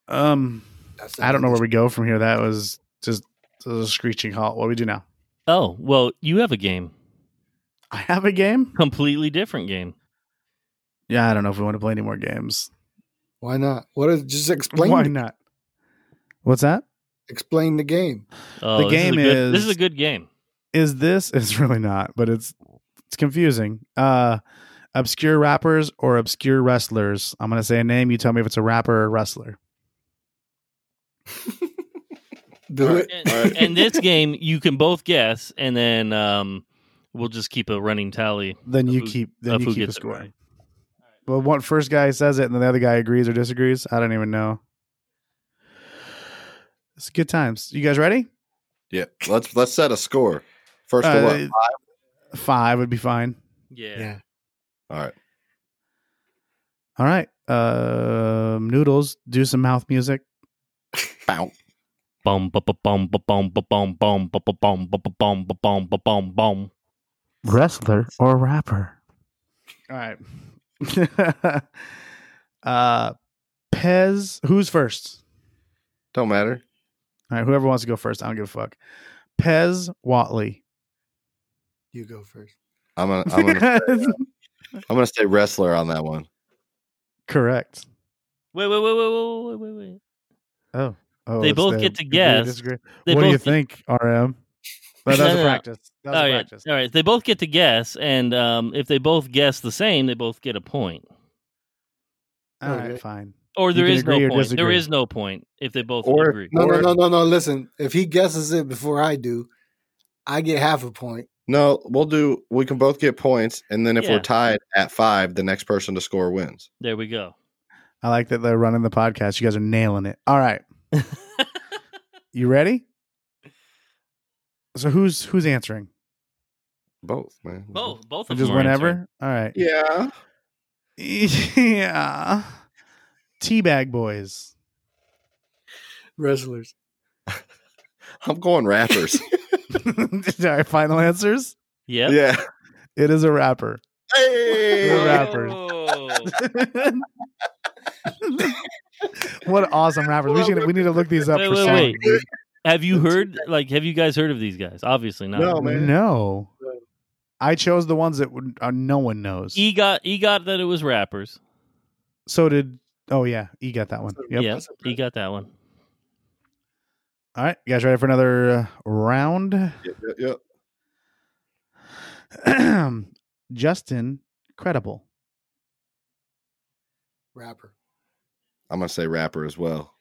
S5: Um,
S6: That's
S5: I don't know where we go from here. That was just a screeching halt. What do we do now?
S4: Oh, well, you have a game.
S5: I have a game.
S4: Completely different game.
S5: Yeah, I don't know if we want to play any more games.
S6: Why not? What is just explain?
S5: Why
S6: the-
S5: not? What's that?
S6: Explain the game.
S4: Oh,
S5: The
S4: this
S5: game
S4: a good, this
S5: is-
S4: is a good game.
S5: Is this? It's really not, but it's it's confusing. Uh, obscure rappers or obscure wrestlers. I'm gonna say a name. You tell me if it's a rapper or wrestler.
S6: Do
S7: All right.
S6: it.
S4: And, and this game, you can both guess, and then um, we'll just keep a running tally.
S5: Then
S4: Of
S5: you
S4: who-
S5: keep then
S4: of
S5: you
S4: who
S5: keep a
S4: gets it
S5: score.
S4: right.
S5: Well, one first guy says it, and then the other guy agrees or disagrees. I don't even know. It's good times. You guys ready?
S7: Yeah, let's let's set a score. First of all,
S5: Uh, five would be fine.
S4: Yeah.
S7: all right.
S5: All right. Um, noodles, do some mouth music.
S7: Bow.
S4: Boom, ba ba boom, ba boom, ba boom, boom, ba ba boom, ba ba boom, ba boom, ba boom, boom.
S5: Wrestler or rapper? All right. uh, Pez, who's first?
S7: Don't matter.
S5: All right, whoever wants to go first, I don't give a fuck. Pez Watley.
S6: You go first.
S7: I'm gonna I'm gonna, I'm gonna say wrestler on that one.
S5: Correct.
S4: Wait, wait, wait, wait, wait, wait, wait, wait.
S5: Oh, oh,
S4: They
S5: it's
S4: both
S5: the
S4: get to
S5: agree or
S4: guess.
S5: disagree.
S4: They
S5: what do you
S4: both-
S5: think, RM? But that's
S4: No, no,
S5: a
S4: no.
S5: practice. That's
S4: All
S5: a
S4: right,
S5: practice.
S4: all right. They both get to guess, and um, if they both guess the same, they both get a point.
S5: All right,
S6: Okay.
S5: fine.
S4: Or
S5: You
S4: there
S5: can
S4: is no
S5: agree or
S4: point. There
S5: disagree.
S4: is no point if they both
S7: Or-
S4: agree.
S6: No,
S7: Or-
S6: no, no, no, no. Listen, if he guesses it before I do, I get half a point.
S7: No, we'll do. We can both get points, and then if
S4: Yeah.
S7: we're tied at five, the next person to score wins.
S4: There we go.
S5: I like that they're running the podcast. You guys are nailing it. All right. You ready? So who's who's answering?
S7: Both, man.
S4: both, Oh, both of
S5: Just
S4: them. are
S5: whenever?
S4: answering.
S5: All right.
S7: Yeah.
S5: Yeah. Teabag boys.
S6: Wrestlers.
S7: I'm going rappers.
S5: Our final answers.
S4: Yep.
S7: yeah.
S5: It is a rapper. We're
S7: Hey.
S5: rappers.
S4: Oh.
S5: What awesome rappers. We, should, we need to look these up
S4: Wait,
S5: for
S4: wait,
S5: song.
S4: wait.
S5: dude.
S4: Have you heard? Like, have you guys heard of these guys? Obviously not.
S7: No, Oh, man.
S5: No. I chose the ones that would- uh, no one knows.
S4: E got E got that it was rappers.
S5: so did oh yeah, E got that one. Yep.
S4: Yeah, he got that one.
S5: All right, you guys ready for another uh, round?
S7: Yep, yep, yep.
S5: Justin Credible.
S6: Rapper.
S7: I'm gonna say rapper as well.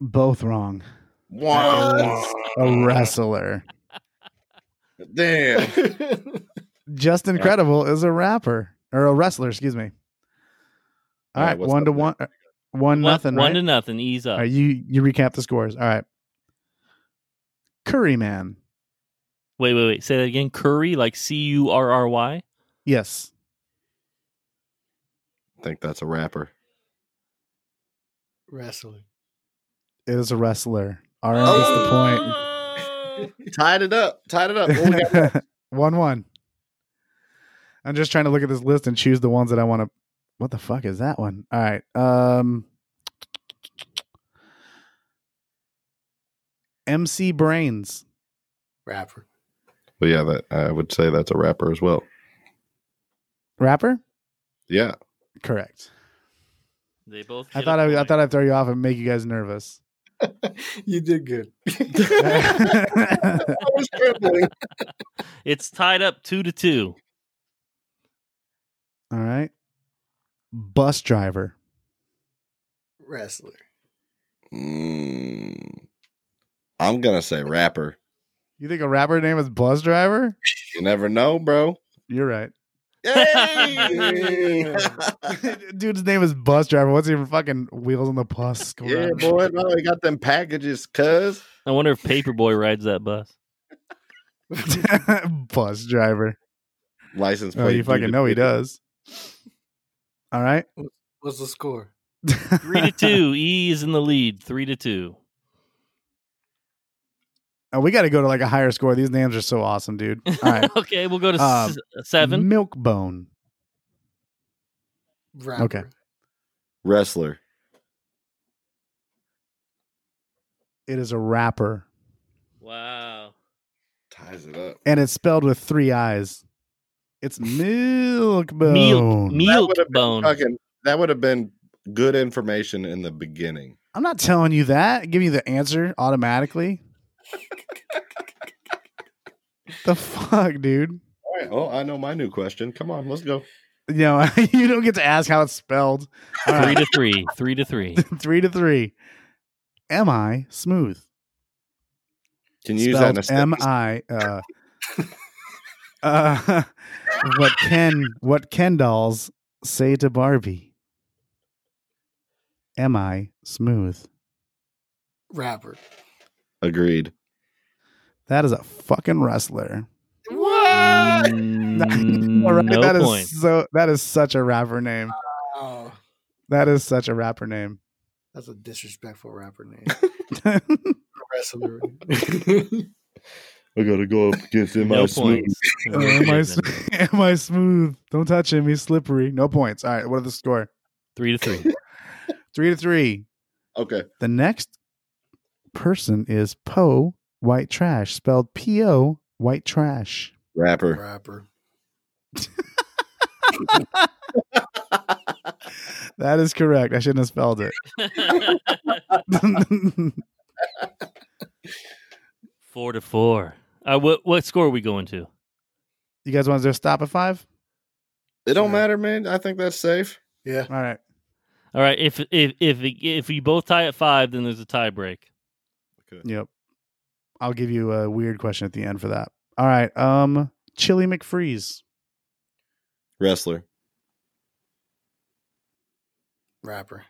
S5: Both wrong.
S7: What?
S5: A
S4: Ah.
S5: wrestler.
S7: Damn.
S5: Justin
S7: Yeah.
S5: Credible is a rapper or a wrestler, excuse me. All
S7: All right,
S5: right,
S7: what's
S5: one
S7: up
S5: to
S7: next?
S5: one, uh, one
S4: One-
S5: nothing.
S4: One
S5: right?
S4: to nothing. Ease
S5: All
S4: up.
S5: right, you you recap the scores. All right, Curry Man.
S4: wait, wait, wait. Say that again. Curry, like C U R R Y.
S5: Yes,
S7: I think that's a rapper.
S6: Wrestler.
S5: it is a wrestler. All right, gets the
S4: Oh.
S5: point.
S7: Tied it up. Tied it up. What we got?
S5: one one. I'm just trying to look at this list and choose the ones that I want to. What the fuck is that one? All right. Um, MC Brains.
S6: Rapper.
S7: Well, yeah, that I would say that's a rapper as well.
S5: Rapper?
S7: Yeah.
S5: Correct.
S4: They both.
S5: I
S4: get a
S5: thought I, I
S4: point.
S5: thought I'd throw you off and make you guys nervous.
S6: you did good.
S5: All
S4: it's tied up two to two.
S5: right. Bus driver.
S6: Wrestler.
S7: Mm, I'm gonna say rapper.
S5: You think a rapper name is bus driver?
S7: You never know, bro.
S5: You're right.
S7: Hey!
S5: Dude's name is bus driver. What's even fucking wheels on the bus? Come
S7: yeah,
S5: on.
S7: boy. No, he got them packages, cuz.
S4: I wonder if Paperboy rides that bus.
S5: bus driver.
S7: License plate.
S5: Oh, you
S7: dude,
S5: fucking know he does. All right.
S6: What's the score?
S4: Three to two. E is in the lead. Three to two.
S5: Oh, we got to go to like a higher score. These names are so awesome, dude. All right.
S4: okay, we'll go to
S5: Um,
S4: s- seven.
S5: Milk bone.
S6: Rapper.
S5: Okay.
S7: wrestler.
S5: It is a rapper,
S4: Wow.
S7: Ties it up.
S5: and it's spelled with three I's. It's Milkbone.
S4: Milk, milk
S7: would've been
S4: bone.
S7: Fucking, that would have been good information in the beginning.
S5: I'm not telling you that. Give you the answer automatically. the fuck, dude?
S7: All right. Oh, I know my new question. Come on, let's go.
S5: You know, you don't get to ask how it's spelled. All
S4: Three
S5: right,
S4: to three. Three to three.
S5: three to three. Am I smooth?
S7: Can you use that in a
S5: Spelled M
S7: sentence?
S5: I. Uh, uh, what Ken? What Ken dolls say to Barbie? Am I smooth?
S6: Rapper.
S7: Agreed.
S5: That is a fucking wrestler.
S4: Mm,
S5: All right,
S4: no
S5: that is
S4: point.
S5: so. That is such a rapper name.
S6: Oh,
S5: That is such a rapper name.
S6: that's a disrespectful rapper name.
S5: no
S6: Wrestler.
S7: I gotta go up against him.
S4: no points.
S5: am, I, sm- am I smooth? Don't touch him. He's slippery. No points. All right. What are the score?
S4: Three to three.
S5: Three to three.
S7: Okay.
S5: The next person is Poe White Trash, spelled P O White Trash.
S7: Rapper.
S6: rapper.
S5: That is correct. I shouldn't have spelled it.
S4: four to four. Uh, what what score are we going to?
S5: you guys want to just stop at five?
S7: It don't matter, man. I think that's safe.
S6: Yeah.
S5: All right.
S4: All right. If if if if we both tie at five, then there's a tie break.
S5: Yep. I'll give you a weird question at the end for that. All right. Um, Chili McFreeze.
S7: Wrestler.
S6: Rapper.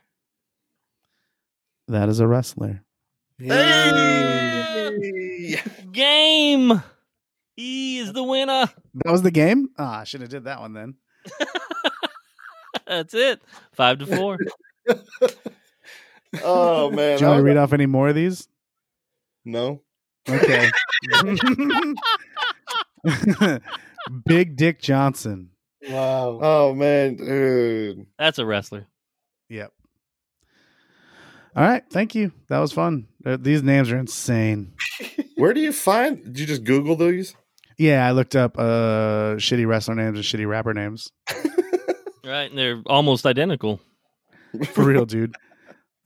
S5: That is a wrestler.
S4: Game. E is the winner.
S5: That was the game. Ah, I should have did that one then.
S4: That's it. Five to four.
S7: Oh man.
S5: Do you want to
S7: I was-
S5: read off any more of these?
S7: no.
S5: Okay. Big Dick Johnson.
S6: Wow.
S7: Oh man, dude.
S4: That's a wrestler.
S5: Yep. All right. Thank you. That was fun. Uh, These names are insane.
S7: Where do you find? Did you just Google these?
S5: Yeah, I looked up uh shitty wrestler names and shitty rapper names.
S4: Right, and they're almost identical.
S5: For real, dude.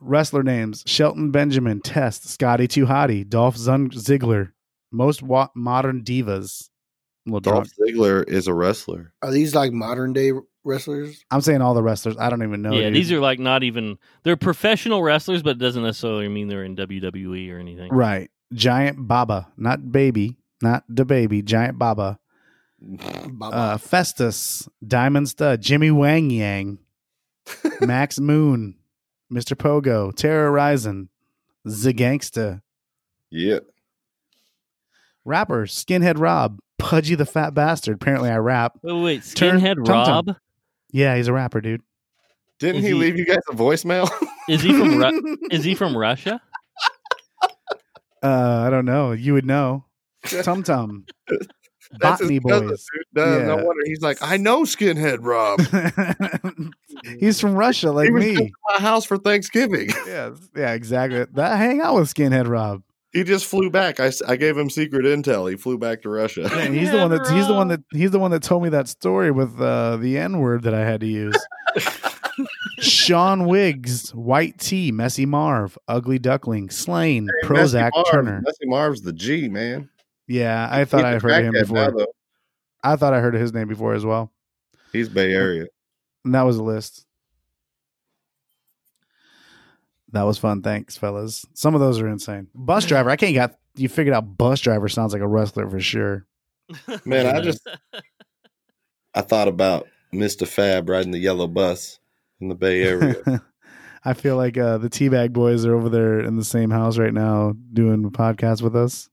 S5: Wrestler names: Shelton Benjamin, Test, Scotty Too Hottie, Dolph Zun- Ziggler. Most wa- modern divas. I'm, a little drunk.
S7: Dolph Ziggler is a wrestler.
S6: Are these like modern day wrestlers?
S5: I'm saying all the wrestlers. I don't even know.
S4: yeah,
S5: dude.
S4: these are like not even they're professional wrestlers, but it doesn't necessarily mean they're in WWE or anything.
S5: right. Giant Baba, not baby, not the baby. Giant Baba.
S6: Baba.
S5: Uh, Festus, Diamond Stud, Jimmy Wang Yang, Max Moon, Mr. Pogo, Terror Rising, Zagangsta,
S7: Yeah.
S5: rapper, Skinhead Rob, Pudgy the Fat Bastard. Apparently, I rap.
S4: Wait, wait, wait,
S5: Turn-
S4: Skinhead
S5: Tom-Tom.
S4: Rob
S5: Yeah, he's a rapper, dude.
S7: Didn't
S4: Is
S7: he,
S4: he-
S7: leave you guys a voicemail?
S4: is he from Ru- is he from Russia?
S5: Uh, I don't know. You would know. Tum Tum. Botany
S7: cousin,
S5: Boys.
S7: dude. No, no
S5: Yeah.
S7: wonder he's like, I know Skinhead Rob.
S5: he's from Russia, like
S7: he was
S5: me.
S7: just at my house for Thanksgiving.
S5: Yeah, yeah, exactly. That hang out with Skinhead Rob.
S7: He just flew back. I, s- I gave him secret intel. He flew back to Russia.
S5: Yeah, he's the one that he's the one that he's the one that told me that story with uh, the N word that I had to use. Sean Wiggs, White Tea, Messy Marv, Ugly Duckling, Slain, Prozac,
S7: Messy Marv-
S5: Turner.
S7: Messy Marv's the G, man.
S5: Yeah, I thought I
S7: He's a
S5: heard him
S7: crackhead
S5: before.
S7: now, though.
S5: I thought I heard his name before as well.
S7: He's Bay Area.
S5: And that was a list. That was fun. Thanks, fellas. Some of those are insane. Bus driver. I can't got you figured out bus driver sounds like a wrestler for sure.
S7: Man, I just- I thought about Mr. Fab riding the yellow bus in the Bay Area.
S5: I feel like uh, the Teabag boys are over there in the same house right now doing a podcast with us.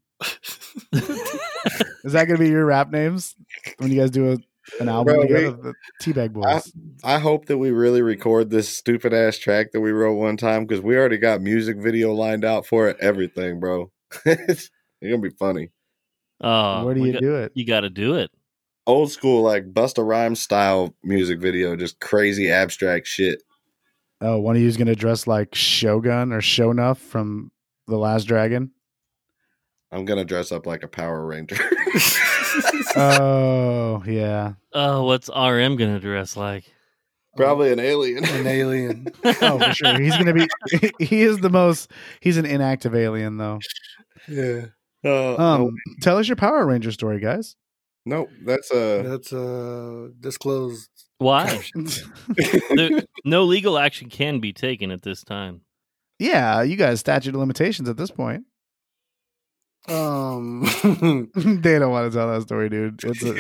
S5: Is that going to be your rap names when you guys do a, an album
S7: Bro,
S5: together? the Teabag boys.
S7: I hope that we really record this stupid ass track that we wrote one time because we already got music video lined out for it. Everything, bro. it's gonna be funny.
S4: Oh,
S5: Where do
S4: we
S5: you
S4: got-
S5: do it?
S4: You got to do it.
S7: Old school, like Busta Rhymes style music video, just crazy abstract shit.
S5: oh, one of you is going to dress like Shogun or Shonuff from The Last Dragon.
S7: I'm gonna dress up like a Power Ranger.
S5: oh, yeah.
S4: Oh, what's RM gonna dress like?
S7: Probably an alien.
S6: An alien.
S5: Oh, for sure. He's going to be, he is the most, he's an inactive alien, though.
S6: Yeah.
S7: Uh,
S5: Um,
S7: oh,
S5: tell us your Power Ranger story, guys.
S7: no, that's a
S6: That's uh disclosed.
S4: Why?
S7: uh,
S4: There- no legal action can be taken at this time.
S5: yeah, you guys statute of limitations at this point.
S6: Um
S5: they don't want to tell that story, dude. It's
S7: that's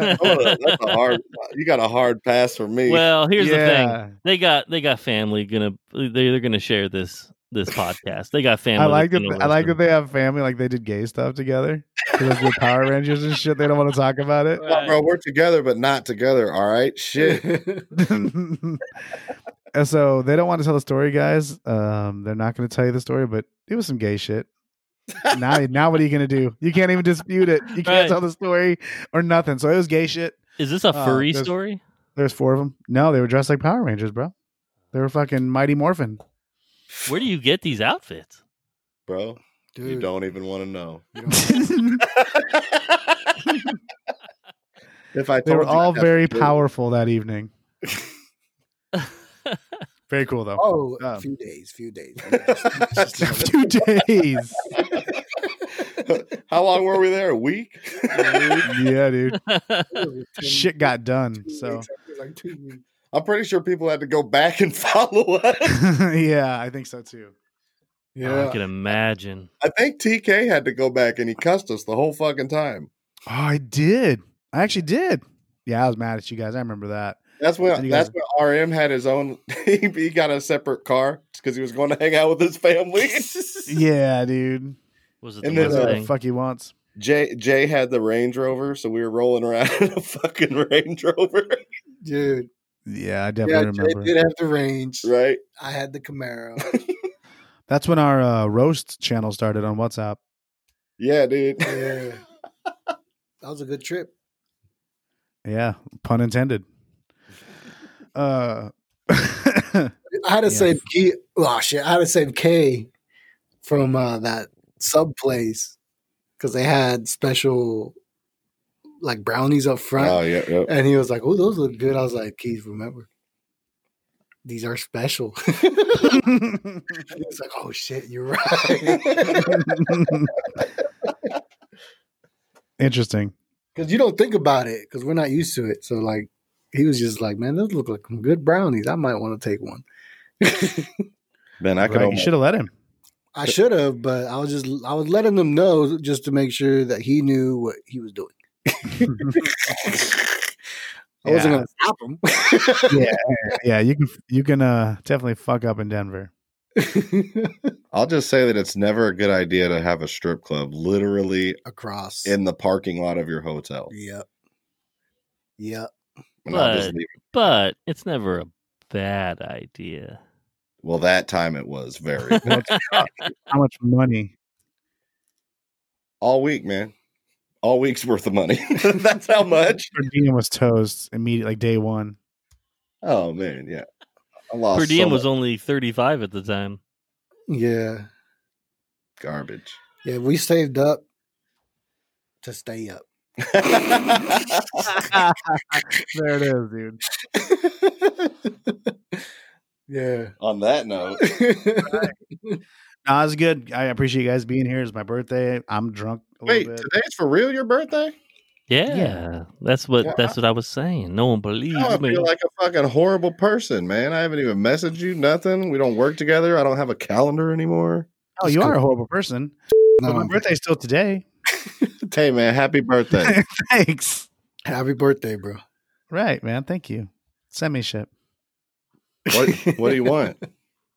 S5: a-
S7: Oh, a hard. You got a hard pass for me.
S4: Well, here's the thing.
S5: yeah.
S4: They got they got family gonna they they're gonna share this this podcast. They got family.
S5: I like
S4: that's
S5: that.
S4: gonna
S5: I like that
S4: listen.
S5: they have family. Like they did gay stuff together. 'Cause that's with Power Rangers and shit. They don't want to talk about it.
S7: Come on,
S4: uh,
S7: bro, we're together, but not together. All right, shit.
S5: and so they don't want to tell the story, guys. Um, they're not going to tell you the story, but it was some gay shit. now, now what are you going to do? You can't even dispute it. You can't
S4: Right.
S5: tell the story or nothing. So it was gay shit.
S4: Is this a
S5: Uh,
S4: furry
S5: there's-
S4: story?
S5: There's four of them. No, they were dressed like Power Rangers, bro. They were fucking Mighty Morphin.
S4: Where do you get these outfits?
S7: bro.
S6: Dude.
S7: You don't even want to know. If I told
S5: They were
S7: you,
S5: all
S7: I'd have
S5: very
S7: to-
S5: powerful that evening.
S4: Oh,
S5: Very cool though.
S6: Oh,
S5: Um.
S6: a few days, few days.
S5: Two days.
S7: How long were we there? A week.
S5: Yeah, dude.
S6: Shit.
S5: Shit got done. So Oh,
S6: Like two weeks.
S7: I'm pretty sure people had to go back and follow up.
S5: yeah, I think so too.
S4: I
S6: Yeah.
S4: can imagine.
S7: I think TK had to go back and he cussed us the whole fucking time.
S5: Oh, I did. I actually did. Yeah, I was mad at you guys. I remember that.
S7: That's
S5: And
S7: when
S5: you
S7: that's
S5: guys-
S7: when RM had his own. He, he got a separate car because he was going to hang out with his family.
S5: Yeah, dude.
S4: Was it the
S7: And then,
S5: Whatever
S4: worst
S7: uh,
S5: the
S4: thing?
S5: fuck he wants.
S7: Jay Jay had the Range Rover, so we were rolling around in a fucking Range Rover,
S6: Dude.
S5: Yeah, I
S6: Yeah,
S5: definitely
S6: Jay
S5: remember.
S6: did have the range.
S7: right?
S6: I had the Camaro.
S5: That's when our uh, roast channel started on WhatsApp.
S7: Yeah, dude.
S6: yeah. That was a good trip.
S5: Yeah, pun intended. Uh,
S6: I had to
S5: Yeah.
S6: save K. Oh shit! I had to save K from uh, that sub place because they had special like brownies up front,
S7: Oh yeah, yeah.
S6: and he was like, "Oh, those look good." I was like, "Keys, remember." These are special. he was like, "Oh shit, you're right."
S5: Interesting.
S6: Because you don't think about it, because we're not used to it. So like, he was just like, "Man, those look like some good brownies. I might want to take one."
S7: Man, I could
S5: Right, you
S7: almost.
S5: should have let him.
S6: I should have, but I was just I was letting them know just to make sure that he knew what he was doing. I wasn't
S5: Yeah.
S6: gonna stop him.
S5: yeah, yeah. You can you can uh definitely fuck up in Denver.
S7: I'll just say that it's never a good idea to have a strip club literally
S6: Across.
S7: in the parking lot of your hotel.
S6: yep. Yep.
S7: And I'll just
S4: But-
S7: leave it.
S4: But it's never a bad idea.
S7: Well, that time it was very
S5: How much money?
S7: all week, man. All week's worth of money. That's how much.
S5: Per diem was toast immediately, like day one.
S7: Oh man, yeah. I lost
S4: Per diem
S7: Oh, so
S4: was
S7: much
S4: only thirty five at the time.
S6: Yeah.
S7: garbage.
S6: Yeah. We saved up to stay up.
S5: There it is, dude.
S6: yeah.
S7: On that note,
S5: No, it's good. I appreciate you guys being here. It's my birthday. I'm drunk. A
S7: wait,
S5: little bit.
S7: today's for real your birthday?
S4: Yeah, that's what
S7: Yeah,
S4: that's what I was saying. No one believes
S7: Now Oh, I
S4: me.
S7: feel like a fucking horrible person, man. I haven't even messaged you, nothing. We don't work together. I don't have a calendar anymore.
S5: Oh, you are a horrible person.
S6: No,
S5: but my
S6: I'm-
S5: birthday's still today.
S7: Hey man, happy birthday.
S5: Thanks.
S6: Happy birthday, bro.
S5: Right, man. Thank you. Send me shit.
S7: what what do you want?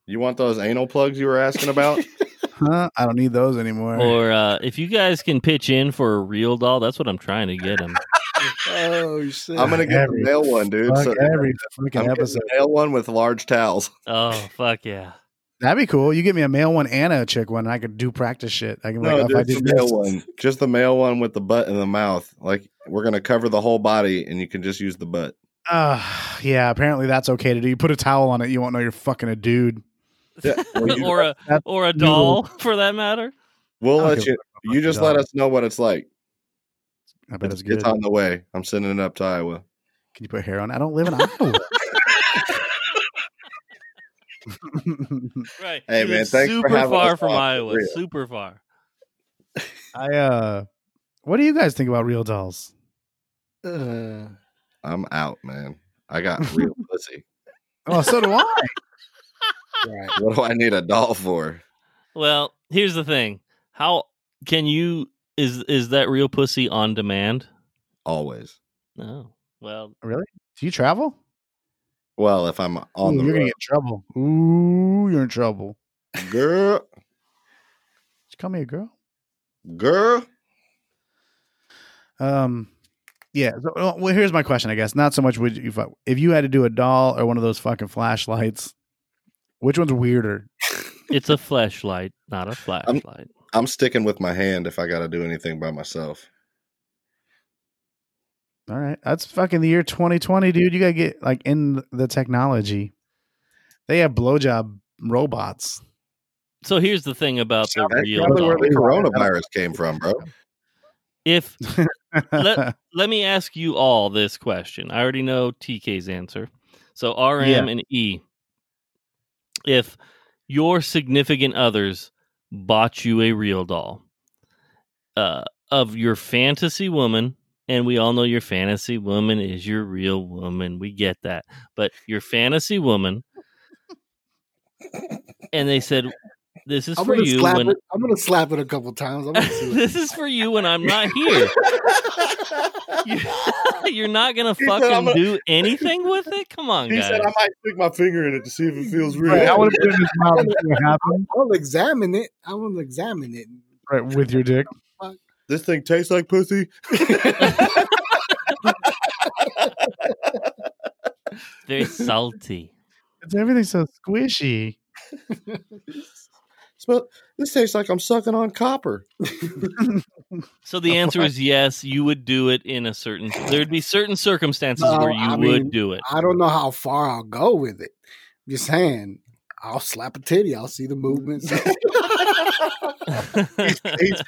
S7: You want those anal plugs you were asking about?
S5: Huh? I don't need those anymore.
S4: Or uh, if you guys can pitch in for a real doll, that's what I'm trying to get him.
S6: Oh shit.
S7: I'm gonna get the
S5: Every
S7: male one, dude.
S5: Fuck
S7: So
S5: every
S7: I'm
S5: fucking
S7: getting
S5: episode.
S7: the male one with large towels.
S4: Oh fuck yeah!
S5: That'd be cool. You give me a male one and a chick one, and I could do practice shit. I can be like, Oh if I
S7: just
S5: did
S7: the male
S5: this,
S7: one. Just the male one with the butt and the mouth. Like we're gonna cover the whole body, and you can just use the butt.
S5: Uh, yeah, apparently that's okay to do. You put a towel on it, you won't know you're fucking a dude.
S7: Yeah, well, you-
S4: or a
S5: That's
S4: or a
S5: noodle.
S4: doll for that matter.
S7: we'll
S5: I don't
S7: let
S5: give
S7: you. You just let us know what it's like.
S5: I bet
S7: It's,
S5: it's good.
S7: it's on the way. I'm sending it up to Iowa.
S5: Can you put hair on? it? I don't live in Iowa.
S4: Right.
S7: Hey,
S4: You
S7: man,
S4: live
S7: thanks for
S4: super
S7: having
S4: far
S7: us
S4: from
S7: on, for
S4: Iowa.
S7: real.
S4: Super far.
S5: I uh, what do you guys think about real dolls?
S6: Uh,
S7: I'm out, man. I got real pussy.
S5: Oh, so do I.
S6: right.
S7: What do I need a doll for?
S4: Well, here's the thing. How can you is is that real pussy on demand?
S7: Always.
S4: No. Well,
S5: Really? Do you travel?
S7: Well, if I'm on
S5: Ooh,
S7: the
S5: you're
S7: road,
S5: gonna get in trouble. Ooh, you're in trouble.
S7: girl,
S5: Did you call me a girl?
S7: girl.
S5: Um, yeah. So, well, well, here's my question. I guess not so much. Would you fuck- if you had to do a doll or one of those fucking flashlights? Which one's weirder?
S4: it's a flashlight, not a flashlight.
S7: I'm sticking with my hand if I got to do anything by myself.
S5: All right, that's fucking the year 2020, dude. You gotta get like in the technology. They have blowjob robots.
S4: So here's the thing about the
S7: That's
S4: real
S7: probably where
S4: doll.
S7: the coronavirus came from, bro.
S4: If let me ask you all this question. I already know TK's answer. So RM
S5: Yeah.
S4: and E. If your significant others bought you a real doll uh, of your fantasy woman, and we all know your fantasy woman is your real woman. We get that. But your fantasy woman, and they said, This is
S6: I'm
S4: for
S6: gonna
S4: you.
S6: slap
S4: when-
S6: it. I'm gonna slap it a couple times. I'm gonna see what-
S4: this is for you when I'm not here. You're, you're not gonna
S2: He said,
S4: fucking
S2: "I'm gonna-"
S4: do anything with it. Come on,
S2: He
S4: guys.
S2: said I might stick my finger in it to see if it feels real.
S5: Right, I want to put in this mouth and see what happens.
S6: I'll examine it. I will examine it.
S5: Right with your dick.
S7: This thing tastes like pussy.
S4: Very salty.
S5: It's everything's so squishy.
S7: Smell- This tastes like I'm sucking on copper.
S4: So the answer is yes. You would do it in a certain. There'd be certain circumstances
S6: No,
S4: where you
S6: I
S4: would
S6: mean,
S4: do it.
S6: I don't know how far I'll go with it. I'm just saying, I'll slap a titty. I'll see the movements.
S7: He's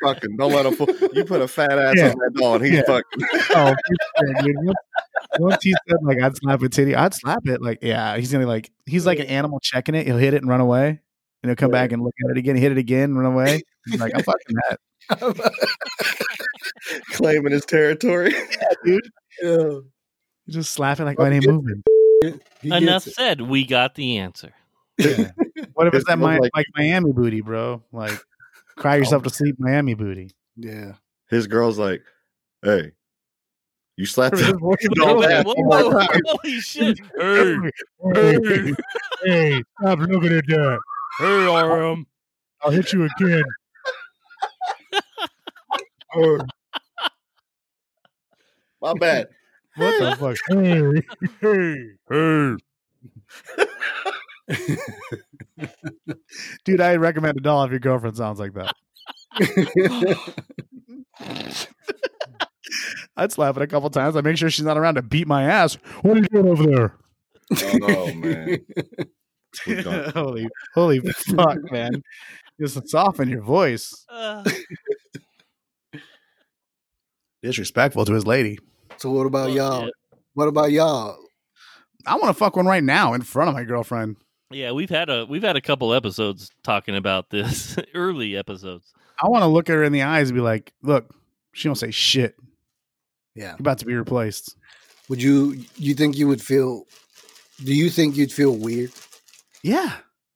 S7: fucking. Don't let him. Fool. You put a fat ass
S5: Yeah.
S7: on that doll, and he's
S5: Yeah.
S7: fucking.
S5: Oh, for sure, dude. Once, once he said like I'd slap a titty, I'd slap it. Like yeah, he's gonna like he's like an animal checking it. He'll hit it and run away, and he'll come back and look at it again, hit it again, run away. He's like I'm fucking that,
S7: claiming his territory.
S5: dude.
S6: Yeah.
S5: You just slap it like my name moving.
S6: He gets
S4: Enough
S6: it.
S4: said. We got the answer.
S5: Yeah. What if it's that
S7: It smells
S5: Mi-
S7: like-
S5: like Oh Miami booty, bro? Like cry yourself to sleep, Miami booty.
S6: Yeah.
S7: His girl's like, "Hey, you slapped
S5: His
S7: that
S5: voice is
S7: Don't
S5: going
S7: laugh
S5: up.
S7: one more
S4: Whoa, holy shit! Hey,
S5: Hey, hey, stop looking at that.
S4: hey, RM.
S5: I'll hit you again.
S7: my bad."
S5: What the fuck? Hey, hey, hey. Dude, I recommend a doll if your girlfriend sounds like that. I'd slap it a couple times. I make sure she's not around to beat my ass. What are you doing over there?
S7: Oh man, We've gone-
S5: holy, holy fuck, man! Just soften your voice.
S4: Uh,
S5: Disrespectful to his lady.
S6: So what about
S4: fuck
S6: y'all?
S4: it.
S6: What about y'all?
S5: I want to fuck one right now in front of my girlfriend.
S4: Yeah, we've had a we've had a couple episodes talking about this. Early episodes.
S5: I want to look her in the eyes and be like, "Look, she don't say shit.
S6: Yeah.
S5: You're about to be replaced."
S6: Would you? You think you would feel? Do you think you'd feel weird
S5: Yeah,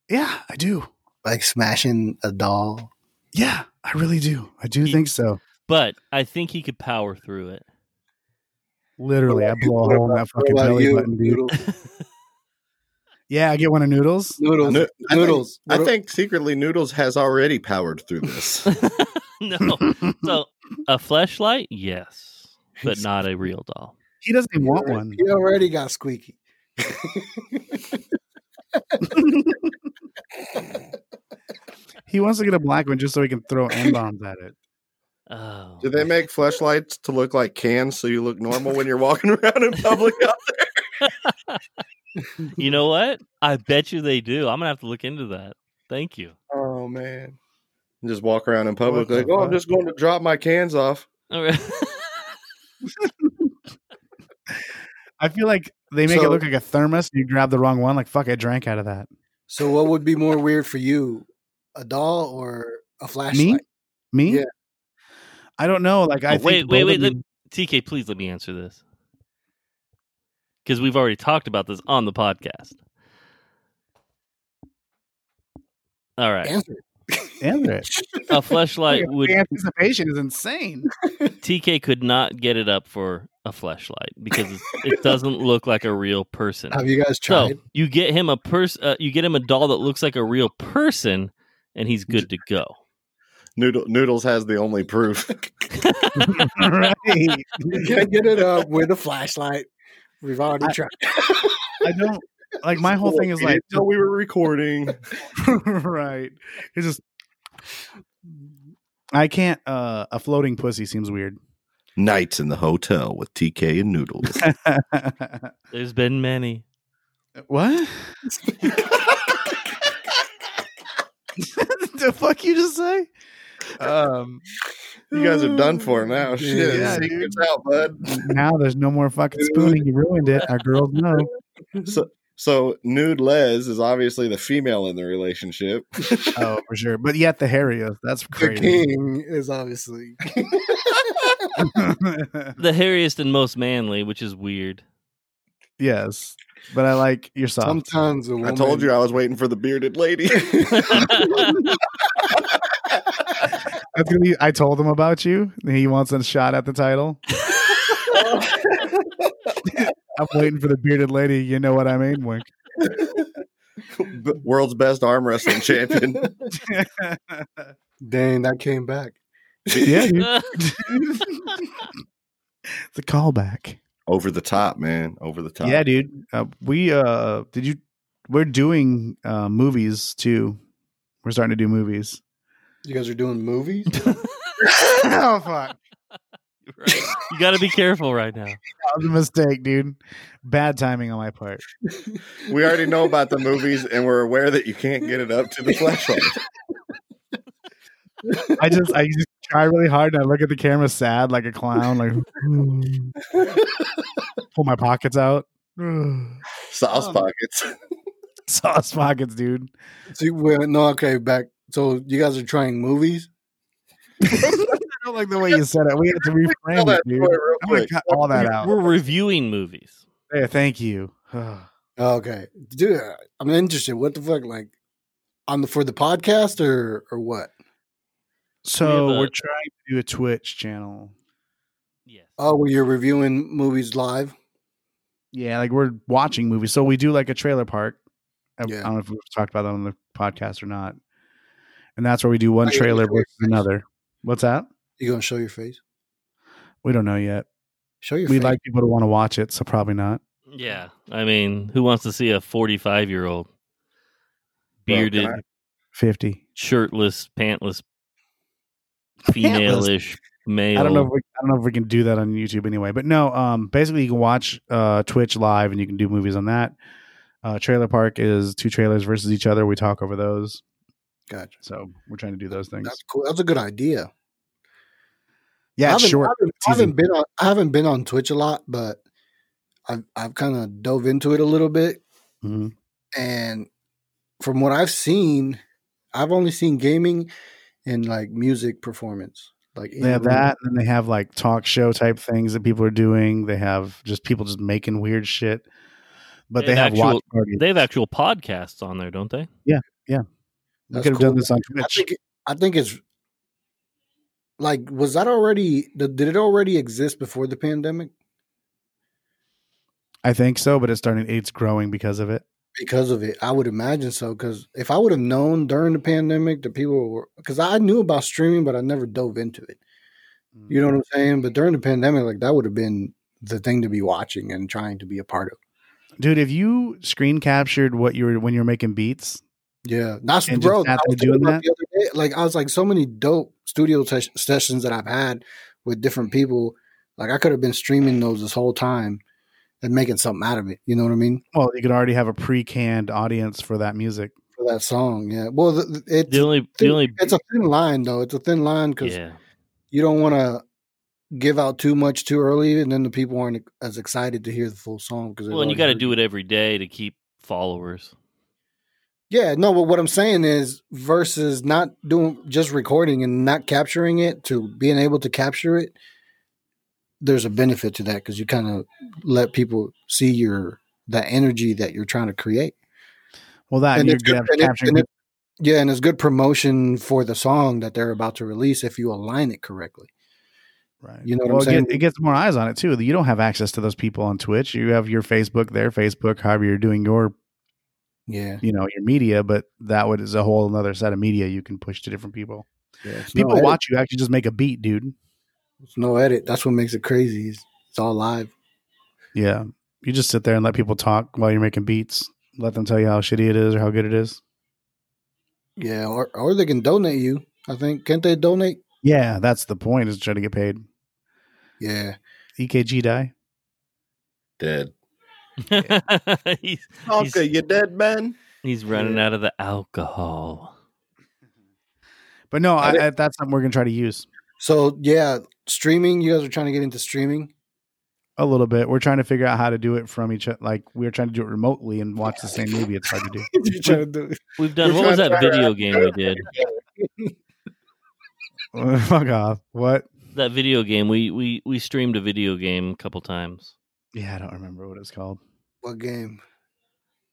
S5: yeah, I do.
S6: like smashing a doll?
S5: Yeah, I really do. I do
S4: He-
S5: think so.
S4: But I think he could power through it.
S5: Literally, I blow a hole in that fucking
S6: What about
S5: belly
S6: you,
S5: button, dude.
S6: Noodles?
S5: Yeah, I get one of noodles.
S6: Noodles.
S7: No- I think-
S6: Noodles.
S7: I
S6: What-
S7: think secretly Noodles has already powered through this.
S4: no. Oh, So a flashlight, yes, but not a real doll.
S5: He doesn't even want
S6: he already-
S5: one.
S6: He already got squeaky.
S5: He wants to get a black one just so he can throw n bombs at it.
S4: Oh,
S7: Do they make flashlights to look like cans so you look normal when you're walking around in public?
S4: you know what? I bet you they do. I'm gonna have to look into that. Thank you.
S7: Oh man. And just walk around in public
S5: What
S7: like,
S5: the
S7: oh, I'm
S5: fuck?
S7: just going to drop my cans off.
S4: All right.
S5: I feel like they make
S6: So-
S5: it look like a thermos. You grab the wrong one. Like fuck, I drank out of that.
S6: So, what would be more weird for you, a doll or a flashlight?
S5: Me, me.
S6: Yeah.
S5: I don't know. Like I
S4: Oh,
S5: think
S4: wait, wait,
S5: both
S4: wait,
S5: of
S4: let-
S5: you-
S4: TK, please let me answer this because we've already talked about this on the podcast. All right,
S6: Answer.
S5: Answer it.
S4: a flashlight
S5: Like,
S4: would
S5: the anticipation is insane.
S4: TK could not get it up for a flashlight because it's- it doesn't look like a real person.
S6: Have you guys
S4: So
S6: tried?
S4: you get him a pers- uh, you get him a doll that looks like a real person, and he's good to go.
S7: Noodle Noodles has the only proof.
S5: right.
S6: You can't get it up with a flashlight. We've already
S5: I-
S6: tried.
S5: I don't like my whole thing is like
S7: until we were recording.
S5: right. It's just I can't uh a floating pussy seems weird.
S7: Nights in the hotel with TK and Noodles.
S4: There's been many.
S5: what? the fuck you just say? Um
S7: you guys are done for now. Shit.
S5: Yeah,
S7: secrets out, bud.
S5: now there's no more fucking spooning. You ruined it. Our girls know.
S7: So nude Les is obviously the female in the relationship.
S5: Oh, for sure. But yet the hairiest. That's
S6: The
S5: crazy.
S6: king is obviously.
S4: The hairiest and most manly, which is weird.
S5: yes. But I like your soft.
S6: Sometimes a
S7: I
S6: woman.
S7: told you I was waiting for the bearded lady.
S5: That's gonna be, I told him about you. He wants a shot at the title. I'm waiting for the bearded lady. You know what I mean, Wink.
S7: World's best arm wrestling champion.
S6: Dang, that came back.
S5: Yeah, dude.
S4: Uh,
S5: it's a callback.
S7: Over the top, man. Over the top.
S5: Yeah, dude. Uh, we uh, did you? We're doing uh, movies too. We're starting to do movies.
S6: You guys are doing movies?
S5: oh fuck!
S4: right. You got to be careful right now.
S5: That was a mistake, dude. Bad timing on my part.
S7: We already know about the movies and we're aware that you can't get it up to the flashlight.
S5: I just I just try really hard and I look at the camera sad like a clown, like pull my pockets out.
S7: Sauce pockets.
S5: Sauce pockets, dude.
S6: See, well, no, okay, back. So you guys are trying movies?
S5: I don't like the way you said it. We had to reframe it, dude. I'm gonna cut all that out.
S4: We're reviewing movies.
S5: Hey, thank you.
S6: Okay, dude, I'm interested. What the fuck, like, on the for the podcast or or what?
S5: so
S4: We have a-
S5: we're trying to do a Twitch channel.
S4: Yes.
S6: Oh, well, you're reviewing movies live.
S5: Yeah, like we're watching movies. So we do like a trailer park. I,
S6: Yeah.
S5: I don't know if we've talked about that on the podcast or not. And that's where we do one
S6: Oh, yeah,
S5: trailer
S6: we do it.
S5: versus another. What's that?
S6: You gonna show your face?
S5: We don't know yet.
S6: Show your
S5: We'd
S6: face.
S5: like people to want to watch it, so probably not.
S4: Yeah. I mean, who wants to see a 45 year old
S6: Oh,
S4: bearded,
S7: I-
S5: 50.
S4: shirtless, pantless, female-ish male?
S5: I don't know if we I don't know if we can do that on YouTube anyway. But no, um basically you can watch uh Twitch live and you can do movies on that. Uh Trailer Park is two trailers versus each other. We talk over those.
S6: Gotcha.
S5: So we're trying to do those things.
S6: That's cool. That's a good idea. I
S5: Yeah, it's
S6: haven't,
S5: short.
S6: I haven't, I
S5: It's easy.
S6: haven't been on. I haven't been on Twitch a lot, but I've I've kind of dove into it a little bit,
S5: Mhm.
S6: and from what I've seen, I've only seen gaming and like music performance. Like
S5: They have
S6: in-
S5: that, and then they have like talk show type things that people are doing. They have just people just making weird shit. But
S4: They
S5: they, have
S4: have
S5: watch
S4: actual-
S5: parties.
S4: They have actual podcasts on there, don't they?
S5: we
S6: That's
S5: could have
S6: cool.
S5: done this on
S6: I
S5: Twitch.
S6: think it- I think it's like was that already the- did it already exist before the pandemic
S5: I think so, but it's starting. It's growing because of it.
S6: because of it? I would imagine so because if I would have known during the pandemic that people were because I knew about streaming but I never dove into it. You
S5: Mm-hmm.
S6: know what I'm saying? But during the pandemic, like that would have been the thing to be watching and trying to be a part of.
S5: dude, if you screen captured what you were when you were making beats,
S6: Yeah, that's
S5: And
S6: bro.
S5: just out
S6: I was
S5: there
S6: thinking
S5: doing
S6: about the other day. Like I was like so many dope studio sesh- sessions that I've had with different people. Like I could have been streaming those this whole time, and making something out of it. You know what I mean?
S5: Well, you could already have a pre-canned audience for that music.
S6: For that song, yeah. Well, th- th- it's
S4: The only, the
S6: thin-
S4: only,
S6: it's a thin line though. It's a thin line because
S4: yeah,
S6: you don't want to give out too much too early, and then the people aren't as excited to hear the full song. Because
S4: well, and you got to do it every day to keep followers.
S6: Yeah, no, but what I'm saying is versus not doing just recording and not capturing it to being able to capture it, there's a benefit to that because you kind of let people see your that energy that you're trying to create.
S5: Well, that
S6: And
S5: you're
S6: it's good-
S5: gonna
S6: and it-
S5: capturing
S6: and it- yeah, and it's good promotion for the song that they're about to release if you align it correctly.
S5: Right.
S6: You know what I'm
S5: well, it
S6: saying?
S5: get- it gets more eyes on it too. You don't have access to those people on Twitch. You have your Facebook, their Facebook, however you're doing your,
S6: Yeah.
S5: you know, your media, but that would is a whole another set of media you can push to different people.
S6: yeah it's
S5: People
S6: no edit,
S5: watch you actually just make a beat, dude.
S6: It's no edit. That's what makes it crazy. It's, it's all live.
S5: Yeah. You just sit there and let people talk while you're making beats. Let them tell you how shitty it is or how good it is.
S6: Yeah, or or they can donate you. I think can't they donate?
S5: Yeah, that's the point is trying to get paid.
S6: Yeah.
S5: EKG die.
S7: Dead.
S4: he's,
S7: Tonka, you dead, man?
S4: he's running out of the alcohol.
S5: But no,
S7: I
S5: I, I, that's something we're going to try to use
S6: So yeah, streaming. You guys are trying to get into streaming.
S5: a little bit. We're trying to figure out how to do it from each other. Like we're trying to do it remotely and watch the same movie. It's hard to do.
S6: You're trying to do it.
S4: We've done.
S6: We're
S4: what was
S6: trying
S4: that
S6: to-
S4: video game we did?
S5: Fuck off. What?
S4: That video game we we we streamed a video game a couple times.
S5: Yeah, I don't remember what it's called.
S6: What game?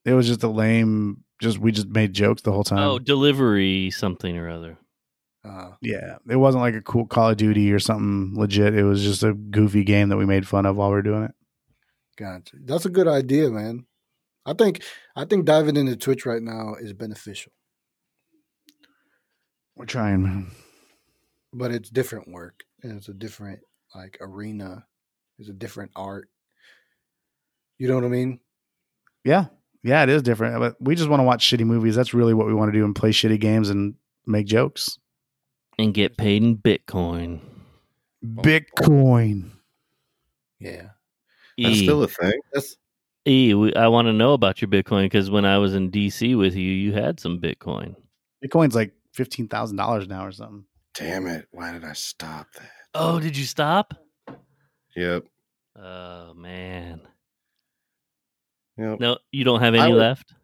S5: It was just a lame. Just we just made jokes the whole time.
S4: oh, delivery something or other.
S6: Uh,
S5: yeah. It wasn't like a cool Call of Duty or something legit. It was just a goofy game that we made fun of while we were doing it.
S6: gotcha. That's a good idea, man. I think I think diving into Twitch right now is beneficial,
S5: We're trying. man.
S6: but it's different work and it's a different like arena. It's a different art. You know what I mean?
S5: Yeah, yeah, it is different. But we just want to watch shitty movies. That's really what we want to do and play shitty games and make jokes.
S4: and get paid in Bitcoin.
S5: Oh. Bitcoin.
S6: Yeah.
S7: That's
S4: E,
S7: still a thing.
S6: That's
S4: E, we- I want to know about your Bitcoin because when I was in DC with you, you had some Bitcoin.
S5: Bitcoin's like fifteen thousand dollars now or something.
S7: Damn it. Why did I stop that?
S4: Oh, did you stop?
S7: Yep.
S4: Oh man,
S7: Yep.
S4: no, you don't have any
S7: I would-
S4: left.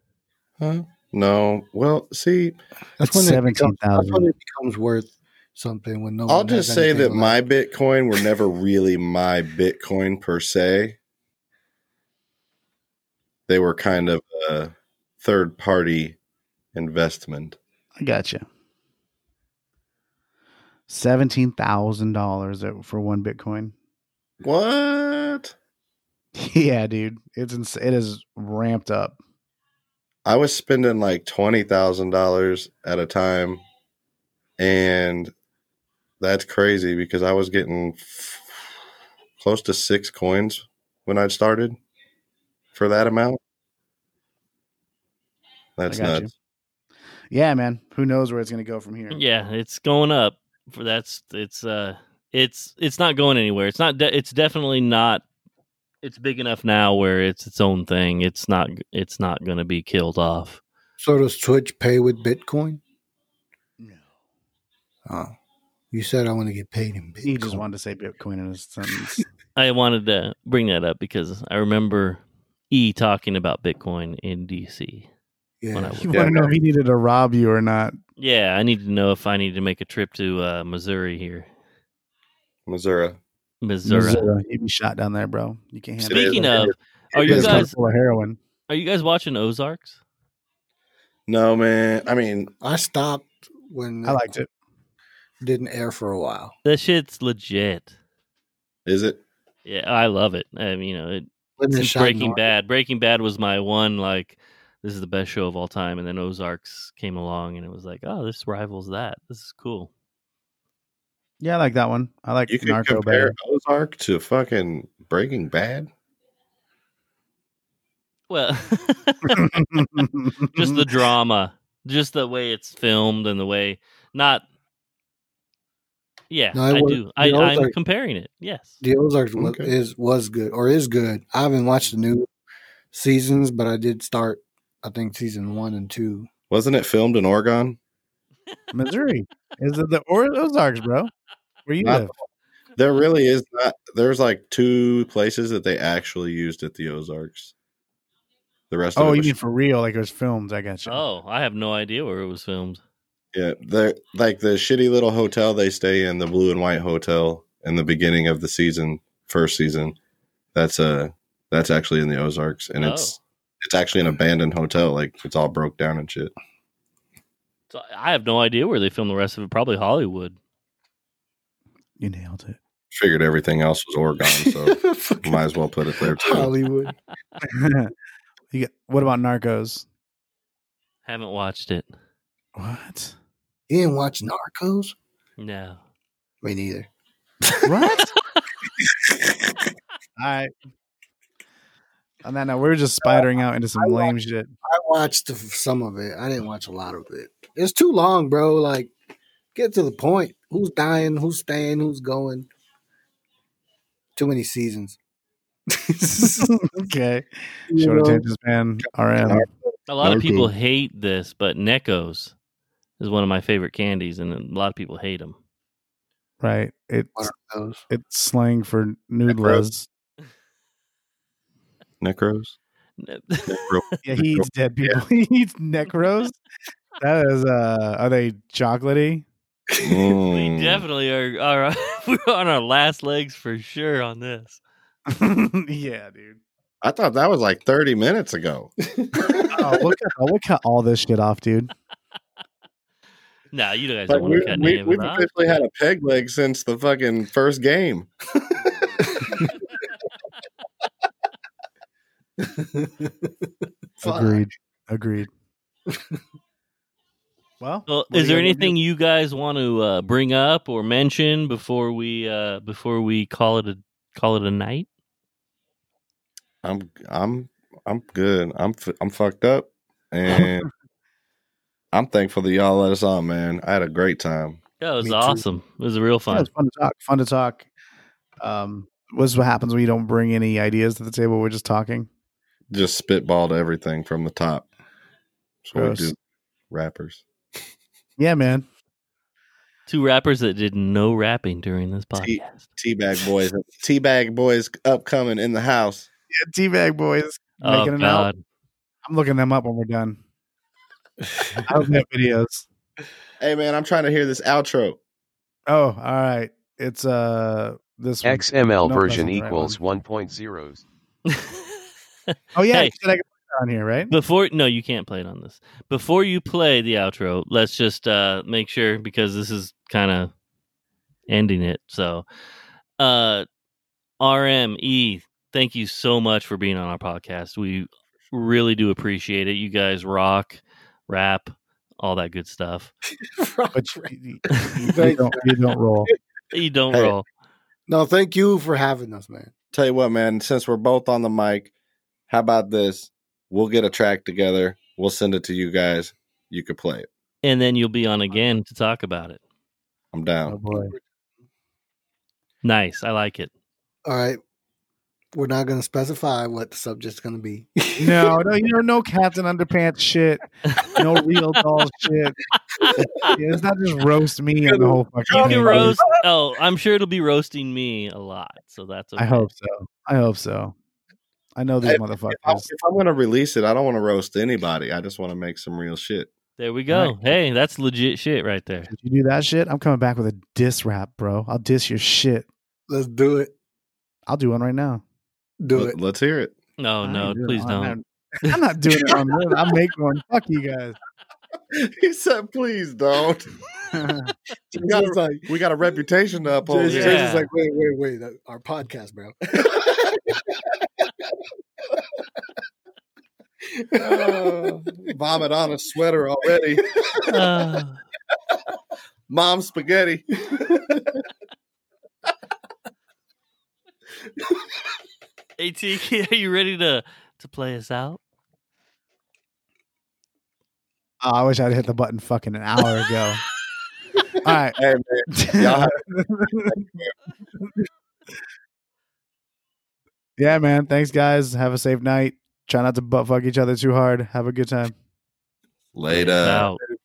S7: Huh? No. Well, see,
S6: that's
S5: It's
S6: when it becomes, that's
S5: 17,000.
S6: when it becomes worth something when no.
S7: I'll
S6: one has
S7: just say that
S6: anything
S7: my
S6: left.
S7: Bitcoin were never really my Bitcoin per se. They were kind of a third party investment.
S5: I gotcha. Seventeen thousand dollars for one Bitcoin.
S7: What?
S5: Yeah, dude, it's ins- it is ramped up.
S7: I was spending like $20,000 at a time. And that's crazy because I was getting f- close to six coins when I started for that amount. That's
S5: got you.
S7: nuts.
S5: Yeah, man. Who knows where it's gonna go from here?
S4: Yeah, it's going up. For that's it's uh it's it's not going anywhere. It's not. De- it's definitely not. It's big enough now where it's its own thing. It's not. It's not going to be killed off.
S6: so does Twitch pay with Bitcoin?
S5: No.
S6: Oh, you said I want to get paid in Bitcoin.
S5: He just wanted to say Bitcoin in a sentence.
S4: I wanted to bring that up because I remember E talking about Bitcoin in DC. when I
S6: yeah.
S4: was-
S5: you want to know if he needed to rob you or not?
S4: Yeah, I need to know if I need to make a trip to uh, Missouri here.
S7: Missouri.
S4: Missouri.
S5: He'd be shot down there, bro. You can't handle
S4: Speaking
S5: it.
S4: of, are you
S5: It's kind of
S4: guys
S5: full of heroin?
S4: are you guys watching Ozarks?
S7: No, man. I mean,
S6: I stopped when
S5: I liked it.
S6: didn't air for a while.
S4: That shit's legit.
S7: is it?
S4: Yeah, I love it. I mean, you know, it,
S6: When
S4: since
S6: it's shot
S4: Breaking
S6: north.
S4: Bad. Breaking Bad was my one like this is the best show of all time, and then Ozarks came along, and it was like, oh, this rivals that. This is cool.
S5: Yeah, I like that one. I like
S7: You can
S5: Narco
S7: compare
S5: better.
S7: Ozark to fucking Breaking Bad.
S4: Well,
S6: Mm-hmm.
S4: just the drama, just the way it's filmed and the way not Yeah,
S6: No, it
S4: I
S6: was-
S4: do. I,
S6: the
S4: I'm
S6: Ozark-
S4: comparing it. Yes.
S6: The Ozarks wa-
S7: Okay.
S6: is was good or is good. I haven't watched the new seasons, but I did start. I think season one and two.
S7: Wasn't it filmed in Oregon?
S5: Missouri is it the or- Ozarks, bro? Where you
S7: Not
S5: live?
S7: There really is not. There's like two places that they actually used at the Ozarks. The rest
S5: Oh,
S7: of it
S5: you
S7: was
S5: mean for real? Like it was filmed? I got you.
S4: Oh, I have no idea where it was filmed.
S7: Yeah, they're like the shitty little hotel they stay in, the blue and white hotel in the beginning of the season, first season. That's uh that's actually in the Ozarks
S5: Oh.
S7: and it's it's actually an abandoned hotel, like it's all broke down and shit.
S4: So I have no idea where they filmed the rest of it. Probably Hollywood.
S5: you nailed it.
S7: Figured everything else was Oregon, so
S6: Fucking
S7: might as well put it there too.
S6: Hollywood.
S5: you got, what about Narcos?
S4: Haven't watched it.
S5: What?
S6: You didn't watch Narcos?
S4: No.
S6: Me neither.
S5: What? I. On that note, we were just spidering out into some
S6: I
S5: lame shit.
S6: I watched some of it. I didn't watch a lot of it. It's too long, bro. Like, get to the point. Who's dying? Who's staying? Who's going? Too many seasons.
S5: okay.
S6: You
S5: Short
S6: know?
S5: attention span. RM.
S4: A lot of
S7: Narco.
S4: people hate this, but Necos is one of my favorite candies, and a lot of people hate them.
S5: Right.
S6: What
S5: It's
S6: are those?
S5: it's slang for noodlas.
S7: Necros? Necro.
S5: Yeah, he eats dead people. he eats necros. That is uh are they chocolatey?
S4: We
S7: Mm.
S4: definitely are, are uh, we're on our last legs for sure on this.
S5: yeah, dude.
S7: I thought that was like thirty minutes ago.
S5: Oh, we'll, cut, we'll cut all this shit off, dude.
S4: Nah, you guys
S7: Like
S4: don't want
S7: we,
S4: to cut any
S7: we,
S4: of
S7: we've
S4: it off.
S7: officially had a peg leg since the fucking first game.
S6: Fuck.
S5: Agreed. Agreed. well,
S4: Well,
S5: what
S4: is
S5: do you guys
S4: there
S5: wanna
S4: anything you guys want to uh, bring up or mention before we uh, before we call it a call it a night?
S7: I'm I'm I'm good. I'm f- I'm fucked up, and I'm thankful that y'all let us on, man. I had a great time.
S4: That was
S6: Me too.
S4: awesome. It was real
S5: do? Yeah,
S4: fun.
S5: it's fun to talk. Fun to talk. Um what's what happens when you don't bring any ideas to the table, we're just talking.
S7: Just spitballed everything from the top. So we
S5: Gross.
S7: do rappers.
S5: Yeah, man.
S4: Two rappers that did no rapping during this
S7: T-
S4: podcast.
S7: Teabag boys. Teabag boys upcoming in the house.
S5: Yeah, teabag boys.
S4: Oh
S5: Making it out.
S4: God!
S5: I'm looking them up when we're done. I hope they have videos.
S7: Hey man, I'm trying to hear this outro.
S5: Oh, all right. It's uh this one.
S10: XML
S5: No,
S10: version
S5: that's not the right
S10: equals 1.0.
S5: Oh yeah,
S4: Hey.
S5: you said I could put it on here, right?
S4: Before no, you can't play it on this. Before you play the outro, let's just uh, make sure because this is kind of ending it. So, uh, RME, thank you so much for being on our podcast. We really do appreciate it. You guys rock, rap, all that good stuff.
S5: But you, you- you
S6: Thank
S5: don't, you don't roll.
S4: You don't
S7: Hey.
S4: roll.
S6: No, thank you for having us, man.
S7: Tell you what, man. Since we're both on the mic, how about this? We'll get a track together. We'll send it to you guys. You could play it.
S4: And then you'll be on again to talk about it.
S7: I'm
S5: Oh
S7: down.
S5: boy.
S4: Nice. I like it.
S6: All right. We're not going to specify what the subject's going to be.
S5: No, no, you know, no cats and underpants shit. No real doll shit. Yeah, it's not just roast me and the whole fucking thing,
S4: You can
S5: dude.
S4: roast. Oh, I'm sure it'll be roasting me a lot. So that's. Okay.
S5: I hope so. I hope so. I know these
S7: Hey, If, I,
S5: motherfuckers.
S7: if I'm gonna release it, I don't want to roast anybody. I just want to make some real shit.
S4: There we go.
S5: Right.
S4: Hey, that's legit shit right there.
S5: If you do that shit, I'm coming back with a diss rap, bro. I'll diss your shit.
S6: Let's do it.
S5: I'll do one right now.
S6: Do
S7: Let-
S6: it.
S7: Let's hear it.
S5: I
S4: No, Oh, no,
S5: ain't doing it
S4: please
S5: on
S4: don't.
S5: that. I'm not doing it on this. I'll make one. Fuck you guys.
S7: He said, "Please don't." We got,
S6: Jason's
S7: a,
S6: like,
S7: we got a reputation to uphold.
S6: Jason's
S7: here.
S4: Yeah.
S6: Jason's like, wait, wait, wait. that- Our podcast, bro. "Oh."
S7: Uh, vomit on a sweater already.
S4: Uh,
S7: Mom spaghetti.
S4: ATK, are you ready to to play us out?
S5: Oh, I wish I'd hit the button fucking an hour ago. All right.
S7: Hey, man, y'all have-
S5: yeah, man. Thanks, guys. Have a safe night. Try not to butt fuck each other too hard. Have a good time.
S7: later.
S4: Out.